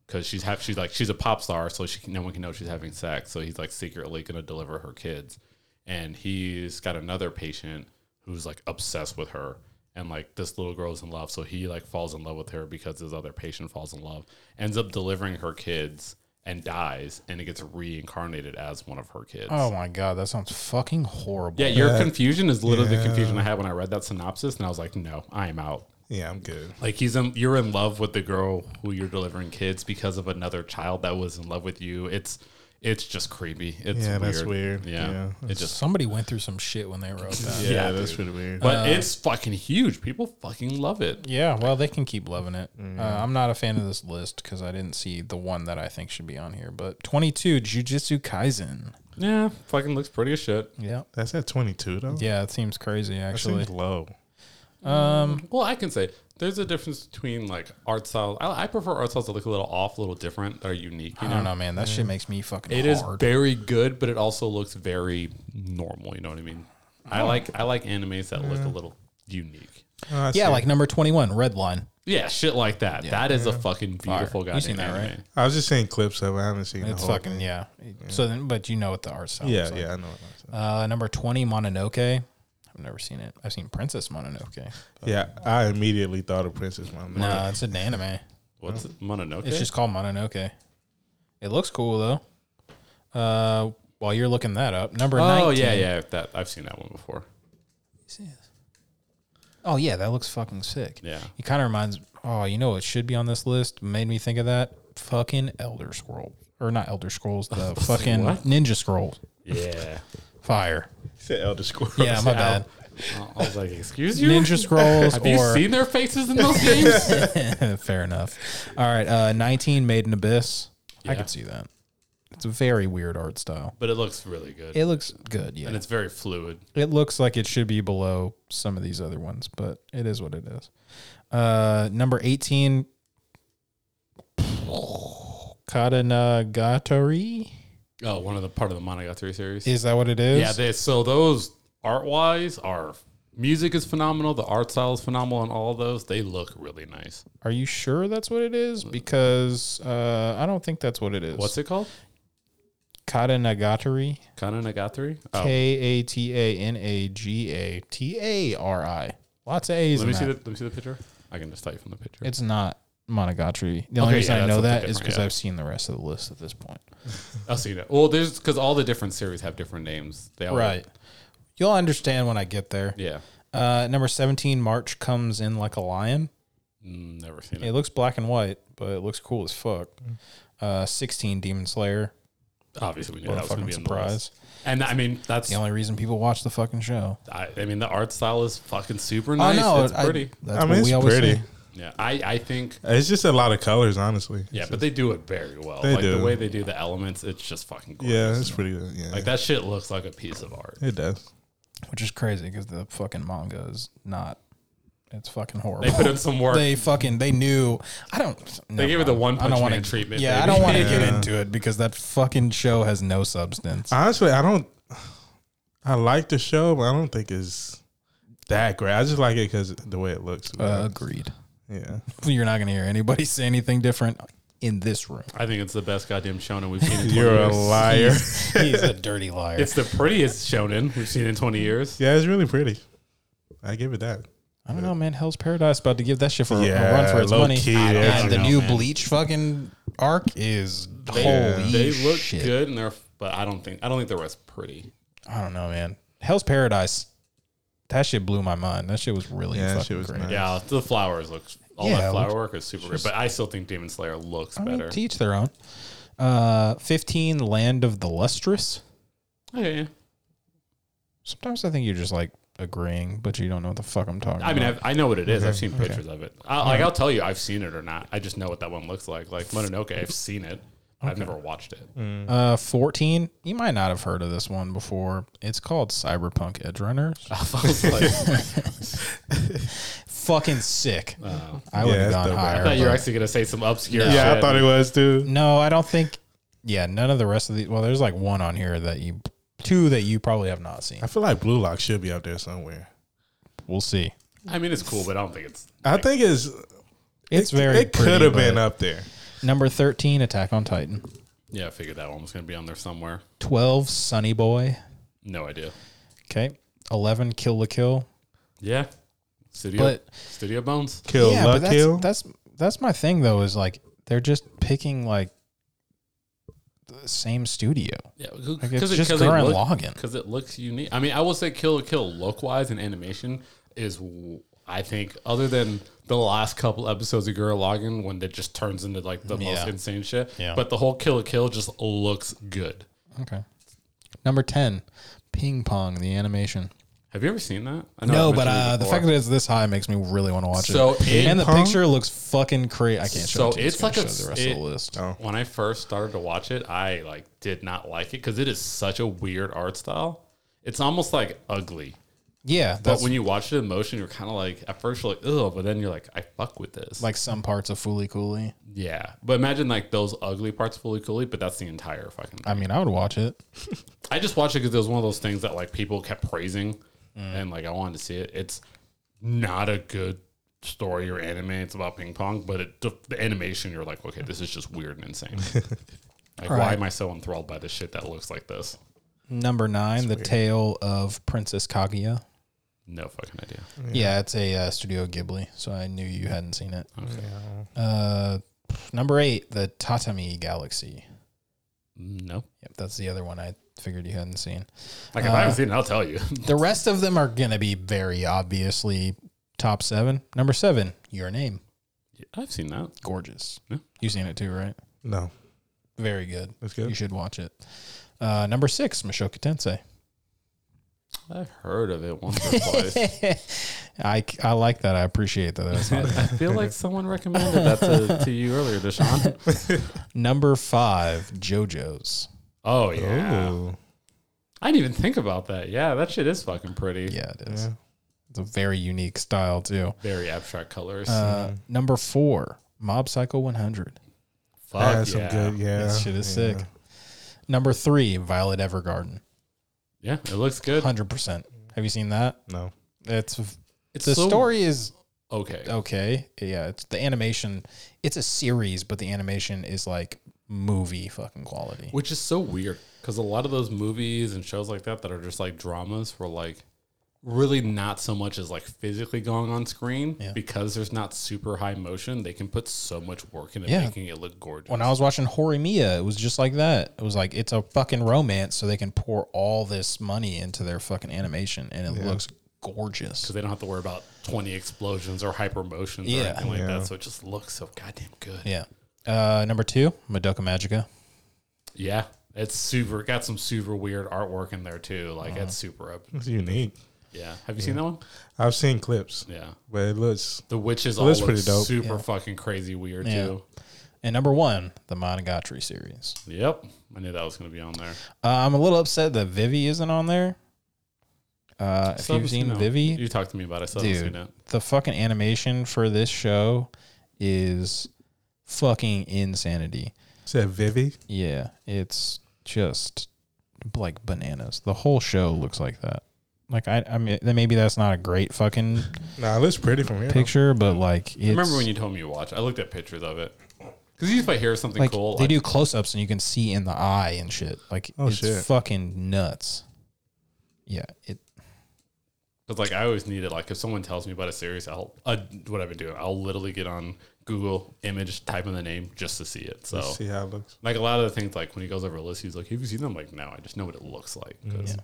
S2: because she's have she's like she's a pop star, so she can, no one can know she's having sex. So he's like secretly gonna deliver her kids, and he's got another patient who's like obsessed with her. And like this little girl's in love, so he like falls in love with her because his other patient falls in love. Ends up delivering her kids and dies, and it gets reincarnated as one of her kids.
S1: Oh my god, that sounds fucking horrible.
S2: yeah, your confusion is literally the confusion I had when I read that synopsis, and I was like, no, I am out.
S3: Yeah, I'm good.
S2: Like he's in, you're in love with the girl who you're delivering kids because of another child that was in love with you. It's it's just creepy. It's
S3: Yeah,
S2: weird.
S3: that's weird.
S2: Yeah,
S3: Yeah,
S2: it just.
S1: Somebody went through some shit when they wrote that.
S2: Yeah,
S3: that's pretty weird.
S2: But it's fucking huge. People fucking love it.
S1: yeah, well, they can keep loving it.
S2: Mm,
S1: Uh, I'm not a fan of this list because I didn't see the one that I think should be on here. But 22 Jujutsu Kaisen.
S2: Yeah, fucking looks pretty as shit.
S1: Yeah,
S3: That's at 22 though.
S1: yeah, it seems crazy
S3: that
S1: actually.
S3: seems low.
S2: Well, I can say there's a difference between like art styles. I, I prefer art styles that look a little off, a little different, that are unique. You
S3: Ah,
S1: I
S2: know,
S1: don't know, man. That shit makes me fucking.
S2: Mm. it is
S1: hard.
S2: very good, but it also looks very normal. You know what I mean? I like I like animes that look a little unique.
S3: Oh, I
S1: Yeah,
S3: see.
S1: like number twenty-one, Red Line.
S2: Yeah, shit like that. That is a fucking beautiful
S1: Fire.
S2: guy.
S1: You seen that, right?
S3: I was just seeing clips of. it. I haven't seen.
S1: It's
S3: the whole
S1: fucking yeah. So then, but you know what the art style.
S3: Thing. Oh, Yeah,
S1: is like.
S3: yeah, I know. What I'm saying.
S1: Uh, number twenty, Mononoke. I've never seen it. I've seen Princess Mononoke.
S3: yeah, I immediately thought of Princess Mononoke.
S1: No, it's an anime.
S2: What's it? Mononoke?
S1: It's just called Mononoke. It looks cool though. Uh, While you're looking that up, number
S2: Oh
S1: 19.
S2: yeah, yeah. That I've seen that one before.
S1: Oh yeah, that looks fucking sick.
S2: Yeah.
S1: It kind of reminds. Oh, you know what should be on this list? Made me think of that fucking Elder Scroll or not Elder Scrolls, the fucking
S2: What?
S1: Ninja Scroll.
S2: Yeah.
S1: Fire.
S3: said Elder Scrolls.
S1: Yeah, my bad.
S2: I I was like, excuse you.
S1: Ninja Scrolls
S2: Have you
S1: or
S2: seen their faces in those games?
S1: fair enough. All right, uh, nineteen Made in Abyss. I
S2: Yeah.
S1: could see that. It's a very weird art style.
S2: but it looks really good,
S1: It looks good, yeah.
S2: and it's very fluid.
S1: It looks like it should be below some of these other ones, but it is what it is. Uh, number 18, Katanagatari.
S2: Oh, one of the part of the Monogatari series.
S1: Is that what it is?
S2: yeah. They, so those art wise are music is phenomenal. The art style is phenomenal, and all those they look really nice.
S1: Are you sure that's what it is? Because uh, I don't think that's what it is.
S2: What's it called?
S1: Katanagatari.
S2: Kananagatari. Oh,
S1: K A T A N A G A T A R I. Lots of A's.
S2: let
S1: in
S2: me see
S1: that.
S2: the let me see the picture. I can just tell you from the picture.
S1: It's not Monogatari. The only
S2: Okay,
S1: reason
S2: yeah,
S1: I
S2: that's
S1: know
S2: something
S1: that is
S2: different,
S1: because
S2: yeah.
S1: I've seen the rest of the list at this point.
S2: I'll see that. Well, there's because all the different series have different names. They all,
S1: Right. You'll understand when I get there.
S2: Oh, Yeah.
S1: Uh, number 17, March comes in like a lion.
S2: Mm, Never seen
S1: It
S2: it.
S1: looks black and white, but it looks cool as fuck.
S2: Mm-hmm.
S1: Uh, 16, Demon Slayer.
S2: Obviously, we knew
S1: What
S2: that
S1: a
S2: was going to
S1: fucking
S2: be in the list.
S1: surprise.
S2: And I mean, that's
S1: The only reason people watch the fucking show. Oh,
S2: I, I mean, the art style is fucking super nice. it's
S1: I-
S2: pretty.
S1: that's
S3: I mean,
S1: what
S3: it's
S1: we always
S3: pretty.
S1: say.
S2: yeah, I, I think.
S3: It's just a lot of colors, honestly.
S2: Yeah, but they do it very well.
S3: They
S2: like
S3: do.
S2: the way they do the elements, it's just fucking gorgeous.
S3: Yeah, it's pretty good. Yeah,
S2: Like that shit looks like a piece of art.
S3: it does.
S1: Which is crazy because the fucking manga is not. It's fucking horrible.
S2: They put in some work.
S1: They fucking they knew. I don't.
S2: They gave it the One
S1: I don't
S2: Punch
S1: wanna-
S2: Man treatment,
S1: Yeah, I
S2: baby.
S1: don't want to get
S3: Yeah.
S1: into it because that fucking show has no substance.
S3: Honestly, I don't. I like the show, but I don't think it's that great. I just like it because the way it looks.
S1: Uh, agreed.
S3: yeah,
S1: You're not gonna hear anybody say anything different in this room.
S2: I think it's the best goddamn shonen we've seen in 20
S3: you're a
S2: years.
S3: liar.
S1: He's a dirty liar.
S2: It's the prettiest shonen we've seen in 20 years.
S3: yeah, it's really pretty. I give it that.
S1: I don't know, man. Hell's Paradise about to give that shit for
S3: Yeah,
S1: a run for its
S3: low
S1: money.
S3: key,
S1: and
S3: yeah.
S1: the
S2: I don't
S1: new
S2: know, man.
S1: Bleach fucking arc is
S2: They,
S1: holy
S2: they look
S1: shit.
S2: good, and they're but I don't think I don't think the rest pretty.
S1: I don't know, man. Hell's Paradise. That shit blew my mind. That shit was really
S3: Yeah, that
S1: fucking
S3: shit was
S1: great.
S3: nice.
S2: Yeah, the flowers look all
S1: Yeah, it
S2: that flower
S1: looks-
S2: work is super great, but I still think Demon Slayer looks
S1: I mean,
S2: better.
S1: to each their own. Uh, Fifteen, Land of the Lustrous.
S2: Okay, yeah.
S1: Sometimes I think you're just like agreeing, but you don't know what the fuck I'm talking.
S2: I mean,
S1: about.
S2: I've, I know what it is. I've seen pictures of it. I, like, I'll tell you, I've seen it or not. I just know what that one looks like. Like Mononoke, I've seen it. but I've never watched it.
S1: Uh, 14. You might not have heard of this one before. It's called Cyberpunk Edgerunners.
S2: I was like,
S1: Fucking sick. I would
S3: Yeah,
S1: have
S3: that's
S1: gone
S3: dope, man.
S1: higher.
S2: Oh. I thought you were
S1: but-
S2: actually gonna say some obscure.
S3: Yeah,
S2: shit.
S3: I thought it was too.
S1: No, I don't think. Yeah, none of the rest of the. Well, there's like one on here that you. Two that you probably have not seen.
S3: I feel like Blue Lock should be up there somewhere.
S1: We'll see.
S2: I mean, it's cool, but I don't think it's.
S3: I think it's
S1: It's very.
S3: It could have been
S1: up.
S3: up there.
S1: Number 13, Attack on Titan.
S2: Yeah, I figured that one was gonna be on there somewhere.
S1: 12, Sunny Boy.
S2: No idea.
S1: Okay. 11, Kill the Kill.
S2: Yeah, Studio
S1: But-
S2: Studio Bones.
S3: Kill
S1: yeah, but
S3: Luck
S1: that's,
S3: Kill.
S1: That's that's my thing though. Is like they're just picking like the same studio.
S2: Yeah,
S1: Like it's
S2: because
S1: just
S2: it,
S1: Gurren
S2: look-
S1: Lagann.
S2: 'cause it looks unique. I mean, I will say Kill la Kill look wise and animation is, w- I think, other than the last couple episodes of Gurren Lagann when it just turns into like the
S1: Yeah.
S2: most insane shit.
S1: Yeah.
S2: But the whole Kill la Kill just looks good.
S1: Okay. Number ten, Ping Pong, the animation.
S2: Have you ever seen that? I
S1: No,
S2: I've
S1: but
S2: mentioned it
S1: uh, the
S2: before.
S1: fact that it's this high makes me really want to watch
S2: So
S1: it.
S2: it-
S1: and the
S3: Pong?
S1: picture looks fucking crazy. I can't show.
S2: So
S1: it to you.
S2: it's
S1: gonna
S2: like a
S1: show the
S2: s-
S1: rest
S2: it-
S1: of the list.
S3: Oh.
S2: when I first started to watch it, I like did not like it because it is such a weird art style. It's almost like ugly.
S1: Yeah,
S2: But
S1: that's
S2: when you watch it in motion, you're kind of like at first you're like ugh, but then you're like I fuck with this.
S1: like some parts of Foolie Cooley.
S2: Yeah, but imagine like those ugly parts fully coolly, but that's the entire fucking.
S1: I mean, I would watch it.
S2: I just watched it because it was one of those things that like people kept praising, and like I wanted to see it. It's not a good story or anime. It's about ping pong, but it the, the animation you're like, okay, this is just weird and insane. like, why
S1: Right.
S2: am I so enthralled by this shit that looks like this?
S1: Number nine, The Tale of Princess Kaguya.
S2: No fucking idea.
S1: Yeah, it's a uh, Studio Ghibli, so I knew you hadn't seen it. Uh, number eight, the Tatami Galaxy.
S2: No,
S1: Yep, that's the other one I Figured you hadn't seen.
S2: Like if I haven't seen it, I'll tell you.
S1: The rest of them are gonna be very obviously top seven. Number seven, your name,
S2: I've seen that.
S1: gorgeous.
S2: Yeah.
S1: You seen it too, right?
S3: No,
S1: Very good.
S3: that's
S1: You
S3: good.
S1: should watch it. Uh, number six, Mashoka Tensei.
S2: I've heard of it once or twice.
S1: I, I like that. I appreciate that. That's not
S2: I feel like someone recommended that to, to you earlier, Deshaun.
S1: Number five, JoJo's.
S2: Oh yeah,
S3: Ooh.
S2: I didn't even think about that. Yeah, that shit is fucking pretty.
S1: Yeah, it is.
S3: Yeah.
S1: It's a very unique style too.
S2: Very abstract colors.
S1: Uh, Number four, Mob Psycho 100.
S2: Fuck
S3: That's
S2: yeah,
S3: some good. Yeah,
S1: This shit is
S3: yeah.
S1: sick. Number three, Violet Evergarden.
S2: yeah, it looks good.
S1: Hundred percent. Have you seen that?
S3: No,
S1: It's
S2: It's
S1: the
S2: so-
S1: story is
S2: Okay,
S1: okay. Yeah, it's the animation. It's a series, but the animation is like movie fucking quality.
S2: which is so weird because a lot of those movies and shows like that that are just like dramas were like really not so much as like physically going on screen
S1: Yeah.
S2: because there's not super high motion. They can put so much work into
S1: Yeah.
S2: making it look gorgeous.
S1: when I was watching Hori Mia, it was just like that. It was like it's a fucking romance, so they can pour all this money into their fucking animation, and it looks gorgeous.
S2: because they don't have to worry about 20 explosions or hyper motions or
S1: Yeah.
S2: anything like that. So it just looks so goddamn good. Yeah.
S1: Yeah. Uh, number two, Madoka Magica.
S2: It's super, got some super weird artwork in there too. Like, it's
S1: Uh-huh.
S2: super up.
S3: it's unique.
S2: Yeah. Have you seen that one?
S3: I've seen clips,
S2: Yeah.
S3: but it looks
S2: The witches all
S3: that's
S2: look
S3: pretty dope.
S2: super fucking crazy weird
S1: Yeah.
S2: too.
S1: And number one, the Monogatari series.
S2: Yep. I knew that was going to be on there.
S1: Uh, I'm a little upset that Vivi isn't on there. Uh, if
S2: Still haven't
S1: you've seen
S2: that one.
S1: Vivi,
S2: You talked to me about it. So I haven't seen
S1: dude,
S2: it.
S1: the fucking animation for this show is fucking insanity.
S3: said Vivi.
S1: Yeah, it's just like bananas. The whole show looks like that. Like I, I mean, then maybe that's not a great fucking
S3: Nah, it looks pretty from here.
S1: picture, but like, it's,
S2: I remember when you told me you watched. I looked at pictures of it. Because if I hear something
S1: like
S2: cool,
S1: they
S2: I-
S1: do close-ups and you can see in the eye and shit. Like
S3: Oh,
S1: it's
S3: shit.
S1: fucking nuts. Yeah, it.
S2: Because like I always need it. Like if someone tells me about a series, I'll uh, what I've been doing. I'll literally get on Google image, type in the name just to see it. So
S3: Let's see how it looks.
S2: like a lot of the things, like when he goes over a list, he's like, "Have you seen them?" I'm like, no, I just know what it looks like.
S1: Mm-hmm.
S2: 'Cause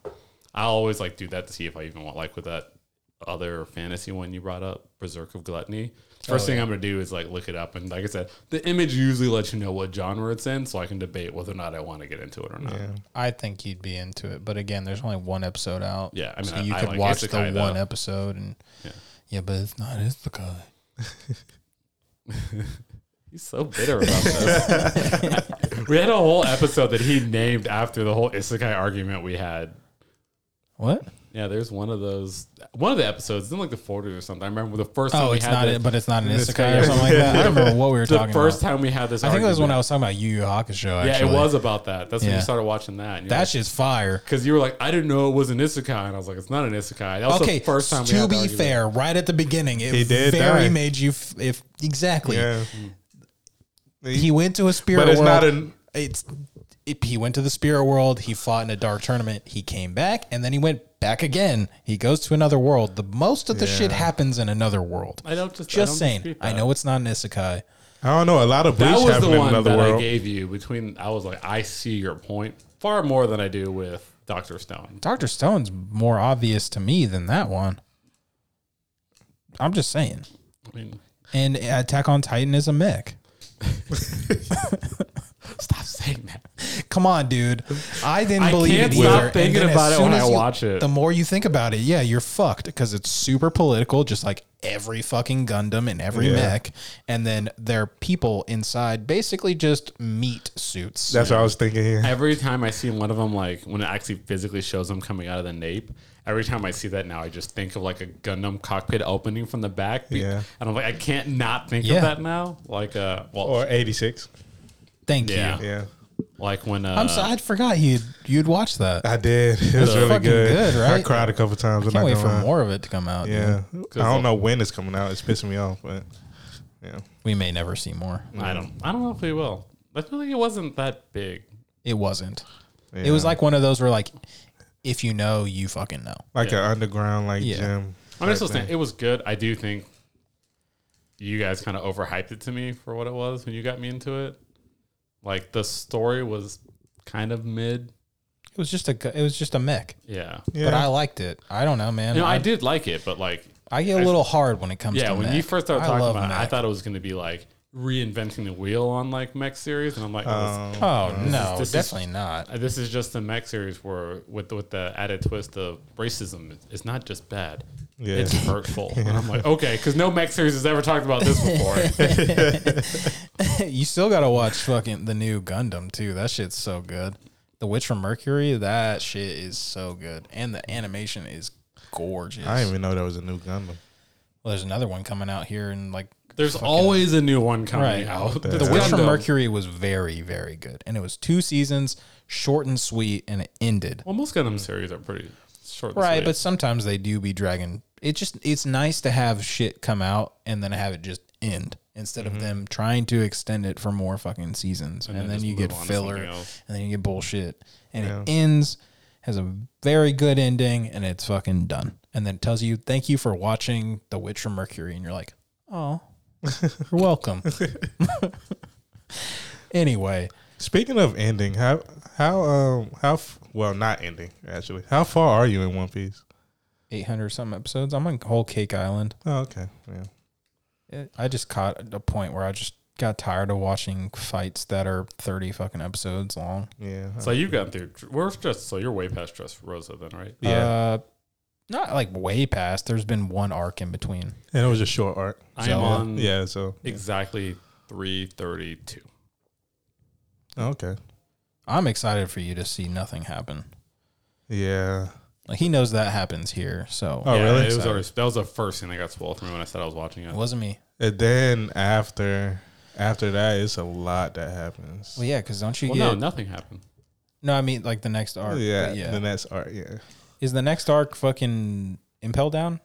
S2: I always like do that to see if I even want like with that other fantasy one you brought up, Berserk of Gluttony.
S1: Oh,
S2: First thing I'm gonna do is like look it up, and like I said, the image usually lets you know what genre it's in, so I can debate whether or not I want to get into it or not.
S3: Yeah,
S1: I think you'd be into it, but again, there's only one episode out.
S2: Yeah, I mean,
S1: so
S2: I-
S1: you
S2: I
S1: could
S2: like
S1: watch
S2: Isekai,
S1: the one
S2: though.
S1: episode and. Yeah.
S2: Yeah.
S1: but it's not Isekai.
S2: He's so bitter about this. we had a whole episode that he named after the whole isekai argument we had.
S1: What?
S2: Yeah, there's one of those, one of the episodes in like the 40s or something. I remember the first time
S1: Oh,
S2: we
S1: it's
S2: had
S1: not
S2: this,
S1: it, but it's not an
S3: Isekai.
S1: Isekai or something like that. I don't remember what we were
S2: the
S1: talking about.
S2: first time we had this.
S1: I think that was when I
S2: argument.
S1: was talking about Yu Yu Hakusho. Actually.
S2: Yeah, it was about that. That's when
S1: Yeah.
S2: you started watching that. and you're
S1: That
S2: like-
S1: shit's fire.
S2: Cause you were like, I didn't know it was an isekai, and I was like, it's not an isekai. That was
S1: okay,
S2: the first time. we
S1: to
S2: had that
S1: be
S2: argument.
S1: fair, right at the beginning, it
S3: He did
S1: very
S3: die.
S1: made you. F- if exactly,
S3: yeah.
S1: he went to a spirit
S3: but it's
S1: world.
S3: not an.
S1: it's it, he went to the spirit world. He fought in a dark tournament. He came back, and then he went back again. He goes to another world. The most of the shit happens in another world.
S2: I don't just I
S1: Just
S2: don't
S1: saying,
S2: dispute
S1: I
S2: that.
S1: know it's not an isekai.
S3: I don't know. A lot of
S2: That
S3: bleach
S2: was the
S3: happened in
S2: one
S3: another
S2: that I
S3: world.
S2: gave you between. I was like, I see your point far more than I do with Doctor Stone.
S1: Doctor Stone's more obvious to me than that one. I'm just saying.
S2: I mean,
S1: And Attack on Titan is a mech.
S2: stop saying that.
S1: Come on, dude. I didn't
S2: I
S1: believe
S2: can't
S1: it
S2: stop
S1: either. And
S2: thinking
S1: then as
S2: about it
S1: soon
S2: when
S1: as
S2: I
S1: you-
S2: watch it.
S1: The more you think about it, yeah, you're fucked because it's super political, just like every fucking Gundam and every
S3: Yeah.
S1: mech. And then their people inside basically just meat suits.
S3: That's what I was thinking. Here.
S2: Every time I see one of them, like when it actually physically shows them coming out of the nape, every time I see that now, I just think of like a Gundam cockpit opening from the back. be-
S3: Yeah.
S2: And I'm like, I can't not think
S1: Yeah.
S2: of that now. Like, uh, well,
S3: Or eighty six.
S1: Thank
S2: yeah.
S1: you.
S3: Yeah,
S2: Like when, uh,
S1: I'm sorry, I forgot you'd you'd watch that. I
S3: I did. It was
S1: That's
S3: really
S1: fucking
S3: good.
S1: good, right?
S3: I cried a couple times. I
S1: can't wait for
S3: lie.
S1: more of it to come out. dude.
S3: Yeah, I don't know when it's coming out. It's pissing me off, but yeah,
S1: We may never see more.
S2: I don't, I don't know if we will. I feel like it wasn't that big.
S1: It wasn't. It
S3: Yeah.
S1: was like one of those where like if you know, you fucking know.
S3: like an underground like
S1: Yeah.
S3: gym.
S2: I'm just saying it was good. I do think you guys kind of overhyped it to me for what it was when you got me into it. Like the story was kind of mid.
S1: It was just a g- it was just a mech,
S2: Yeah.
S1: but I liked it. I don't know, man.
S2: You know, I
S1: I,
S2: did like it, but like,
S1: I get a little hard when it comes.
S2: yeah,
S1: to
S2: when
S1: mech.
S2: you first started
S1: I
S2: talking
S1: love
S2: about it, I
S1: mech.
S2: thought it was going to be like reinventing the wheel on like mech series, and I'm like, oh, this-
S3: Um,
S1: oh no,
S2: this is-
S1: definitely not.
S2: Uh, This is just the mech series where with with the added twist of racism. It's not just bad.
S3: Yeah.
S2: It's hurtful. And I'm like, okay, because no mech series has ever talked about this before.
S1: you still gotta watch fucking the new Gundam too. That shit's so good. The Witch from Mercury, that shit is so good, and the animation is gorgeous.
S3: I didn't even know there was a new Gundam.
S1: well, there's another one coming out here, and like
S2: There's always a new one coming
S1: Right.
S2: out.
S1: the Witch from Mercury was very, very good, and it was two seasons, short and sweet, and it ended.
S2: Well, most Gundam series are pretty short. and
S1: Right,
S2: sweet.
S1: but sometimes they do be dragging. It just it's nice to have shit come out and then have it just end instead of them trying to extend it for more fucking seasons and,
S2: Mm-hmm. then
S1: then,
S2: just
S1: you
S2: move
S1: get
S2: on to
S1: filler
S2: something
S1: and
S2: else.
S1: then you get bullshit and it ends has a very good ending and it's fucking done and then it tells you thank you for watching The Witch from Mercury and you're like oh you're welcome. anyway,
S3: Speaking of ending, how how um how f- well not ending actually. How far are you in One Piece?
S1: 800 some episodes. I'm on Whole Cake Island.
S3: Oh, okay. Yeah.
S1: It- I just caught a point where I just got tired of watching fights that are 30 fucking episodes long.
S3: Yeah.
S2: so you've gotten through. We're just so you're way past Dress Rosa then, right?
S3: yeah.
S1: Uh, not like way past. There's been one arc in between.
S3: and it was a short arc.
S2: I am
S3: So,
S2: on
S3: Yeah, so
S2: exactly three thirty two.
S3: okay.
S1: I'm excited for you to see nothing happen.
S3: Yeah.
S1: Like he knows that happens here. So
S3: Oh, really?
S2: It was
S1: So-
S2: already, that was the first thing that got spoiled for me when I said I was watching it.
S1: it wasn't me.
S3: And then after after that it's a lot that happens.
S1: Well, yeah, because don't you
S2: Well,
S1: get?
S2: no,
S1: No,
S2: nothing happened.
S1: I mean like the next arc. but
S3: yeah,
S1: Yeah.
S3: the next arc, yeah.
S1: Is the next arc fucking Impel Down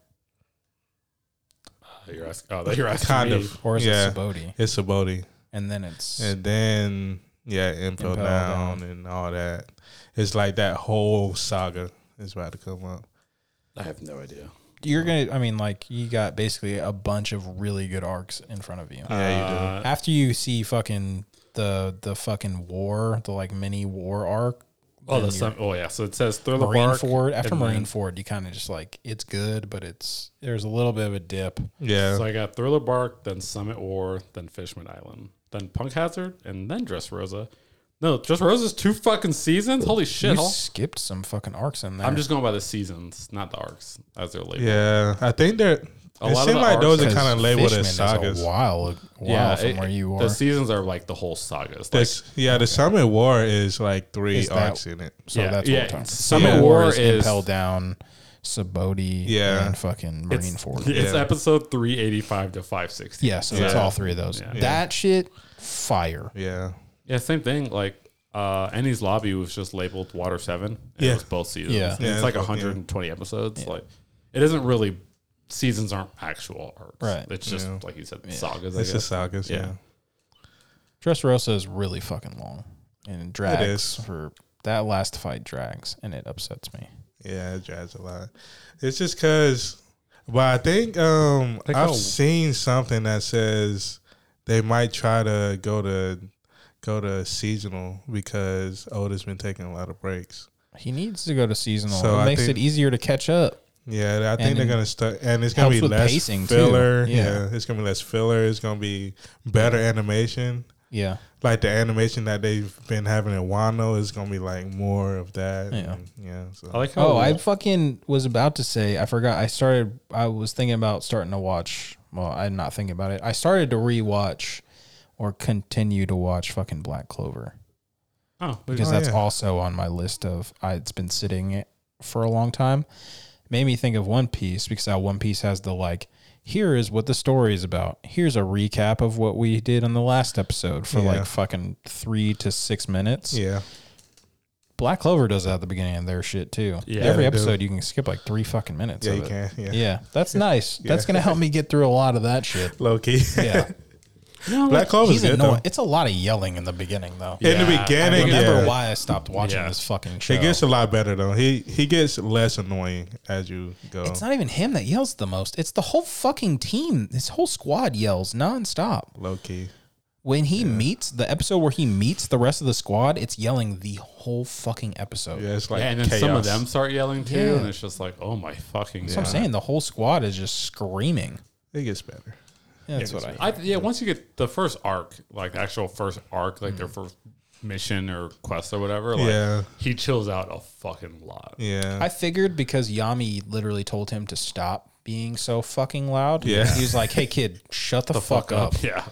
S2: Uh, you're asking. Oh, that you're asking
S3: Kind
S2: me.
S3: of.
S1: or is
S3: Yeah.
S1: it Subodhi?
S3: It's Saboti.
S1: And then it's
S3: And then yeah, Info
S1: Impel
S3: Down and all that. It's like that whole saga is about to come up.
S2: I have no idea.
S1: you're gonna. I mean, like you got basically a bunch of really good arcs in front of you.
S3: Yeah, you do.
S2: Uh,
S1: after you see fucking the the fucking war, the like mini war arc.
S2: Oh, the
S1: then
S2: sun. Oh, yeah. So it says
S1: you're-
S2: Thriller
S1: Marine
S2: Bark.
S1: Ford. After
S2: and then-
S1: Marine Ford, you kind of just like it's good, but it's there's a little bit of a dip.
S3: Yeah.
S2: So I got Thriller Bark, then Summit War, then Fishman Island, then Punk Hazard, and then Dress Rosa. No, Dress Rosa's two fucking seasons. Holy shit!
S1: You
S2: I'll-
S1: skipped some fucking arcs in there.
S2: I'm just going by the seasons, not the arcs, as they're labeled.
S3: yeah. I think
S2: A
S3: they're it
S2: lot of
S3: seemed
S2: the
S3: like those are
S2: arcs-
S3: kind of labeled
S1: Fishman
S3: as
S1: is
S3: sagas.
S1: A while, a while
S2: Yeah,
S1: from
S2: it-
S1: where you are.
S2: The seasons are like the whole sagas. Like,
S3: This, yeah, the Summit War is like three
S1: Is that-
S3: arcs in it.
S1: so
S2: yeah,
S1: that's
S2: yeah,
S1: what I'm talking.
S2: it's-
S1: Summit
S2: yeah.
S1: War
S2: War
S1: is,
S2: is-
S1: Impel Down, Subodhi,
S3: Yeah.
S1: and fucking Marine Ford. Yeah,
S2: it's
S3: Yeah.
S2: episode 385 to 560.
S1: so it's
S3: Yeah.
S1: all three of those.
S2: Yeah.
S1: That shit, fire.
S3: Yeah.
S2: Yeah, same thing. Like uh Annie's Lobby was just labeled Water Seven. And
S3: Yeah.
S2: It was both seasons.
S1: Yeah.
S2: And
S3: Yeah,
S2: it's like
S3: it's both-
S2: 120 episodes. Like it isn't really seasons aren't actual arcs.
S1: Right.
S2: It's just
S3: Yeah.
S2: like you said, sagas, I
S3: It's
S2: guess.
S3: a sagas, yeah.
S2: Yeah.
S1: Dressrosa is really fucking long, and it drags
S3: is.
S1: for that last fight drags, and it upsets me.
S3: Yeah, it drives a lot. It's just because, but I think um
S2: Like
S3: I've
S2: how-
S3: seen something that says they might try to go to go to seasonal because Oda's been taking a lot of breaks.
S1: He needs to go to seasonal.
S3: So
S1: it
S3: I
S1: makes
S3: think-
S1: it easier to catch up.
S3: Yeah, I
S1: And
S3: think they're
S1: it
S3: gonna start, and it's gonna
S1: helps
S3: be
S1: with
S3: less
S1: pacing, too.
S3: filler.
S1: Yeah.
S3: Yeah. it's gonna be less filler. It's gonna be better animation.
S1: Yeah,
S3: Like the animation that they've been having in Wano is gonna be like more of that.
S1: Yeah.
S3: and, yeah. So
S2: I like how
S1: Oh, I fucking was about to say. I forgot. I started. I was thinking about starting to watch. Well, I'm not thinking about it. I started to rewatch or continue to watch fucking Black Clover
S2: oh,
S1: because
S3: Oh,
S1: that's
S3: yeah.
S1: also on my list of. I, it's been sitting for a long time. Made me think of One Piece because how One Piece has the like. Here is what the story is about. Here's a recap of what we did on the last episode for
S3: Yeah.
S1: like fucking three to six minutes.
S3: yeah,
S1: Black Clover does that at the beginning of their shit too.
S2: Yeah,
S1: Every
S3: they do.
S1: episode you can skip like three fucking minutes.
S3: yeah,
S1: of
S3: you
S1: it.
S3: can. Yeah,
S1: Yeah, that's nice. That's gonna help me get through a lot of that shit.
S3: low key.
S1: Yeah,
S3: Black
S1: he's
S3: Clover's good though.
S1: annoying. It's a lot of yelling in the beginning though.
S3: In the
S2: Yeah, I
S1: I
S3: beginning,
S1: remember
S3: yeah.
S1: why I stopped watching
S2: Yeah.
S1: this fucking show.
S3: It gets a lot better though. He he gets less annoying as you go.
S1: it's not even him that yells the most. It's the whole fucking team. This whole squad yells nonstop.
S3: Low key.
S1: When he meets the episode where he meets the rest of the squad, it's yelling the whole fucking episode.
S3: Yeah, it's like
S2: Yeah, and then some of
S3: chaos.
S2: them start yelling too,
S1: Yeah.
S2: and it's just like, oh my fucking
S1: That's what I'm saying. The whole squad is just screaming.
S3: It gets better.
S1: Yeah, that's what I.
S2: I, yeah, once you get the first arc, like the actual first arc, like
S1: Mm.
S2: their first mission or quest or whatever, like
S3: Yeah.
S2: he chills out a fucking lot.
S3: Yeah.
S1: I figured because Yami literally told him to stop being so fucking loud.
S3: Yeah.
S1: He was like, hey, kid, shut the, fuck, up.
S2: Yeah.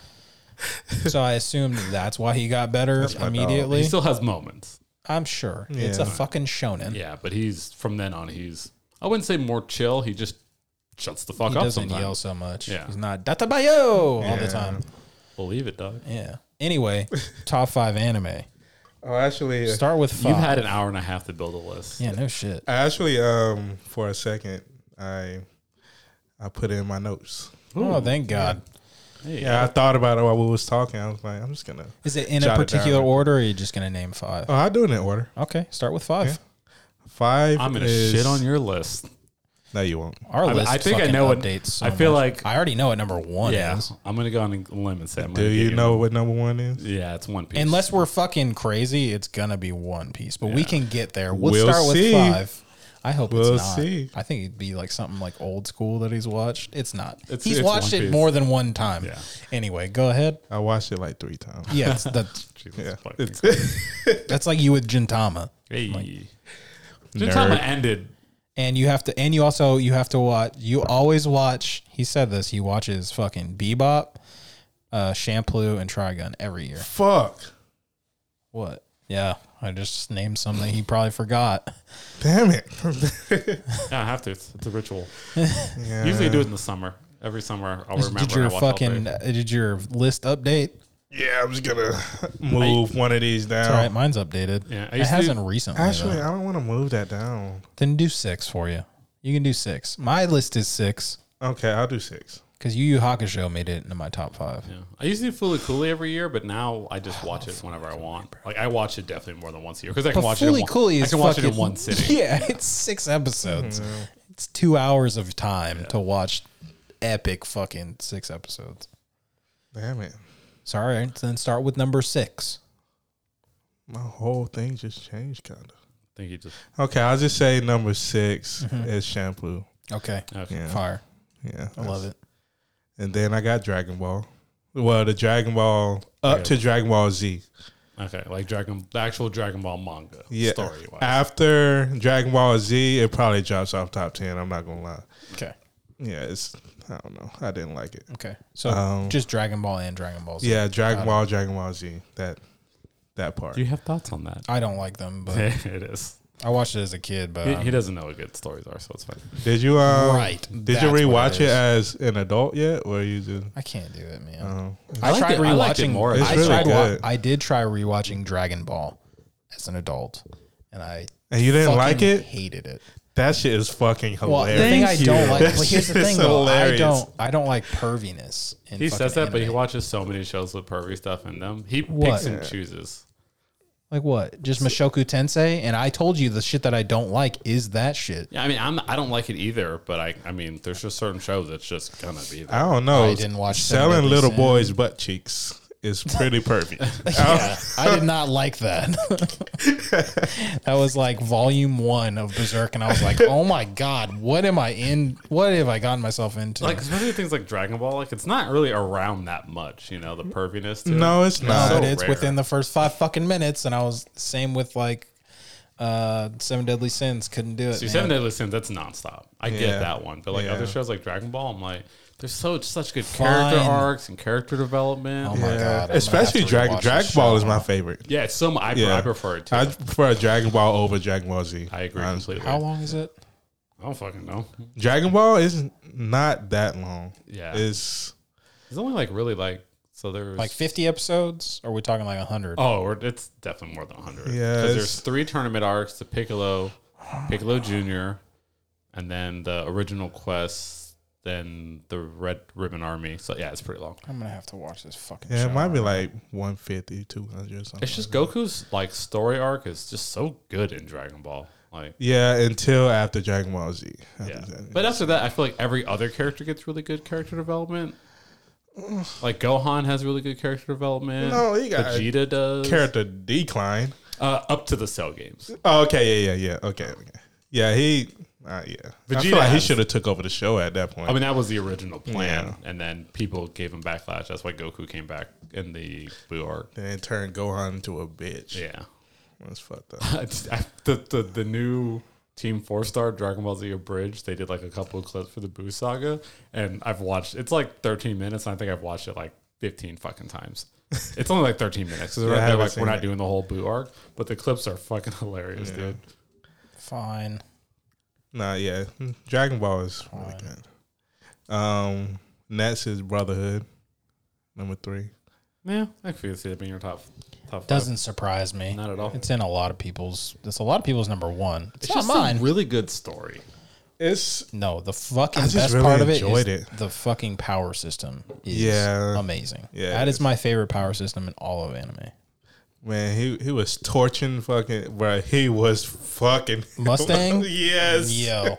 S1: so I assumed that's why he got better
S3: my dog.
S2: He
S1: immediately.
S2: still has moments.
S1: I'm sure. It's a
S3: Yeah.
S1: fucking shonen.
S2: Yeah, but he's from then on he's I wouldn't say more chill, he just shuts the fuck
S1: He
S2: up
S1: doesn't
S2: sometimes.
S1: yell so much.
S2: Yeah.
S1: He's not databayo all the
S3: Yeah.
S1: time.
S2: Believe it, dog.
S1: Yeah. Anyway, top five anime.
S3: oh, actually,
S1: Start with five.
S2: You've had an hour and a half to build a list.
S1: yeah, no shit.
S3: I actually, um, for a second, I I put in my notes.
S1: oh, thank God.
S2: Hey,
S3: Yeah, I thought about it while we was talking. I was like, I'm just gonna.
S1: Is it in
S3: Jot
S1: a
S3: it
S1: particular
S3: down.
S1: order or are you just going to name five?
S3: Oh, I do it in order.
S1: Okay, start with five.
S3: Five.
S2: I'm gonna
S3: is-
S2: shit on your list.
S3: No, you won't.
S1: Our
S2: I-
S1: list
S2: I think I
S1: fucking
S2: know what-
S1: updates so
S2: I feel
S1: much.
S2: like-
S1: I already know what number one
S2: Yeah.
S1: is.
S2: I'm gonna go on a limb and say I'm
S3: Do
S2: gonna
S3: you
S2: get
S3: know what number one is?
S2: Yeah, it's one piece.
S1: Unless we're fucking crazy, it's gonna be One Piece. But we can get there. We'll,
S3: We'll
S1: start with
S3: see.
S1: five. I hope
S3: We'll
S1: it's not.
S3: see.
S1: I think it'd be like something like old school that he's watched. It's not.
S2: It's-
S1: he's
S2: it's
S1: watched
S2: One
S1: it
S2: Piece.
S1: more than one time.
S2: Yeah.
S1: Anyway, go ahead.
S3: I watched it like three times.
S1: Yeah, it's- that's
S2: Jesus
S3: Yeah.
S2: fucking
S3: It's,
S1: that's like you with Gintama,
S2: Hey.
S3: Nerd.
S2: Gintama ended.
S1: and you have to, and you also you have to watch. You always watch. He said this. He watches fucking Bebop, uh, Shampoo, and Trigun every year.
S3: fuck.
S1: What? Yeah, I just named something he probably forgot.
S3: Damn it.
S2: Yeah, I have to. It's, it's a ritual.
S3: Yeah.
S2: Usually I do it in the summer. Every summer I'll remember.
S1: did your
S2: I watch all
S1: fucking
S2: three.
S1: uh, did your list update?
S3: Yeah, I'm just gonna move one of these down.
S1: All right, mine's updated.
S2: Yeah, I
S1: it
S2: used to do-
S1: hasn't recently.
S3: Actually,
S1: though.
S3: I don't want to move that down.
S1: then do six for you. You can do six. My list is six
S3: Okay, I'll do six.
S1: because Yu Yu Hakusho made it into my top five.
S2: Yeah. I used to do Fooly Cooley every year, but now I just watch it whenever I want. Like I watch it definitely more than once a year because I can
S1: But
S2: watch it.
S1: Fooly
S2: In one,
S1: Cooly
S2: I
S1: is
S2: can watch it in
S1: fucking-
S2: one sitting. Mm-hmm.
S1: Yeah, it's six episodes. It's two hours of time to watch epic fucking six episodes.
S3: Damn it.
S1: Sorry, then start with number six.
S3: My whole thing just changed, kind of.
S2: I think you just
S3: Okay, I'll just say number 6 is shampoo.
S1: Okay,
S2: okay.
S3: Yeah,
S1: Mm-hmm. fire.
S3: yeah.
S1: I love it.
S3: And then I got Dragon Ball. Well, the Dragon Ball up to Dragon Ball Z.
S2: okay, like Dragon, the actual Dragon Ball manga
S3: Yeah.
S2: story wise.
S3: After Dragon Ball Z, it probably drops off top ten. I'm not gonna lie.
S1: Okay,
S3: Yeah, it's I don't know. I didn't like it.
S1: okay. So
S3: Um,
S1: just Dragon Ball and Dragon Ball Z.
S3: Yeah, Dragon Ball, Dragon Ball Z. That that part.
S2: Do you have thoughts on that?
S1: I don't like them, but
S2: it is.
S1: I watched it as a kid. But
S2: He,
S1: I'm-
S2: he doesn't know what good stories are, so Um, it's fine.
S3: Did you um,
S1: Right.
S3: Did
S1: That's
S3: you
S1: what it
S3: rewatch it,
S1: is.
S3: as an adult yet, or you just?
S1: I can't do it, man.
S3: Um,
S1: I,
S2: liked
S1: tried
S2: it- I liked it
S1: rewatching more.
S2: more as
S3: It's
S1: I,
S3: really
S1: tried wa-
S3: good.
S1: I did try rewatching Dragon Ball as an adult, and I
S3: and you didn't
S1: fucking
S3: like it?
S1: Hated it.
S3: That shit is fucking
S1: Well,
S3: hilarious.
S1: the thing I
S2: Thank
S1: don't
S2: you.
S1: like.
S3: That
S1: Well, here's the
S3: shit is
S1: thing, though. I
S3: hilarious.
S1: don't. I don't like perviness. In
S2: He says
S1: fucking
S2: that, but he
S1: anime.
S2: watches so many shows with pervy stuff in them. He
S1: What?
S2: picks and chooses.
S1: like what? Just Mashoku Tensei, and I told you the shit that I don't like is that shit.
S2: Yeah, I mean, I'm I don't like it either, but I I mean, there's just certain shows that's just gonna be there.
S3: I don't know.
S1: I didn't watch
S3: selling
S1: Seven
S3: little
S1: Deadly
S3: boys butt cheeks is pretty perfect.
S1: Yeah, I did not like that. that was like volume one of Berserk, and I was like, "Oh my god, what am I in? What have I gotten myself into?"
S2: like especially things like Dragon Ball, like it's not really around that much, you know, the perviness. To
S3: no,
S2: it.
S3: it's
S1: No,
S3: not.
S1: Uh, but
S2: so
S1: it's
S2: rare.
S1: within the first five fucking minutes, and I was same with like uh Seven Deadly Sins. Couldn't do it.
S2: See,
S1: man.
S2: Seven Deadly Sins, that's nonstop. I
S3: Yeah.
S2: get that one, but like
S3: Yeah.
S2: other shows like Dragon Ball, I'm like, there's so such good
S1: Fine.
S2: character arcs and character development.
S1: Oh my
S3: Yeah.
S1: god! I'm gonna
S3: Especially
S1: have to
S3: Dragon
S1: rewatch
S3: Dragon
S1: this
S3: Ball
S1: show.
S3: is my favorite.
S2: Yeah, it's so I,
S3: Yeah.
S2: I prefer it too.
S3: I
S2: I,
S3: prefer Dragon Ball over Dragon Ball Z.
S2: agree
S3: honestly.
S2: completely.
S1: How long is it?
S2: I don't fucking know.
S3: Dragon Ball is not that long.
S2: Yeah.
S3: It's
S2: It's only like really like so there's
S1: Like fifty episodes? Or are we talking like hundred?
S2: Oh, or it's definitely more than 100.
S3: Yeah,
S2: Because
S3: it's-
S2: there's three tournament arcs the Piccolo, Piccolo Jr., and then the original quest, then the Red Ribbon Army. So, yeah, it's pretty long.
S1: I'm gonna have to watch this fucking.
S3: yeah,
S1: show.
S3: it might be like 150, 200 or something.
S2: It's just Goku's like story arc is just so good in Dragon Ball. Like,
S3: Yeah, until after Dragon Ball Z. After
S2: yeah.
S3: that,
S2: But after that, I feel like every other character gets really good character development. Like Gohan has really good character development.
S3: No, he got-
S2: Vegeta does.
S3: Character decline.
S2: uh, up to the Cell games.
S3: Oh, okay, yeah, yeah, yeah. Okay, okay. Yeah, he. Uh, yeah, I
S2: Vegeta
S3: feel like he
S2: has-
S3: should have took over the show at that point.
S2: I mean, that was the original plan, and then people gave him backlash. That's why Goku came back in the Buu arc.
S3: and then turned Gohan into a bitch.
S2: Yeah,
S3: That's fucked up.
S2: It's- I- the, the the new Team Four Star Dragon Ball Z Abridged. They did like a couple of clips for the Buu saga, and I've watched. It's like 13 minutes, and I think I've watched it like 15 fucking times. It's only like 13 minutes. 'cause
S3: I
S2: they're
S3: haven't
S2: like, we're
S3: seen
S2: not
S3: it.
S2: doing the whole Buu arc, but the clips are fucking hilarious, dude.
S1: Fine.
S3: Nah, yeah. Dragon Ball is really good. Um, next is Brotherhood, number three.
S2: Yeah, I could see that being your top top.
S1: Doesn't surprise me.
S2: five. not at all.
S1: It's in a lot of people's. It's a lot of people's number one. It's,
S2: just
S1: not mine.
S2: a really good story.
S3: It's
S1: no, the fucking
S3: I just
S1: best
S3: really
S1: part of it
S3: enjoyed
S1: is
S3: it.
S1: the fucking power system. Is
S3: Yeah.
S1: amazing.
S3: Yeah,
S1: that
S3: it
S1: is my favorite power system in all of anime.
S3: man, he he was torching fucking bro. He was fucking
S1: Mustang?
S3: yes.
S1: Yo,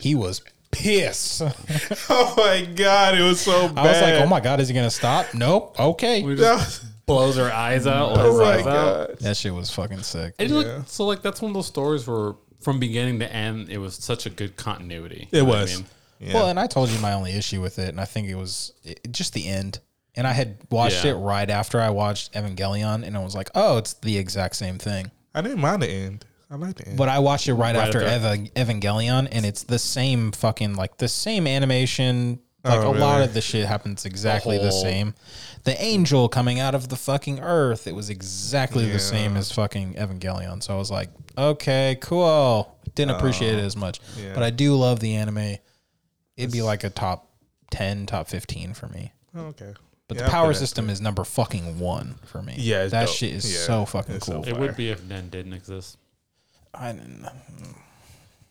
S1: he was pissed. I
S3: Oh my god, it was so bad.
S1: was like, oh my god, is he gonna stop? Nope. Okay.
S2: We just blows her eyes out.
S3: oh
S2: or
S3: my
S2: his eyes out.
S3: god.
S1: That shit was fucking sick.
S2: It look- so like that's one of those stories where from beginning to end it was such a good continuity.
S3: It
S2: You know what I
S3: was.
S2: mean?
S3: Yeah.
S1: Well, and I told you my only issue with it, and I think it was it, just the end. And I had watched
S2: Yeah.
S1: it right after I watched Evangelion, and I was like, "Oh, it's the exact same thing."
S3: I didn't mind the end. I like the end.
S1: But I watched it right, after,
S2: after.
S1: Eva- Evangelion, and it's the same fucking like the same animation. Like
S3: Oh,
S1: a lot
S3: really?
S1: of the shit happens exactly the,
S2: whole-
S1: same. The angel coming out of the fucking earth, it was exactly the same as fucking Evangelion. So I was like, okay, cool. Didn't appreciate it as much,
S3: Oh, yeah.
S1: but I do love the anime. It'd be like a top ten, top fifteen for me.
S3: Oh, okay.
S1: But
S3: Yeah,
S1: the
S3: I'll
S1: power
S3: put that.
S1: system is number fucking one for me.
S3: Yeah, it's
S1: that
S3: dope.
S1: shit is
S3: Yeah,
S1: so fucking
S3: it's so
S1: cool.
S3: fire.
S2: It would be if Nen didn't exist.
S1: I didn't-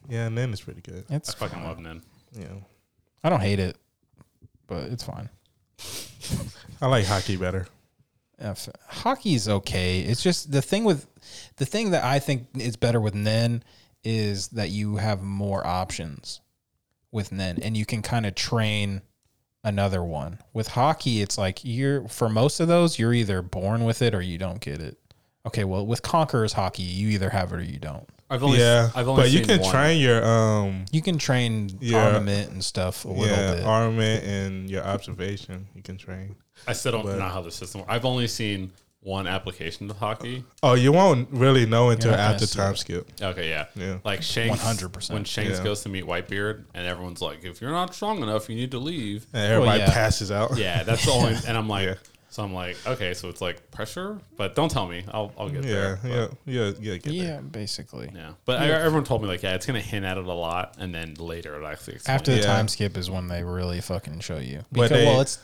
S3: Yeah, and then it's pretty good.
S1: it's
S2: I fucking love Nen.
S3: Yeah.
S1: I don't hate it, but it's fine.
S3: I like hockey better.
S1: F- hockey's okay. It's just the thing with the thing that I think is better with Nen is that you have more options with Nen and you can kind of train another one. With hockey, it's like you're for most of those, you're either born with it or you don't get it. Okay, well, with Conqueror's hockey, you either have it or you don't.
S2: I've only
S3: yeah.
S2: I've only
S3: but
S2: seen
S3: you can
S2: one.
S3: train your um
S1: You can train
S3: Yeah.
S1: armament and stuff a little
S3: yeah,
S1: bit.
S3: armament and your observation you can train.
S2: I still don't know how the system works. I've only seen one application of hockey.
S3: Oh, you won't really know until
S1: not gonna
S3: after
S1: see
S3: time skip.
S2: Okay, yeah.
S3: Yeah.
S2: Like Shanks
S1: 100%.
S2: when Shanks
S3: Yeah.
S2: goes to meet Whitebeard and everyone's like, If you're not strong enough, you need to leave.
S3: And everybody
S1: yeah.
S3: passes out.
S2: Yeah, that's the only and I'm like
S3: Yeah.
S2: so I'm like, okay, so it's like pressure, but don't tell me. I'll I'll get
S3: Yeah,
S2: there. but-
S3: yeah, yeah, yeah. Get
S1: yeah, basically.
S2: Yeah, but I, everyone told me like, yeah, it's gonna hint at it a lot, and then later it actually explains.
S1: After the
S3: Yeah.
S1: time skip is when they really fucking show you. Because
S3: But they-
S1: well, it's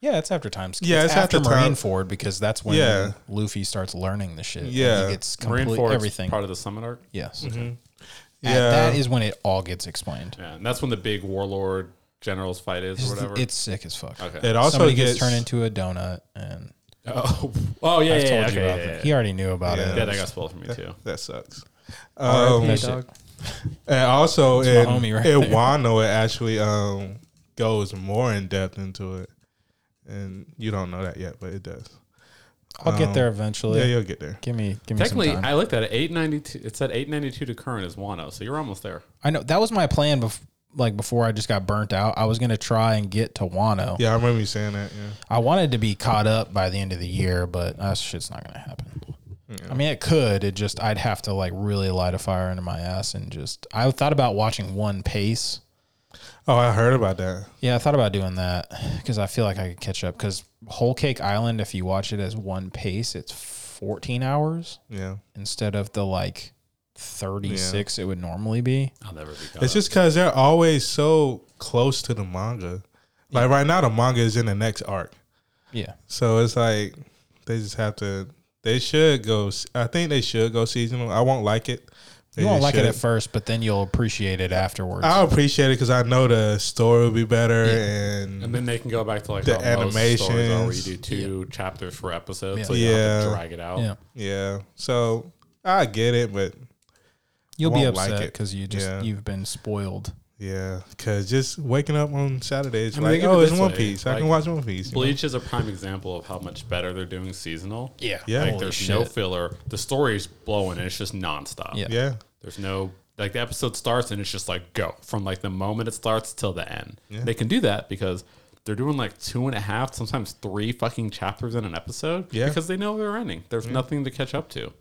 S1: yeah, it's after time skip.
S3: Yeah,
S1: it's,
S3: it's
S1: after,
S3: after time-
S1: Marine Ford because that's when
S3: Yeah.
S1: Luffy starts learning the shit. and
S3: Yeah.
S1: he gets
S2: Marine
S1: complete
S2: Forest
S1: everything.
S2: part of Mm-hmm. the summit arc.
S1: yes,
S3: there.
S1: And that is when it all gets explained.
S2: Yeah, and that's when the big warlord generals fight is or whatever.
S1: It's sick as fuck.
S2: okay.
S3: it also
S1: Somebody
S3: gets,
S1: gets turned into a donut, and
S2: oh, oh yeah,
S1: I've told you
S2: yeah, yeah, okay,
S1: about
S2: yeah,
S1: that.
S2: yeah,
S1: He already knew about
S3: Yeah.
S1: it.
S2: yeah, that got spoiled for me too.
S3: That sucks.
S1: Um,
S3: Um,
S1: that shit-
S3: and also, in,
S1: my homie right
S3: in
S1: there.
S3: Wano, it actually um, goes more in depth into it, and you don't know that yet, but it does.
S1: I'll get there eventually.
S3: Yeah, you'll get there.
S1: Give me, give me some
S2: Technically,
S1: time.
S2: I looked at it. Eight ninety two. It said eight ninety two to current is Wano, so you're almost there.
S1: I know that was my plan. Bef- like before, I just got burnt out. I was gonna try and get to Wano.
S3: Yeah, I remember you saying that. Yeah,
S1: I wanted to be caught up by the end of the year, but that shit's not gonna happen. I mean, it could. It just I'd have to like really light a fire under my ass and just. I thought about watching One Pace.
S3: oh, I heard about that.
S1: Yeah, I thought about doing that because I feel like I could catch up. Because Whole Cake Island, if you watch it as One Pace, it's fourteen hours
S3: Yeah,
S1: instead of the like thirty six it would normally be.
S2: I'll never be. Caught
S3: it's just because they're always so close to the manga. Like right now, the manga is in the next arc.
S1: Yeah,
S3: So it's like they just have to. They should go. s- I think they should go seasonal. I won't like it.
S1: you won't
S3: They
S1: like it at
S3: should. Oh.
S1: first, but then you'll appreciate it afterwards.
S3: I'll appreciate it because I know the story will be better and,
S2: and then they can go back to like
S3: The
S2: how most stories are where you
S3: animations.
S2: do two chapters per episode, so you don't have to
S3: Yeah.
S2: drag it out.
S1: yeah,
S3: yeah. So I get it, but
S1: you'll be
S3: won't like
S1: upset
S3: it.
S1: because you just
S3: Yeah.
S1: you've been spoiled.
S3: Yeah, because just waking up on Saturdays,
S2: I mean,
S3: like,
S2: think of
S3: oh,
S2: it
S3: it's
S2: this
S3: One
S2: way,
S3: Piece. I
S2: like,
S3: can watch One Piece. you know?
S2: Bleach is a prime example of how much better they're doing seasonal.
S1: Yeah.
S3: Yeah.
S2: Like
S3: Holy
S2: there's no filler. The story's blowing and it's just nonstop.
S1: Yeah.
S3: Yeah.
S2: There's no like the episode starts and it's just like go from like the moment it starts till the end. They can do that because they're doing like two and a half, sometimes three fucking chapters in an episode.
S3: Yeah.
S2: Because they know they're ending. There's nothing to catch up to.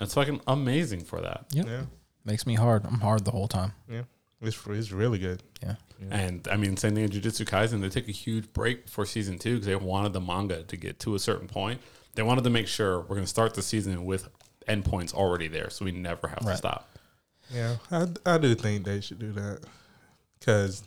S2: It's fucking amazing for that.
S1: Yep.
S3: Yeah.
S1: Makes me hard. I'm hard the whole time.
S3: Yeah. It's, it's really good.
S1: Yeah.
S2: And I mean, same thing in Jujutsu Kaisen. They took a huge break for season two because they wanted the manga to get to a certain point. They wanted to make sure we're going to start the season with endpoints already there, so we never have to
S1: Right.
S2: stop.
S3: Yeah, I, I do think they should do that because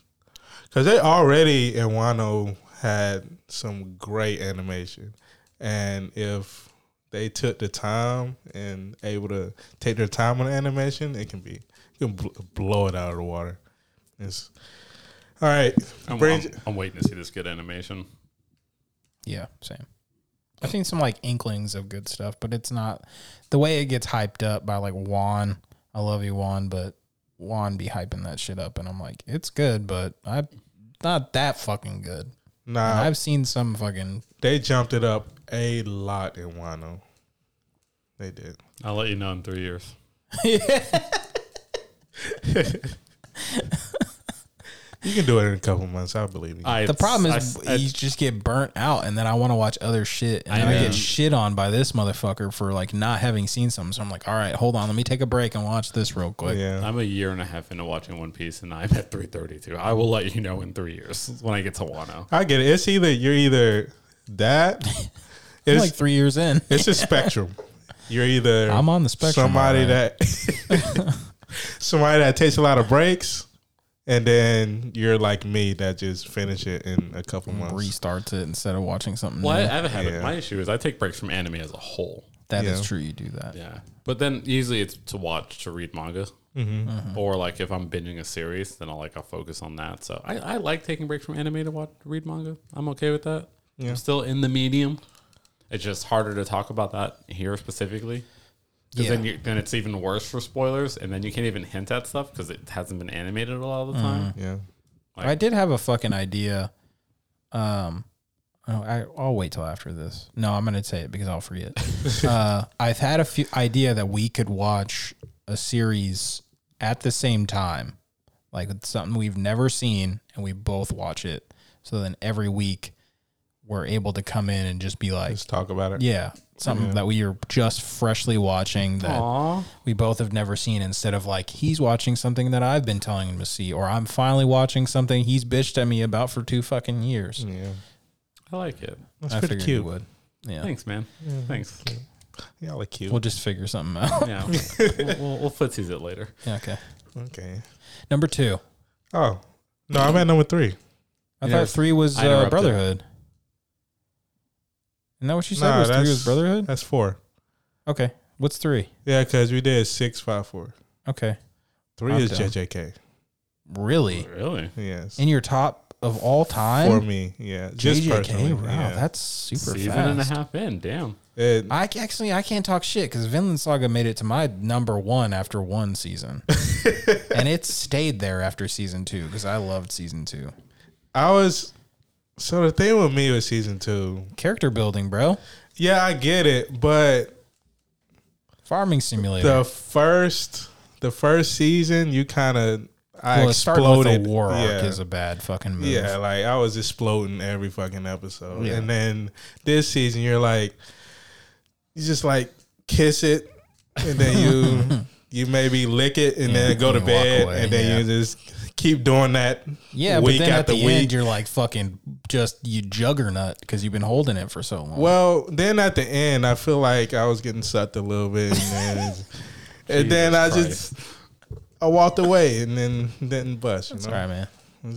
S3: cause they already in Wano had some great animation, and if they took the time and able to take their time on the animation, it can be you can bl- blow it out of the water. It's all right.
S2: I'm,
S3: Bring-
S2: I'm- I'm waiting to see this good animation.
S1: Yeah. Same. I've seen some like inklings of good stuff, but it's not the way it gets hyped up by like Juan. I love you, Juan, but Juan be hyping that shit up, and I'm like, it's good, but I'm not that fucking good.
S2: Uh,
S1: And
S3: nah,
S1: I've seen some fucking
S3: they jumped it up a lot in Wano. They did.
S2: I'll let you know in three years.
S3: You can do it in a couple months. I believe you.
S2: I,
S1: The problem
S2: I-
S1: is
S2: I-
S1: you just get burnt out, and then I want to watch other shit, and
S2: I
S1: then I
S2: know.
S1: get shit on by this motherfucker for like not having seen something. So I'm like, all right, hold on, let me take a break and watch this real quick.
S3: yeah.
S2: I'm a year and a half into watching One Piece, and I'm at 332. I will let you know in three years when I get to Wano.
S3: I get it. It's either you're either that.
S1: I'm
S3: It's
S1: like three years in.
S3: it's a spectrum. You're either
S1: I'm on the spectrum,
S3: Somebody
S1: all
S3: that somebody that takes a lot of breaks, and then you're like me that just finish it in a couple months.
S1: Restarts it instead of watching something.
S2: Well, I, I
S1: new.
S2: have a habit.
S3: Yeah.
S2: My issue is I take breaks from anime as a whole.
S1: That is
S3: Yeah.
S1: true. You do that.
S2: Yeah, but then usually it's to watch to read manga,
S1: Mm-hmm.
S2: or like if I'm binging a series, then I'll like I'll focus on that. So I, I like taking breaks from anime to watch to read manga. I'm okay with that. I'm still in the medium. It's just harder to talk about that here specifically. 'Cause Then,
S1: Yeah.
S2: you, then it's even worse for spoilers, and then you can't even hint at stuff because it hasn't been animated a lot of the time.
S1: Mm.
S3: Yeah,
S1: I did have a fucking idea. Um, oh, I, I'll wait till after this. No, I'm gonna say it because I'll forget. uh, I've had a few idea that we could watch a series at the same time, like it's something we've never seen, and we both watch it. So then every week, we're able to come in and just be like,
S3: let's talk about it.
S1: yeah, something that we are just freshly watching that
S2: Aw.
S1: we both have never seen instead of like he's watching something that I've been telling him to see or I'm finally watching something he's bitched at me about for two fucking years.
S3: Yeah,
S2: I like it.
S3: Mm, that's
S1: I
S3: pretty
S1: figured you
S3: cute.
S1: would. Yeah.
S2: Thanks, man. Thanks.
S3: Y'all are cute.
S1: We'll just figure something out.
S2: Yeah, we'll, we'll, we'll footsies it later.
S1: Yeah, okay.
S3: Okay.
S1: Number two.
S3: Oh no, I'm at number three.
S1: I
S2: Yeah,
S1: thought three was
S2: I
S1: uh,
S2: interrupted.
S1: Brotherhood. Isn't that what you said?
S3: Nah,
S1: was three
S3: that's-
S1: was Brotherhood?
S3: That's four.
S1: Okay. What's three?
S3: Yeah, because we did six, five, four.
S1: Okay.
S3: Three
S1: I'm
S3: is
S1: down.
S3: JJK.
S1: Really?
S2: Really?
S3: Yes,
S1: In your top of all time?
S3: for me. Yeah, just personally.
S1: JJK? Wow,
S3: yeah.
S1: that's super
S2: Season
S1: fast.
S2: and a half in. Damn.
S3: It-
S1: I c- actually I can't talk shit because Vinland Saga made it to my number one after one season, and it stayed there after season two because I loved season two.
S3: I was. So the thing with me with season two,
S1: Character building, bro.
S3: Yeah, I get it, but
S1: Farming simulator.
S3: the first the first season, you kind of I
S1: well, it started with
S3: exploded.
S1: the war arc
S3: yeah.
S1: is a bad fucking move.
S3: yeah, like I was exploding every fucking episode, and then this season, you're like, you just like kiss it, and then you. You maybe lick it and then go to
S1: and walk
S3: bed,
S1: away,
S3: and then
S1: yeah.
S3: you just keep doing that.
S1: Yeah, but
S3: week
S1: then at
S3: after
S1: the
S3: week.
S1: end, you're like fucking just you juggernaut because you've been holding it for so long.
S3: Well, then at the end, I feel like I was getting sucked a little bit, and then, and then I
S2: Jesus
S3: just I walked away, and then didn't bust. You know?
S1: All right, man.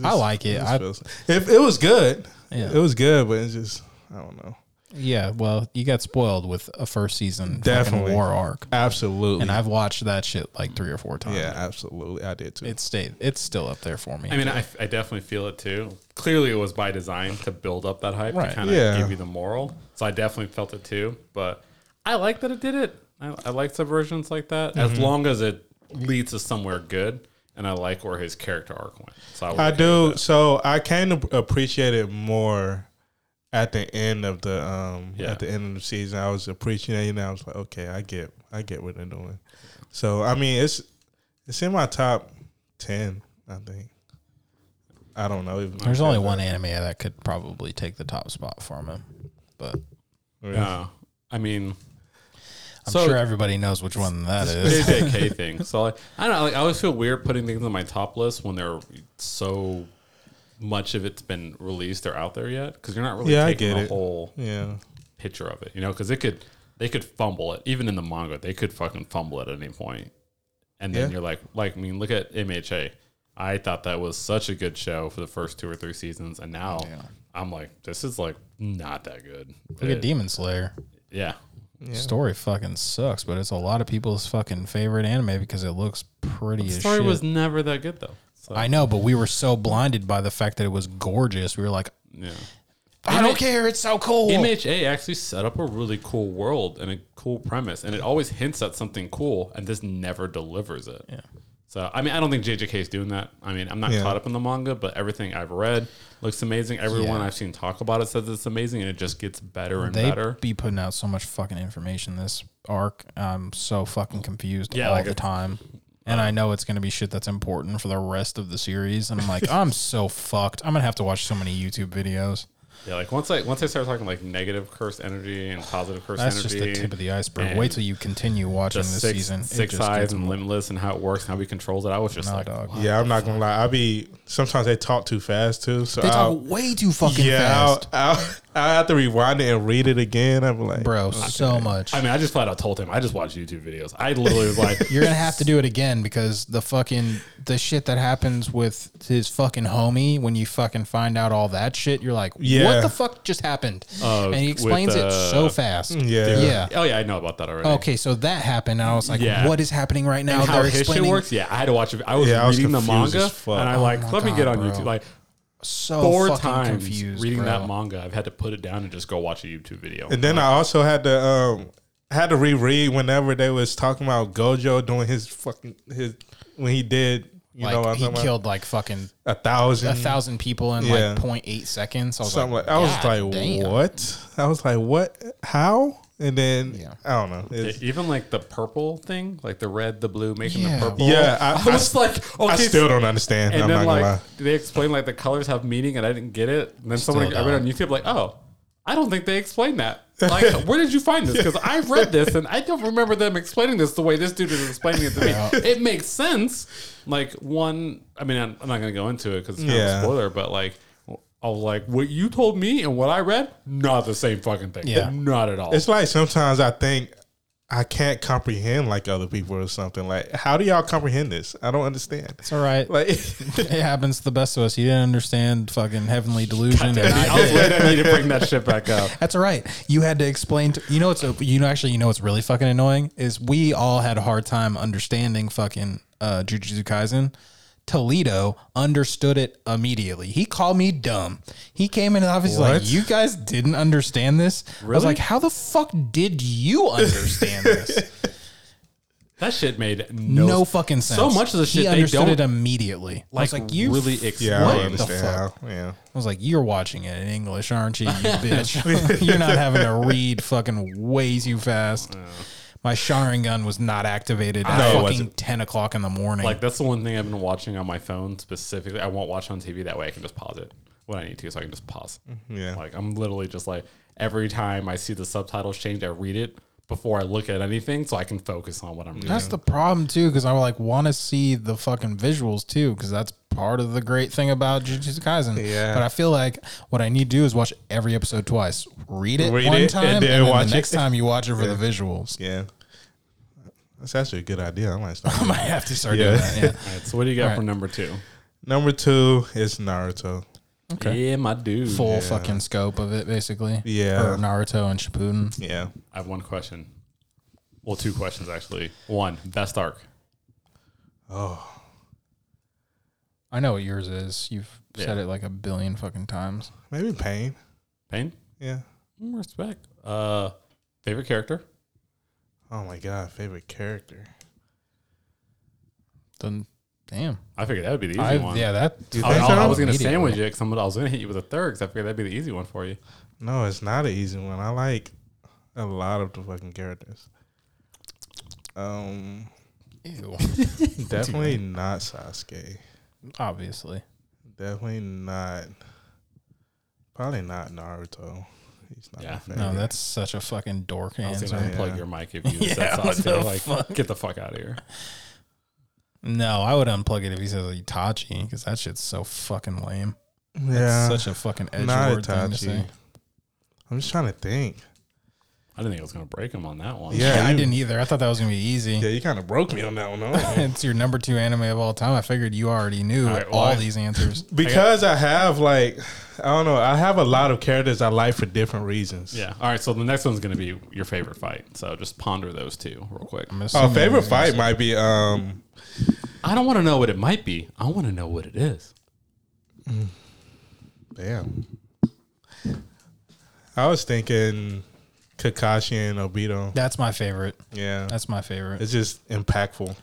S1: I like it.
S3: just
S1: I-
S3: feels- if it was good,
S1: Yeah.
S3: it was good, but it's just I don't know.
S1: yeah, well, you got spoiled with a first season
S3: Definitely.
S1: fucking war arc,
S3: Absolutely,
S1: and I've watched that shit like three or four times.
S3: yeah, absolutely, I did too.
S1: it stayed. It's still up there for me.
S2: I mean, I, I definitely feel it too. Clearly, it was by design to build up that hype
S1: Right.
S2: to kind of
S3: Yeah.
S2: give you the moral. So I definitely felt it too. But I like
S3: Mm-hmm.
S2: that it did it. I, I like subversions like that as long as it leads to somewhere good. and I like where his character arc went. So I, would
S3: I
S2: agree with
S3: do.
S1: uh,
S2: that.
S3: So I kind of appreciate it more at the end of the um
S2: Yeah.
S3: at the end of the season. I was appreciating. it. I was like, okay, I get, I get what they're doing. So I mean, it's it's in my top ten. I think. I don't know. Even
S1: There's only one anime that could probably take the top spot for him, but
S2: Yeah, I mean,
S1: I'm
S2: So-
S1: sure everybody knows which one that is.
S2: JJK thing. So like, I don't know. Like, I always feel weird putting things on my top list when they're so much of it's been released or out there yet because you're not really
S3: Yeah, I
S2: taking
S3: get
S2: the
S3: it.
S2: whole
S3: Yeah.
S2: picture of it, you know, because it could they could fumble it even in the manga. They could fucking fumble it at any point, and then
S3: Yeah.
S2: you're like, like I mean, look at MHA. I thought that was such a good show for the first two or three seasons, and now I'm like, this is like not that good.
S1: Look at
S2: It-
S1: Demon Slayer.
S2: yeah,
S1: Story fucking sucks, but it's a lot of people's fucking favorite anime because it looks pretty as
S2: story
S1: shit.
S2: was never that good though. So
S1: I know, but we were so blinded by the fact that it was gorgeous. We were like,
S2: yeah.
S1: I don't care, it's so cool.
S2: MHA actually set up a really cool world and a cool premise, and it always hints at something cool, and this never delivers it. Yeah. So I mean, I don't think JJK is doing that. I mean, I'm not
S3: Yeah.
S2: caught up in the manga, but everything I've read looks amazing. Everyone
S1: Yeah.
S2: I've seen talk about it says it's amazing, and it just gets better and
S1: they
S2: better.
S1: be putting out so much fucking information this arc. I'm so fucking confused
S2: Yeah,
S1: all
S2: like uh,
S1: the
S2: a-
S1: time. And I know it's going to be shit that's important for the rest of the series. And I'm like, I'm so fucked. I'm going to have to watch so many YouTube videos.
S2: Yeah, like once I once I start talking like negative curse energy and positive curse
S1: That's
S2: energy,
S1: just the tip of the iceberg.
S2: and
S1: Wait till you continue watching
S2: the
S1: this
S2: six,
S1: season. It
S2: six
S1: just
S2: eyes
S1: gets-
S2: and limitless and how it works and how he controls it. I was just
S1: Nah,
S2: like,
S1: dog.
S2: "Wow."
S3: Yeah, I'm not gonna lie. I be sometimes they talk too fast too. So
S1: They
S3: I'll,
S1: talk way too fucking
S3: yeah, I'll,
S1: fast.
S3: I'll, I'll have to rewind it and read it again. I'm like,
S1: Bro, so much.
S2: I mean, I just flat out told him I just watched YouTube videos. I literally was like,
S1: You're gonna have to do it again because the fucking the shit that happens with his fucking homie when you fucking find out all that shit, you're like,
S3: Yeah.
S1: what the fuck just happened?
S2: Uh,
S1: and he
S2: with,
S1: explains it so
S2: uh,
S1: fast.
S3: Yeah.
S1: yeah.
S2: Oh yeah, I know about that already.
S1: Okay, so that happened, and I was like,
S2: Yeah.
S1: what is happening right now?
S2: And how
S1: They're
S2: his shit
S1: explaining
S2: works? Yeah, I had to watch it. I was
S3: Yeah, I was
S2: reading the
S3: confused
S2: manga,
S3: as fuck.
S2: and I
S3: Oh
S2: like
S1: my
S2: let me
S1: God,
S2: get on
S1: bro.
S2: YouTube. Like
S1: so
S2: four
S1: fucking
S2: times
S1: confused.
S2: reading
S1: bro.
S2: that manga, I've had to put it down and just go watch a YouTube video.
S3: And then I also had to um had to reread whenever they was talking about Gojo doing his fucking his when he did you
S1: like
S3: know what I'm
S1: he
S3: talking
S1: killed like fucking
S3: about? a thousand
S1: a
S2: Mm.
S1: thousand people in
S3: Yeah.
S1: like 0.8 seconds. I was
S3: something
S1: like,
S3: like I was
S1: God
S3: like
S1: damn.
S3: what I was like what how and then
S1: Yeah.
S3: I don't know
S2: Yeah,
S3: It's-
S2: even like the purple thing, like the red, the blue, making
S1: Yeah.
S2: the purple.
S3: yeah I,
S2: I was
S3: I,
S2: like, okay.
S3: I still don't understand
S2: and
S3: I'm
S2: then
S3: not
S2: like
S3: gonna lie
S2: they explain like the colors have meaning, and I didn't get it. And then someone I read on
S1: don't.
S2: YouTube like, oh, I don't think they explained that. Like, where did you find this? Because I read this and I don't remember them explaining this the way this dude is explaining it to me. It makes sense. Like one, I mean, I'm, I'm not gonna go into it because it's kind of
S3: Yeah.
S2: a spoiler, but like. I was like, what you told me and what I read, not the same fucking thing.
S1: Yeah.
S2: Not at all.
S3: it's like sometimes I think I can't comprehend like other people or something like how do y'all comprehend this I don't understand
S1: It's all right.
S3: like
S1: it happens to the best of us. You didn't understand fucking heavenly delusion. and I
S2: I was glad I need to bring that shit back up.
S1: That's all right. You had to explain. To, you know, it's a, you know actually you know what's really fucking annoying is we all had a hard time understanding fucking uh, Jujutsu Kaisen. Toledo understood it immediately. He called me dumb. He came in the office he's like,
S3: What?
S1: "You guys didn't understand this." I was
S2: Really?
S1: like, "How the fuck did you understand this?"
S2: That shit made
S1: no,
S2: no,
S1: fucking sense.
S2: So much of the shit
S1: he
S2: they
S1: understood
S2: don't,
S1: it immediately. I was like, "You
S2: really
S1: f-
S2: explain.
S3: yeah I don't
S1: What the
S3: understand how yeah
S1: I was like, "You're watching it in English, aren't you, you bitch? You're not having to read fucking way too fast." My Sharingan was not activated at
S3: No, it
S1: fucking
S3: wasn't.
S1: ten o'clock in the morning.
S2: Like that's the one thing I've been watching on my phone specifically. I won't watch on TV. That way I can just pause it when I need to, so I can just pause.
S3: yeah.
S2: Like I'm literally just like every time I see the subtitles change, I read it before I look at anything, so I can focus on what I'm reading.
S1: that's the problem too, because I like want to see the fucking visuals too, because that's part of the great thing about Jujutsu Kaisen.
S3: Yeah.
S1: But I feel like what I need to do is watch every episode twice, read it
S3: Read
S1: one
S3: it, and
S1: time, and
S3: then
S1: then,
S3: watch
S1: the
S3: it.
S1: next time you watch it for the visuals.
S3: Yeah. That's actually a good idea. I might
S1: I
S3: start.
S1: might have to start
S3: Yeah.
S1: doing that. Yeah.
S2: All right, so what do you got
S1: All
S2: for
S1: right.
S2: number two?
S3: Number two is Naruto.
S2: Yeah, my dude.
S1: Full fucking scope of it, basically.
S3: Yeah.
S1: Or Naruto and Shippuden.
S3: Yeah.
S2: I have one question. Well, two questions actually. One, best arc.
S1: I know what yours is. You've said
S2: Yeah.
S1: it like a billion fucking times.
S3: Maybe pain.
S2: Pain.
S3: Yeah.
S2: Mm, Respect. Uh, favorite character.
S3: Oh my god, favorite character.
S1: The Damn.
S2: I figured that would be the easy
S1: I,
S2: one.
S1: yeah, that.
S2: I,
S3: think
S2: I-
S3: so?
S2: I was gonna
S1: Immediately.
S2: sandwich it because I was gonna hit you with a third because I figured that'd be the easy one for you.
S3: No, it's not an easy one. I like a lot of the fucking characters. Um,
S1: Ew.
S3: definitely not Sasuke.
S1: Obviously.
S3: Definitely not. Probably not Naruto. He's not.
S2: Yeah.
S3: Yeah,
S1: No, that's such a fucking dork
S2: I was
S1: answer.
S2: gonna
S3: Yeah.
S2: unplug your mic if you
S1: Yeah,
S2: said
S1: what
S2: Sasuke.
S1: the
S2: like,
S1: fuck?
S2: get the fuck out of here.
S1: No, I would unplug it if he says Itachi because that shit's so fucking lame.
S3: yeah,
S1: That's such a fucking edge
S3: not
S1: thing to say.
S3: Itachi. I'm just trying to think.
S2: I didn't think I was gonna break him on that one.
S3: Yeah.
S1: Yeah, I
S3: you-
S1: didn't either. I thought that was gonna be easy.
S3: Yeah, you kind of broke me on that one. huh?
S1: it's your number two anime of all time. I figured you already knew all,
S2: All right, well, I-
S1: these answers.
S3: because I have like, I don't know. I have a lot of characters I like for different reasons.
S2: Yeah. All right. So the next one's gonna be your favorite fight. So just ponder those two real quick.
S1: I'm
S3: Our
S1: assuming
S3: Oh, favorite
S1: you're gonna
S3: fight might be um
S2: I don't want to know what it might be. I want to know what it is.
S3: Damn. I was thinking Kakashi and Obito.
S1: say- That's my favorite.
S3: Yeah.
S1: That's my favorite.
S3: It's just impactful.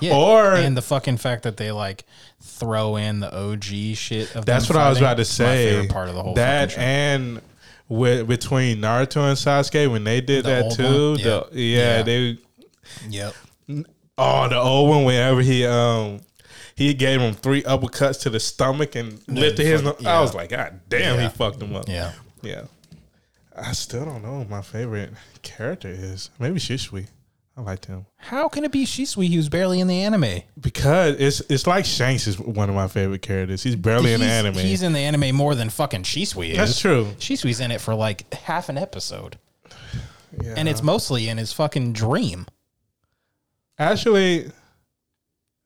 S1: Yeah.
S3: or-
S1: and the fucking fact that they like throw in the OG shit. Of
S3: That's
S1: them
S3: what I was
S1: fighting.
S3: about to
S1: It's my
S3: say.
S1: favorite part of the whole
S3: that
S1: fucking show.
S3: and with, between Naruto and Sasuke when they did
S1: The
S3: that
S1: old
S3: too.
S1: one?
S3: the-
S1: Yeah.
S3: yeah,
S1: Yeah.
S3: they
S1: Yep.
S3: oh the old one whenever he um he gave him three uppercuts to the stomach and lifted his.
S1: fuck-
S3: I
S1: yeah.
S3: was like, God damn,
S1: Yeah.
S3: he fucked him up.
S1: Yeah.
S3: Yeah. I still don't know who my favorite character is. Maybe Shishui. I liked him.
S1: How can it be Shisui? He was barely in the anime.
S3: Because it's it's like Shanks is one of my favorite characters. He's barely in the
S1: he's,
S3: anime.
S1: He's in the anime more than fucking Shisui is.
S3: That's true.
S1: Shisui's in it for like half an episode,
S3: Yeah.
S1: and it's mostly in his fucking dream.
S3: actually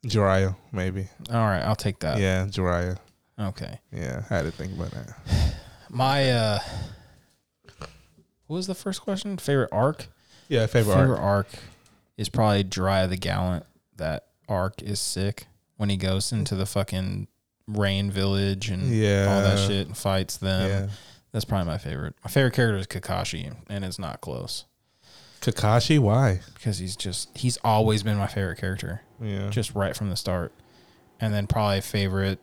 S3: Jiraiya, maybe.
S1: All right, I'll take that.
S3: yeah, Jiraiya.
S1: Okay.
S3: Yeah, I had to think about that.
S1: My uh what was the first question? Favorite arc?
S3: Yeah, favorite,
S1: Favorite
S3: arc.
S1: arc is probably Dry the Gallant. That arc is sick when he goes into the fucking rain village and all that
S3: Yeah.
S1: shit and fights them.
S3: Yeah.
S1: That's probably my favorite. My favorite character is Kakashi, and it's not close
S3: Kakashi, why?
S1: because he's just he's always been my favorite character.
S3: Yeah.
S1: just right from the start. And then probably favorite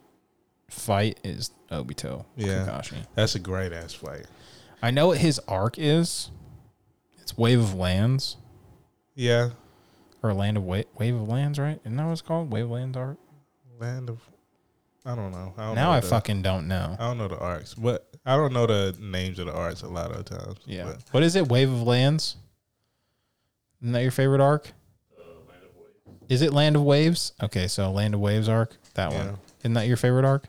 S1: fight is Obito
S3: Yeah.
S1: Kakashi.
S3: That's a great ass fight.
S1: I know what his arc is. It's Wave of Lands
S3: Yeah.
S1: or Land of Wave Wave of Lands, right? Isn't that what it's called? Wave of Lands arc.
S3: Land of I don't know. I don't
S1: Now
S3: know
S1: I
S3: the-
S1: fucking don't know.
S3: I don't know the arcs, but I don't know the names of the arcs a lot of times.
S1: Yeah.
S3: but-
S1: What is it? Wave of Lands. Isn't that your favorite arc? Is it Land of Waves? Okay, so Land of Waves arc. That
S3: Yeah.
S1: one. Isn't that your favorite arc?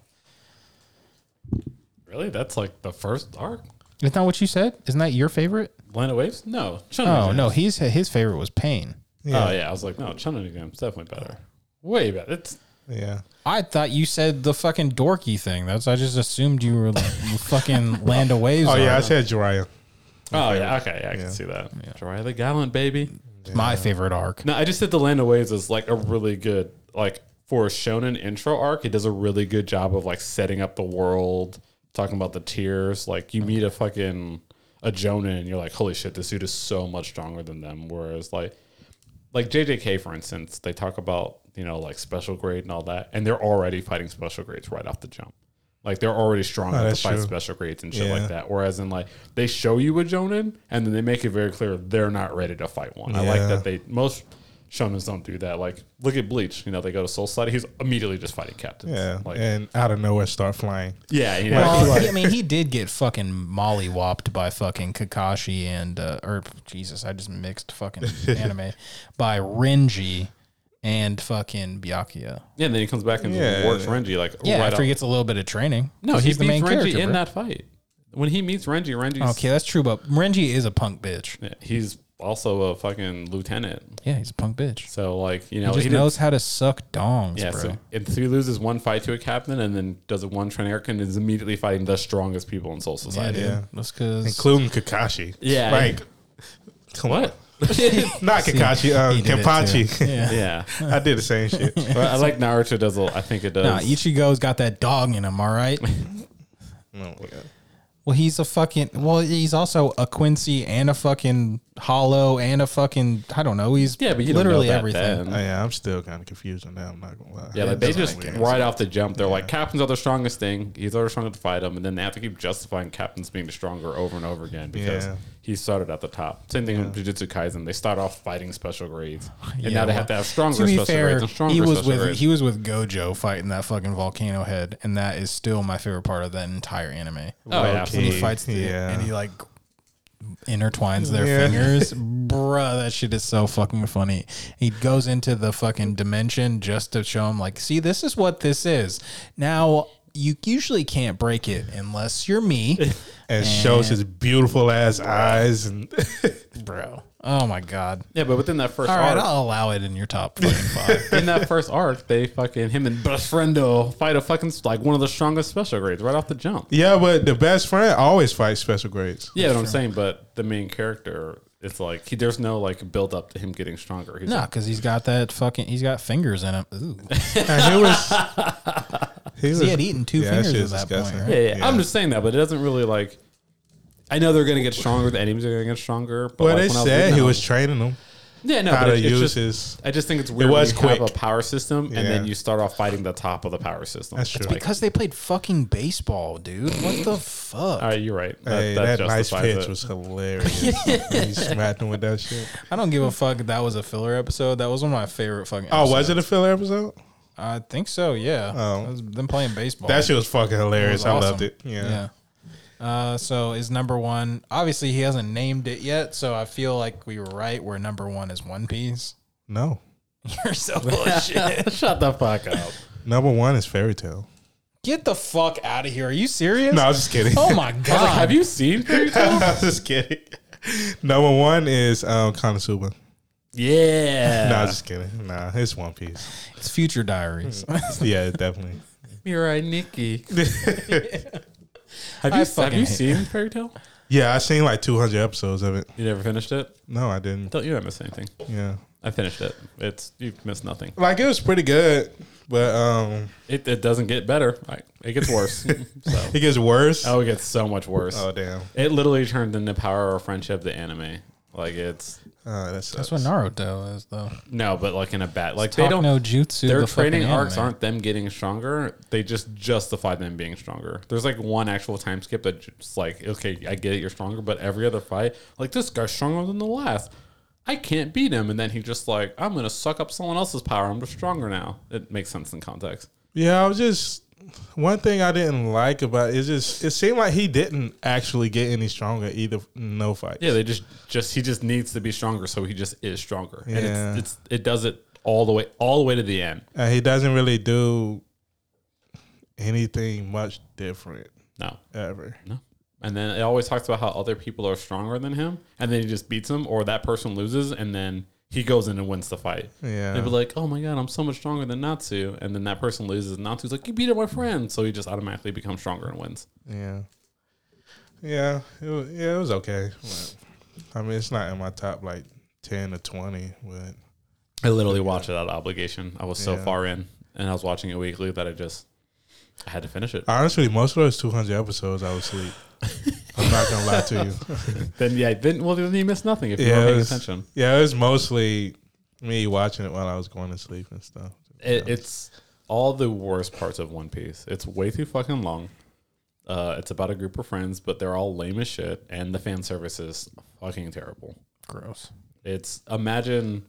S2: Really? That's like the first arc.
S1: Isn't that what you said? Isn't that your favorite?
S2: Land of Waves? No. Chun-Li
S1: Oh no,
S2: Jams.
S1: he's his favorite was Pain.
S3: Yeah.
S2: Oh yeah. I was like, no. Chun Jam's definitely better. Way better. It's
S3: yeah.
S1: I thought you said the fucking dorky thing. That's I just assumed you were like, you fucking land of waves.
S3: Oh yeah, I
S1: on.
S3: said Jiraiya.
S2: Oh yeah, okay, yeah, I
S3: Yeah.
S2: can see that. Jiraiya the Gallant, baby.
S1: It's my favorite arc.
S2: No, I just said the Land of Waves is like a really good like for a shonen intro arc. It does a really good job of like setting up the world, talking about the tiers. Like you meet a fucking a jonin, and you're like, holy shit, this dude is so much stronger than them. Whereas like like JJK for instance, they talk about you know like special grade and all that, and they're already fighting special grades right off the jump. Like they're already strong enough to
S3: Oh, that's
S2: fight
S3: true.
S2: special grades and shit
S3: Yeah.
S2: like that. Whereas in like they show you a jonin, and then they make it very clear they're not ready to fight one. I like
S3: Yeah.
S2: that they most shonens don't do that. Like look at Bleach, you know they go to Soul Society, he's immediately just fighting captains.
S3: Yeah.
S2: like yeah,
S3: and out of nowhere start flying.
S2: you know.
S1: Well,
S3: Like-
S1: I mean, he did get fucking mollywopped by fucking Kakashi and uh, or Jesus, I just mixed fucking anime by Renji and fucking Byakuya.
S2: yeah, and then he comes back and
S3: Yeah.
S2: works Renji like
S1: Yeah,
S2: right
S1: after he
S2: off-
S1: gets a little bit of training.
S2: No,
S1: 'Cause
S2: he beats Renji
S1: character,
S2: in
S1: bro. Oh,
S2: that fight. When he meets Renji, Renji's
S1: Okay, that's true, but Renji is a punk bitch.
S2: Yeah, he's also a fucking lieutenant.
S1: Yeah, he's a punk bitch.
S2: So like you know
S1: He just
S2: didn't-
S1: knows how to suck dongs,
S2: Yeah,
S1: bro.
S2: so and so he loses one fight to a captain, and then does a one training arc, and is immediately fighting the strongest people in Soul
S1: yeah,
S2: Society.
S1: dude.
S3: Yeah.
S1: That's because
S3: Including Kakashi.
S2: Yeah.
S3: Like come
S2: What?
S3: on. Not Kakashi, uh,
S1: he did it too.
S3: Kenpachi.
S1: Yeah.
S2: yeah,
S3: I did the same shit.
S2: But I like Naruto does. A, I think it does.
S1: Nah, Ichigo's got that dog in him, all right?
S3: Oh, my God.
S1: Well, he's a fucking. Well, he's also a Quincy and a fucking Hollow and a fucking. I don't know. He's
S2: Yeah, but you
S1: literally
S2: literally do
S1: everything.
S2: everything.
S3: Oh, yeah, I'm still kind of confused on that. I'm not gonna lie.
S2: Yeah, like
S3: It
S2: they
S3: doesn't
S2: just
S3: make any
S2: right off the jump, they're like captains are the strongest thing. He's already strong to fight him, and then they have to keep justifying captains being the stronger over and over again because
S3: Yeah.
S2: he started at the top. Same thing with Jujutsu Kaisen; they start off fighting special grades, and
S1: Yeah,
S2: now they
S1: well,
S2: have to have stronger
S1: to be
S2: special
S1: fair,
S2: grades and stronger
S1: he was
S2: special
S1: with
S2: grades.
S1: he was with Gojo fighting that fucking volcano head, and that is still my favorite part of that entire anime.
S2: oh yeah,
S1: When he
S3: Low-key.
S1: fights the
S3: Yeah.
S1: and he like intertwines their
S3: Yeah.
S1: fingers, bruh, that shit is so fucking funny. He goes into the fucking dimension just to show him, like, see, this is what this is. Now you usually can't break it unless you're me,
S3: And shows his beautiful ass eyes and
S1: bro. Oh my god.
S2: yeah. But within that first
S1: All right,
S2: arc,
S1: I'll allow it in your top fucking five.
S2: in that first arc, they fucking him and best friendo fight a fucking like one of the strongest special grades right off the jump.
S3: yeah, but the best friend always fights special grades.
S2: Yeah, what I'm saying, but the main character, it's like he, there's no like build up to him getting stronger. He's
S1: No, because he's got that fucking. He's got fingers in him. Ooh.
S3: And he was he, was,
S1: he had eaten two
S3: that
S1: fingers
S3: shit's
S1: at that point,
S3: disgusting.
S1: right?
S2: Yeah, yeah. I'm just saying that, but it doesn't really like. I know they're gonna get stronger. The enemies are gonna get stronger. But
S3: Well,
S2: like,
S3: they
S2: when I
S3: said
S2: reading
S3: he
S2: that,
S3: was training them
S2: yeah, no,
S3: how
S2: but
S3: to
S2: it, it's
S3: use
S2: just,
S3: his.
S2: I just think it's weird.
S3: was
S2: when you have
S3: quick.
S2: a power system, and
S3: Yeah.
S2: then you start off fighting the top of the power system.
S3: That's true.
S2: Like,
S1: Because they played fucking baseball, dude. What the fuck?
S2: all right, you're right. That,
S3: Hey,
S2: that
S3: that, nice
S2: justifies
S3: pitch
S2: it.
S3: was hilarious. he smacked him with that shit.
S1: I don't give a fuck. That was a filler episode. That was one of my favorite fucking.
S3: Oh, was
S1: episodes.
S3: it a filler episode?
S1: I think so. Yeah.
S3: Oh.
S1: That was them playing baseball.
S3: That shit was fucking hilarious.
S1: was
S3: I
S1: awesome.
S3: loved it. Yeah.
S1: yeah. Uh, so is number one. Obviously, he hasn't named it yet, so I feel like we were right. Where number one is One Piece.
S3: No.
S1: You're so full of shit.
S2: Shut the fuck up.
S3: Number one is Fairy Tale.
S1: Get the fuck out of here. Are you serious?
S3: No, I was just kidding.
S1: Oh my
S2: I was
S1: god.
S2: like, have you seen? Fairy Tail?
S3: I was just kidding. Number one is um, Konosuba.
S2: yeah.
S3: Nah, just kidding. Nah, it's One Piece.
S1: It's Future Diaries.
S3: Yeah, definitely.
S2: Mirai Nikki. have you
S1: I
S2: have
S1: fucking
S2: you
S1: hate-
S2: seen Fairy Tale?
S3: Yeah, I seen like 200 episodes of it.
S2: You never finished it.
S3: No, I didn't.
S2: Don't you ever miss anything?
S3: Yeah,
S2: I finished it. It's you missed nothing.
S3: like it was pretty good, but um,
S2: It, it doesn't get better. Like, It gets worse. so.
S3: it gets worse. Oh,
S2: Oh, it gets so much worse.
S3: damn,
S2: It literally turned into Power or Friendship, the anime. Like it's
S3: uh, that's
S1: That's what Naruto is, though.
S2: no, but like in a bad. Like they
S1: Talk
S2: don't.
S1: no jutsu.
S2: their
S1: the fucking
S2: training arcs
S1: anime.
S2: aren't them getting stronger. They just justify them being stronger. There's like one actual time skip that just like okay, I get it, you're stronger, but every other fight, like this guy's stronger than the last. I can't beat him, and then he just like I'm gonna suck up someone else's power. I'm just stronger now. It makes sense in context.
S3: Yeah, I was just one thing I didn't like about it is just it seemed like he didn't actually get any stronger either. No fight.
S2: Yeah, they just just he just needs to be stronger, so he just is stronger, and
S3: Yeah.
S2: it's, it's it does it all the way all the way to the end.
S3: Uh, he doesn't really do anything much different
S2: No,
S3: ever.
S2: no. And then it always talks about how other people are stronger than him, and then he just beats him, or that person loses, and then he goes in and wins the fight.
S3: Yeah.
S2: They'd be like, "Oh my god, I'm so much stronger than Natsu," and then that person loses. And Natsu's like, "You beat up my friend," so he just automatically becomes stronger and wins.
S3: Yeah. Yeah. It was, yeah, it was okay. But, I mean, it's not in my top like 10 or 20, but
S2: I literally watched it out of obligation. I was so
S3: Yeah.
S2: far in, and I was watching it weekly that I just I had to finish it.
S3: honestly, most of those 200 episodes I was asleep. I'm not going to lie to you.
S2: then yeah, then well then you missed nothing if you
S3: Yeah,
S2: weren't
S3: it
S2: paying
S3: was-
S2: attention.
S3: Yeah, it was mostly me watching it while I was going to sleep and stuff.
S2: It, It's all the worst parts of One Piece. It's way too fucking long. Uh, it's about a group of friends, but they're all lame as shit, and the fan service is fucking terrible.
S1: gross.
S2: It's imagine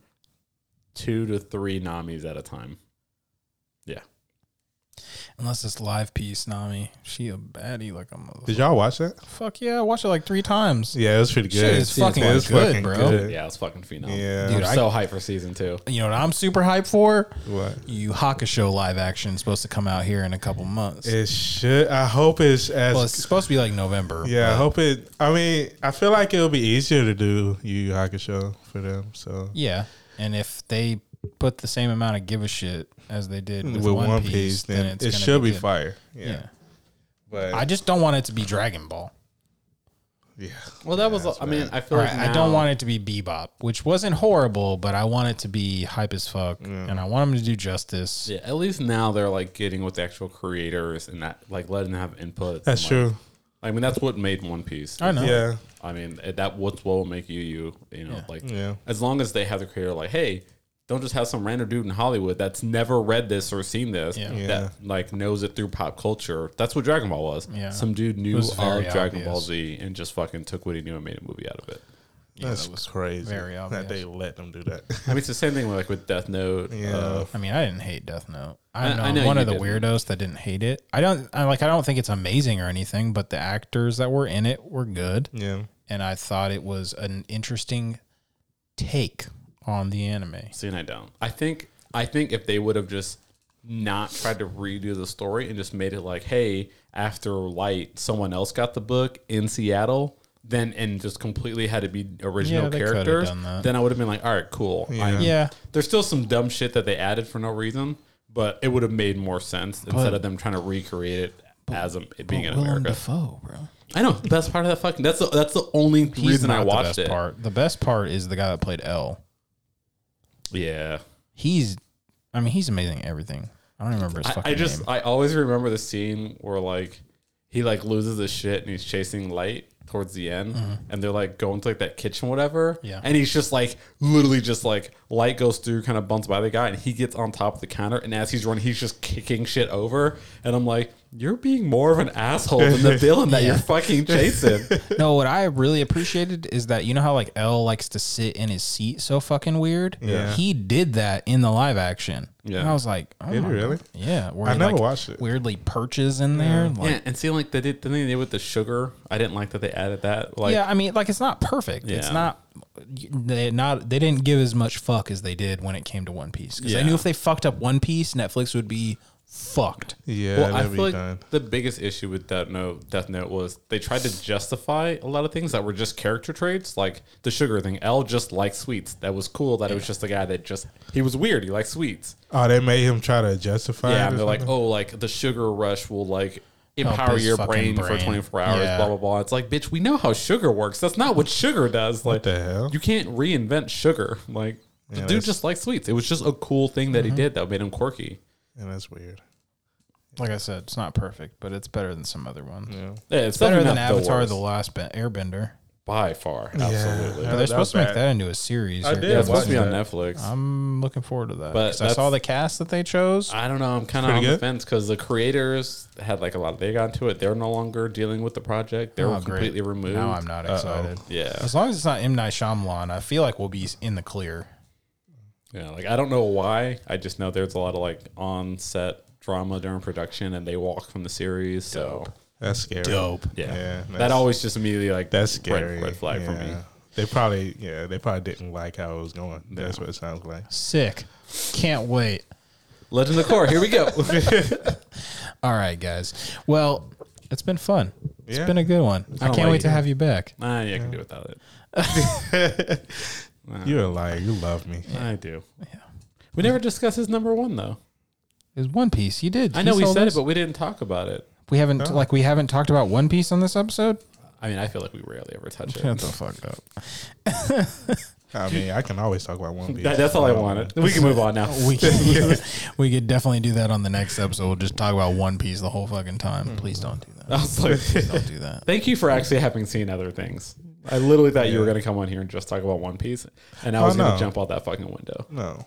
S2: two to three Namis at a time. Yeah,
S1: Unless it's live piece, Nami. She a baddie like a motherfucker.
S3: Did y'all watch that?
S1: Fuck yeah, I watched it like three times.
S3: Yeah, it was pretty good.
S1: Shit is fucking
S3: It was
S1: good, bro.
S2: yeah, it's fucking phenom.
S3: Yeah.
S1: Dude,
S2: I'm
S1: I-
S2: so hyped for season two.
S1: You know what I'm super hyped for?
S3: What?
S1: You Hakusho live action supposed to come out here in a couple months.
S3: It should. I hope it's as.
S1: well, it's supposed to be like November.
S3: yeah, I hope it. I mean, I feel like it would be easier to do Yu Yu Hakusho for them. So
S1: Yeah. And if they put the same amount of give a shit as they did with,
S3: Hmm, with,
S1: One, Piece, then, it's
S3: it
S1: gonna
S3: should be,
S1: good.
S3: fire. Yeah,
S1: Yeah.
S3: but
S1: I just don't want it to be Dragon Ball.
S3: yeah,
S2: Well, that was. I mean, I feel like
S1: I don't want it to be Bebop, which wasn't horrible, but I want it to be hype as fuck, and I want them to do justice.
S2: Yeah, at least now they're like getting with the actual creators and that like letting them have input.
S3: that's
S1: Oh
S2: and, like,
S3: true.
S2: I mean, that's what made One Piece.
S1: I know.
S3: Yeah.
S2: I mean, eh, that what's what will make you you. You know,
S1: Yeah.
S2: like
S3: Yeah.
S2: as long as they have the creator, like, hey, don't just have some random dude in Hollywood that's never read this or seen this
S1: Yeah.
S3: Yeah.
S2: that like knows it through pop culture. That's what Dragon Ball was.
S1: Yeah.
S2: some dude knew
S1: was
S2: all of
S1: very
S2: Dragon Ball
S1: obvious.
S2: Z and just fucking took what he knew and made a movie out of it.
S3: That's
S1: that was
S3: crazy.
S1: very obvious.
S3: That they let them do that.
S2: I mean, it's the same thing with, like with Death Note.
S3: Yeah.
S2: uh,
S1: I mean, I didn't hate Death Note. I'm
S2: I-
S1: not
S2: I know
S1: one
S2: you
S1: of the
S2: didn't.
S1: weirdos that didn't hate it. I don't I like I don't think it's amazing or anything, but the actors that were in it were good
S2: Mm.
S3: yeah.
S1: and I thought it was an interesting take on the anime.
S2: See, and I don't. I think I think if they would have just not tried to redo the story and just made it like, hey, after Light, someone else got the book in Seattle, then and just completely had to be
S1: Yeah,
S2: original
S1: they could've
S2: characters,
S1: done that.
S2: then I would have been like, all right, cool. I-
S3: Yeah.
S1: Yeah.
S2: There's still some dumb shit that they added for no reason, but it would have made more sense instead of them trying to recreate it. As a, it being in
S1: Willem
S2: America,
S1: Dafoe, bro.
S2: I know the best part of that fucking. That's the that's the only reason I watched
S1: the best
S2: it.
S1: part. The best part is the guy that played L.
S2: Yeah,
S1: He's I mean, he's amazing at everything. I don't remember his
S2: I,
S1: fucking
S2: I just
S1: name.
S2: I always remember the scene where like he like loses his shit and he's chasing light towards the end and they're like going to like that kitchen whatever
S1: Mm-hmm. Yeah.
S2: and he's just like literally just like light goes through kind of bumps by the guy and he gets on top of the counter and as he's running he's just kicking shit over and I'm like you're being more of an asshole than the villain that you're fucking chasing
S1: no, what I really appreciated is that you know how like L likes to sit in his seat so fucking weird.
S3: Yeah.
S1: he did that in the live action.
S2: Yeah.
S1: and I was like, oh,
S3: Did he really?
S1: Yeah, where
S3: I
S1: he,
S3: never
S1: like,
S3: watched it.
S1: Weirdly perches in there. Like, yeah.
S2: yeah and see like they did the thing they did with the sugar I didn't like that they added that like
S1: I mean, like it's not perfect. It's
S2: Yeah.
S1: not. They not they didn't give as much fuck as they did when it came to One Piece because they
S2: Yeah.
S1: knew if they fucked up One Piece, Netflix would be fucked.
S3: Yeah.
S2: Well, I
S3: that'd be
S2: feel like
S3: done.
S2: the biggest issue with Death Note, Death Note was they tried to justify a lot of things that were just character traits, like the sugar thing. L just liked sweets. That was cool. That it was just a guy that just he was weird. He liked sweets.
S3: Oh, they made him try to justify.
S2: Yeah,
S3: it
S2: and
S3: or
S2: they're like,
S3: something?
S2: oh, like the sugar rush will like empower
S1: his
S2: your
S1: fucking
S2: brain, for
S1: brain.
S2: 24 hours.
S1: Yeah.
S2: Blah blah blah. It's like, bitch, we know how sugar works. That's not what sugar does. Like
S3: the hell?
S2: You can't reinvent sugar. Like the dude
S3: that's-
S2: just liked sweets. It was just a cool thing that he did that made him quirky.
S3: and that's weird.
S1: Like I said, it's not perfect, but it's better than some other ones.
S3: Yeah.
S2: Yeah, it's
S1: Better
S2: definitely
S1: than
S2: not the
S1: Avatar:
S2: worst.
S1: The Last Ben- Airbender.
S2: by far, absolutely.
S3: Yeah.
S1: But they're
S3: that
S1: supposed
S3: was
S1: to make
S3: bad.
S1: that into a series.
S3: I
S1: or-
S3: did
S2: Yeah,
S3: Yeah,
S2: it's supposed to be
S3: watch
S2: on
S3: that.
S2: Netflix.
S1: Oh. I'm looking forward to that.
S2: But
S1: 'cause I saw
S2: that's-
S1: the cast that they chose.
S2: I don't know. I'm kind of
S3: pretty
S2: on the
S3: good.
S2: fence because the creators had like a lot. Of, they got into it. They're no longer dealing with the project. They
S1: Oh,
S2: were
S1: great.
S2: completely removed.
S1: Now I'm not excited.
S2: yeah,
S1: As long as it's not M Night Shyamalan, I feel like we'll be in the clear.
S2: yeah. Like I don't know why. I just know there's a lot of like on set drama during production, and they walk from the series. So
S3: That's scary.
S2: yeah,
S3: Yeah,
S2: that
S3: that's-
S2: always just immediately like
S3: That's
S2: red-
S3: scary.
S2: Red, flag for me.
S3: Yeah. They probably, yeah, they probably didn't like how it was going. That's what it sounds like.
S1: Sick. Can't wait.
S2: Legend of the Core. Here we go.
S1: All right, guys. Well, it's been fun. It's
S3: Yeah.
S1: been a good one. I, can't
S2: like
S1: wait to
S2: it.
S1: have you back.
S2: nah, yeah, I can do without it.
S3: You're a liar. You love me.
S2: I do. Yeah. We never discussed his number one though.
S1: It's One Piece. You did.
S2: I
S1: You
S2: know we
S1: sold
S2: said
S1: us.
S2: it, but Oh. we didn't talk about it.
S1: we haven't like we haven't talked about One Piece on this episode.
S2: I mean, I feel like we rarely ever touch it.
S1: Shut the fuck up.
S3: I mean, I can always talk about One Piece.
S2: That- that's all I wanted. We can move on now.
S1: We could, we could definitely do that on the next episode. We'll just talk about One Piece the whole fucking
S2: Hmm.
S1: time. Please don't do that.
S2: I was like,
S1: Please don't do that.
S2: thank you for actually having seen other things. I literally thought you were going to come on here and just talk about One Piece, and I
S3: Oh,
S2: was going to
S3: no.
S2: jump out that fucking window.
S3: No.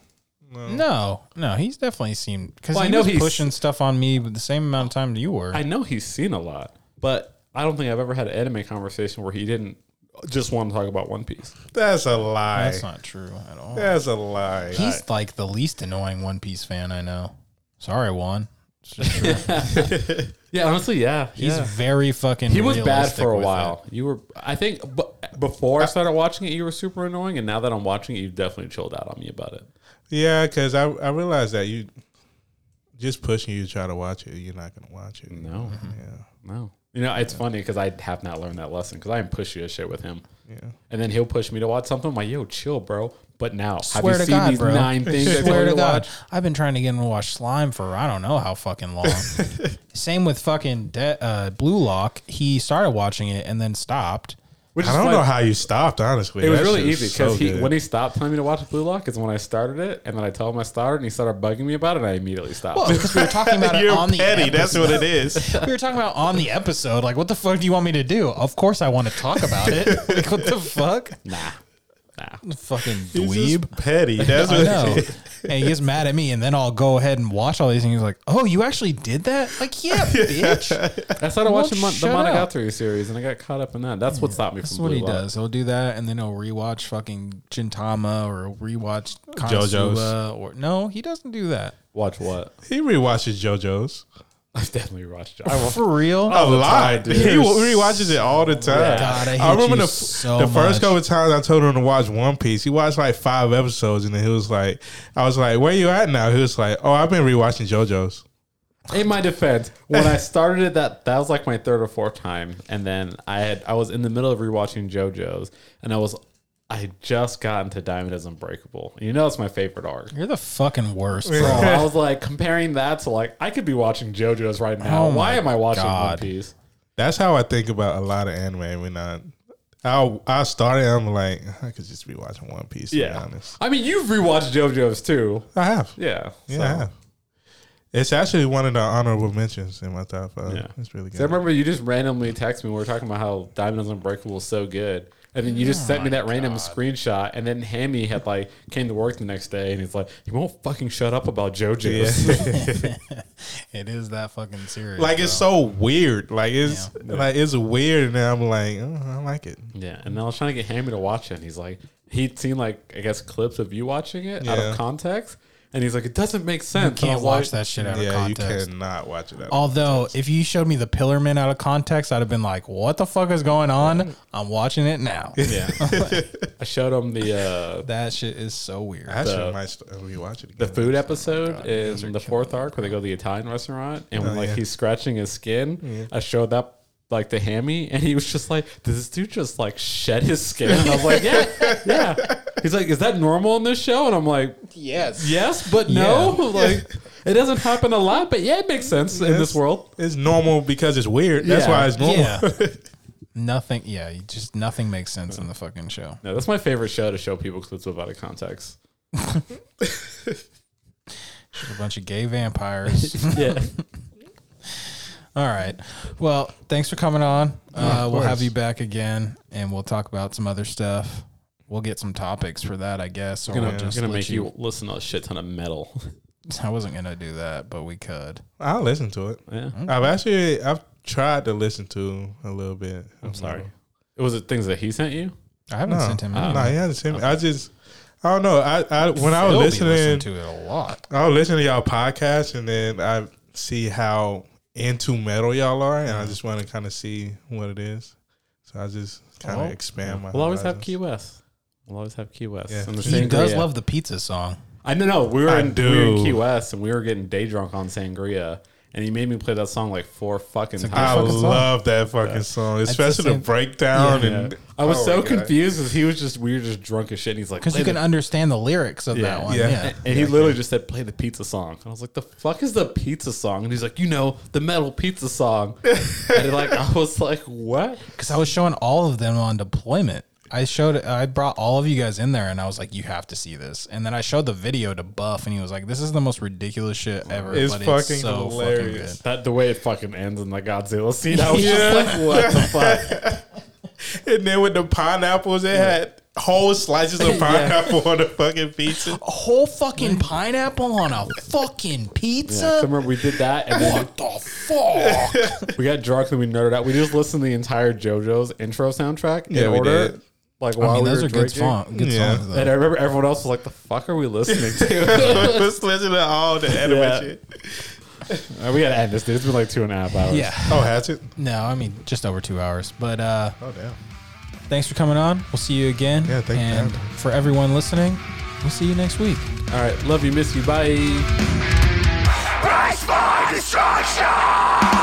S3: No.
S1: No, no, he's definitely seen because
S2: Well, I
S1: he
S2: know
S1: was
S2: he's-
S1: pushing stuff on me with the same amount of time you were.
S2: I know he's seen a lot, but I don't think I've ever had an anime conversation where he didn't just want to talk about One Piece.
S3: That's a lie.
S1: That's not true at all.
S3: That's a lie.
S1: He's like the least annoying One Piece fan I know. Sorry, Juan. It's just true.
S2: Yeah, honestly, yeah,
S1: He's
S2: he's.
S1: very fucking.
S2: He was bad
S1: realistic
S2: for a
S1: with
S2: while. You were, I think, b- before I started watching it, you were super annoying, and now that I'm watching it, you definitely chilled out on me about it.
S3: yeah, because I, I realized that you just pushing you to try to watch it, you're not going to watch it.
S2: No,
S3: Yeah.
S2: no. Mm-hmm. You know, it's funny because I have not learned that lesson because I am pushy as shit with him.
S3: Yeah.
S2: and then he'll push me to watch something. I'm like, yo, chill, bro. But now,
S1: Swear
S2: have
S1: to
S2: you seen
S1: God,
S2: these
S1: bro.
S2: nine things
S1: it. Swear
S2: I told you
S1: to
S2: to
S1: God,
S2: watch?
S1: I've been trying to get him to watch Slime for I don't know how fucking long. Same with fucking De- uh, Blue Lock. He started watching it and then stopped.
S3: I don't know how you stopped, honestly.
S2: It was
S3: That
S2: really
S3: shit is
S2: easy because
S3: so
S2: he,
S3: good.
S2: when he stopped telling me to watch Blue Lock is when I started it, and then I told him I started, and he started bugging me about it, and I immediately stopped.
S1: Well, because we were talking about it
S3: You're
S1: on the
S3: petty.
S1: episode.
S3: That's what it is.
S1: we were talking about on the episode. Like, what the fuck do you want me to do? Of course, I want to talk about it. Like, what the fuck?
S2: nah, nah.
S1: Fucking
S3: He's
S1: dweeb.
S3: just petty. That's
S1: I
S3: what
S1: know.
S3: it is.
S1: And he gets mad at me, and then I'll go ahead and watch all these things. He's like, "Oh, you actually did that? Like, yeah, bitch." That's
S2: I started
S1: Well,
S2: watching Mon- the
S1: shut up.
S2: Monogatari series, and I got caught up in that. That's what stopped me from
S1: what
S2: Blue
S1: he
S2: Lock.
S1: does. He'll do that, and then he'll rewatch fucking Gintama or he'll rewatch
S3: JoJo's.
S1: JoJo's. Or no, he doesn't do that
S2: Watch what?
S3: He rewatches JoJo's.
S2: I've definitely watched. it. I
S3: Oh.
S2: will.
S1: for real.
S3: a
S2: time,
S3: lot.
S2: dude.
S3: he rewatches it all the time.
S1: God, I hate you so
S3: the first
S1: much.
S3: couple of times I told him to watch One Piece. He watched like five episodes, and then he was like, "I was like, where you at now?" He was like, "Oh, I've been rewatching JoJo's."
S2: In my defense, when I started it, that that was like my third or fourth time, and then I had I was in the middle of rewatching JoJo's, and I was I had just gotten to Diamond is Unbreakable. You know, it's my favorite arc.
S1: You're the fucking worst,
S2: So
S1: bro.
S2: I was like comparing that to like I could be watching JoJo's right now.
S1: Oh
S2: Why
S1: my
S2: am I watching
S1: God.
S2: One Piece?
S3: That's how I think about a lot of anime. When I, I, I started, I'm like, I could just be watching One Piece. To
S2: Yeah,
S3: be honest,
S2: I mean you've rewatched JoJo's too.
S3: I have.
S2: Yeah,
S3: Yeah,
S2: so-
S3: I have. It's actually one of the honorable mentions in my top five.
S2: Yeah.
S3: It's really good.
S2: So I remember you just randomly text me. We were talking about how Diamond is Unbreakable is so good. And then you just sent me that random screenshot. And then Hammy had like came to work the next day and he's like, You won't fucking shut up about JoJo's.
S1: it is that fucking serious.
S3: like it's so weird. Like it's
S1: Yeah.
S3: like it's weird, and I'm like, oh, I like it.
S2: yeah. And then I was trying to get Hammy to watch it. And he's like, He'd seen like, I guess, clips of you watching it out
S3: Yeah.
S2: of context. And he's like, It doesn't make sense. And I
S1: can't
S2: was
S1: watch
S2: like,
S1: that shit out
S3: Yeah,
S1: of context.
S3: you cannot watch it. Out.
S1: Although, if you showed me the Pillarman out of context, I'd have been like, "What the fuck is going on?" I'm watching it now.
S2: Yeah. I showed him the uh,
S1: that shit is so weird.
S3: I actually
S2: the-
S3: might st- uh, rewatch it again.
S2: the food episode is in the fourth arc where they go to the Italian restaurant and when like
S3: yeah.
S2: he's scratching his skin, I showed that like the hammy and he was just like, Does this dude just like shed his skin? And I was like, Yeah, yeah. He's like, Is that normal in this show? And I'm like,
S1: yes.
S2: Yes, but no. Like it doesn't happen a lot, but yeah, it makes sense in this
S3: Yes.
S2: world.
S3: It's normal because it's weird. That's
S2: Yeah.
S3: why it's normal.
S1: Yeah. nothing. Yeah. you Just nothing makes sense in the fucking show.
S2: No, that's my favorite show to show people clips of out of context.
S1: Just a bunch of gay vampires.
S2: Yeah.
S1: All right. Well, thanks for coming on. Uh,
S3: of
S1: we'll have
S3: course.
S1: you back again, and we'll talk about some other stuff. We'll get some topics for that, I guess. Or
S2: gonna,
S1: we'll just
S2: gonna
S1: let
S2: make you listen to a shit ton of metal.
S1: I wasn't gonna do that, but we could.
S3: I'll listen to it.
S2: Yeah.
S3: I've actually I've tried to listen to a little bit.
S2: I'm sorry. Was it things that he sent you?
S1: I haven't
S3: No,
S1: sent him.
S3: no,
S1: any.
S3: he hasn't sent me. I just I don't know. I, I when I was
S1: He'll be
S3: listening,
S1: to it a lot.
S3: I was listening to y'all podcast, and then I see how into metal y'all are, and I just want to kind of see what it is. So I just kind of
S1: Well,
S3: expand my.
S2: We'll always have Key
S3: horizons.
S2: West. We'll always have Key West.
S3: Yeah.
S2: And the
S1: He does
S2: sangria.
S1: love the pizza song.
S2: I know. No, we were,
S3: I
S2: in, we were in
S3: do.
S2: Key West and we were getting day drunk on sangria, and he made me play that song like four fucking
S1: a good
S3: I
S2: times.
S1: fucking song.
S3: love that fucking song,
S1: the
S3: especially the,
S1: same-
S3: breakdown.
S2: Yeah.
S3: And
S2: I was
S3: Oh
S2: so
S3: my God.
S2: confused because he was just we were just drunk as shit, and he's like,
S1: Because
S2: "Play
S1: you can
S2: the-"
S1: understand the lyrics of
S2: Yeah.
S1: that one.
S3: Yeah.
S1: Yeah.
S2: and he literally just said, "Play the pizza song." And I was like, "The fuck is the pizza song?" And he's like, "You know, the metal pizza song." and like, I was like, "What?"
S1: Because I was showing all of them on deployment. I showed, I brought all of you guys in there, and I was like, "You have to see this." And then I showed the video to Buff, and he was like, "This is the most ridiculous shit ever."
S3: It's
S1: but
S3: fucking
S1: it's so
S3: hilarious.
S2: That the way it fucking ends in the Godzilla scene, I was
S3: Yeah.
S2: just like, "What the fuck?"
S3: And then with the pineapples, they had whole slices of pineapple on the fucking pizza.
S1: A whole fucking pineapple on a fucking
S2: Yeah, 'cause I
S1: pizza.
S2: remember we did that, and then
S1: what the fuck?
S2: we got drunk and we nerded out. We just listened to the entire JoJo's intro soundtrack in
S3: Yeah, we
S2: order.
S3: did.
S2: Like
S1: I
S2: while
S1: mean,
S2: we
S1: those
S2: were
S1: are good,
S2: drinking.
S1: song, good
S3: Yeah.
S1: songs.
S2: And I
S1: Though.
S2: remember everyone else was like, "The fuck are we listening to?"
S3: Just listening to all the anime
S2: Yeah.
S3: shit.
S2: Uh, we gotta end this. Dude. It's been like two and a half hours.
S1: Yeah.
S3: Oh, has it?
S1: No, I mean just over two hours, but uh,
S3: Oh, damn.
S1: thanks for coming on. We'll see you again.
S3: Yeah, thank you for
S1: And
S3: having
S1: for everyone listening, we'll see you next week.
S2: All right. Love you. Miss you. Bye.
S4: Price for destruction!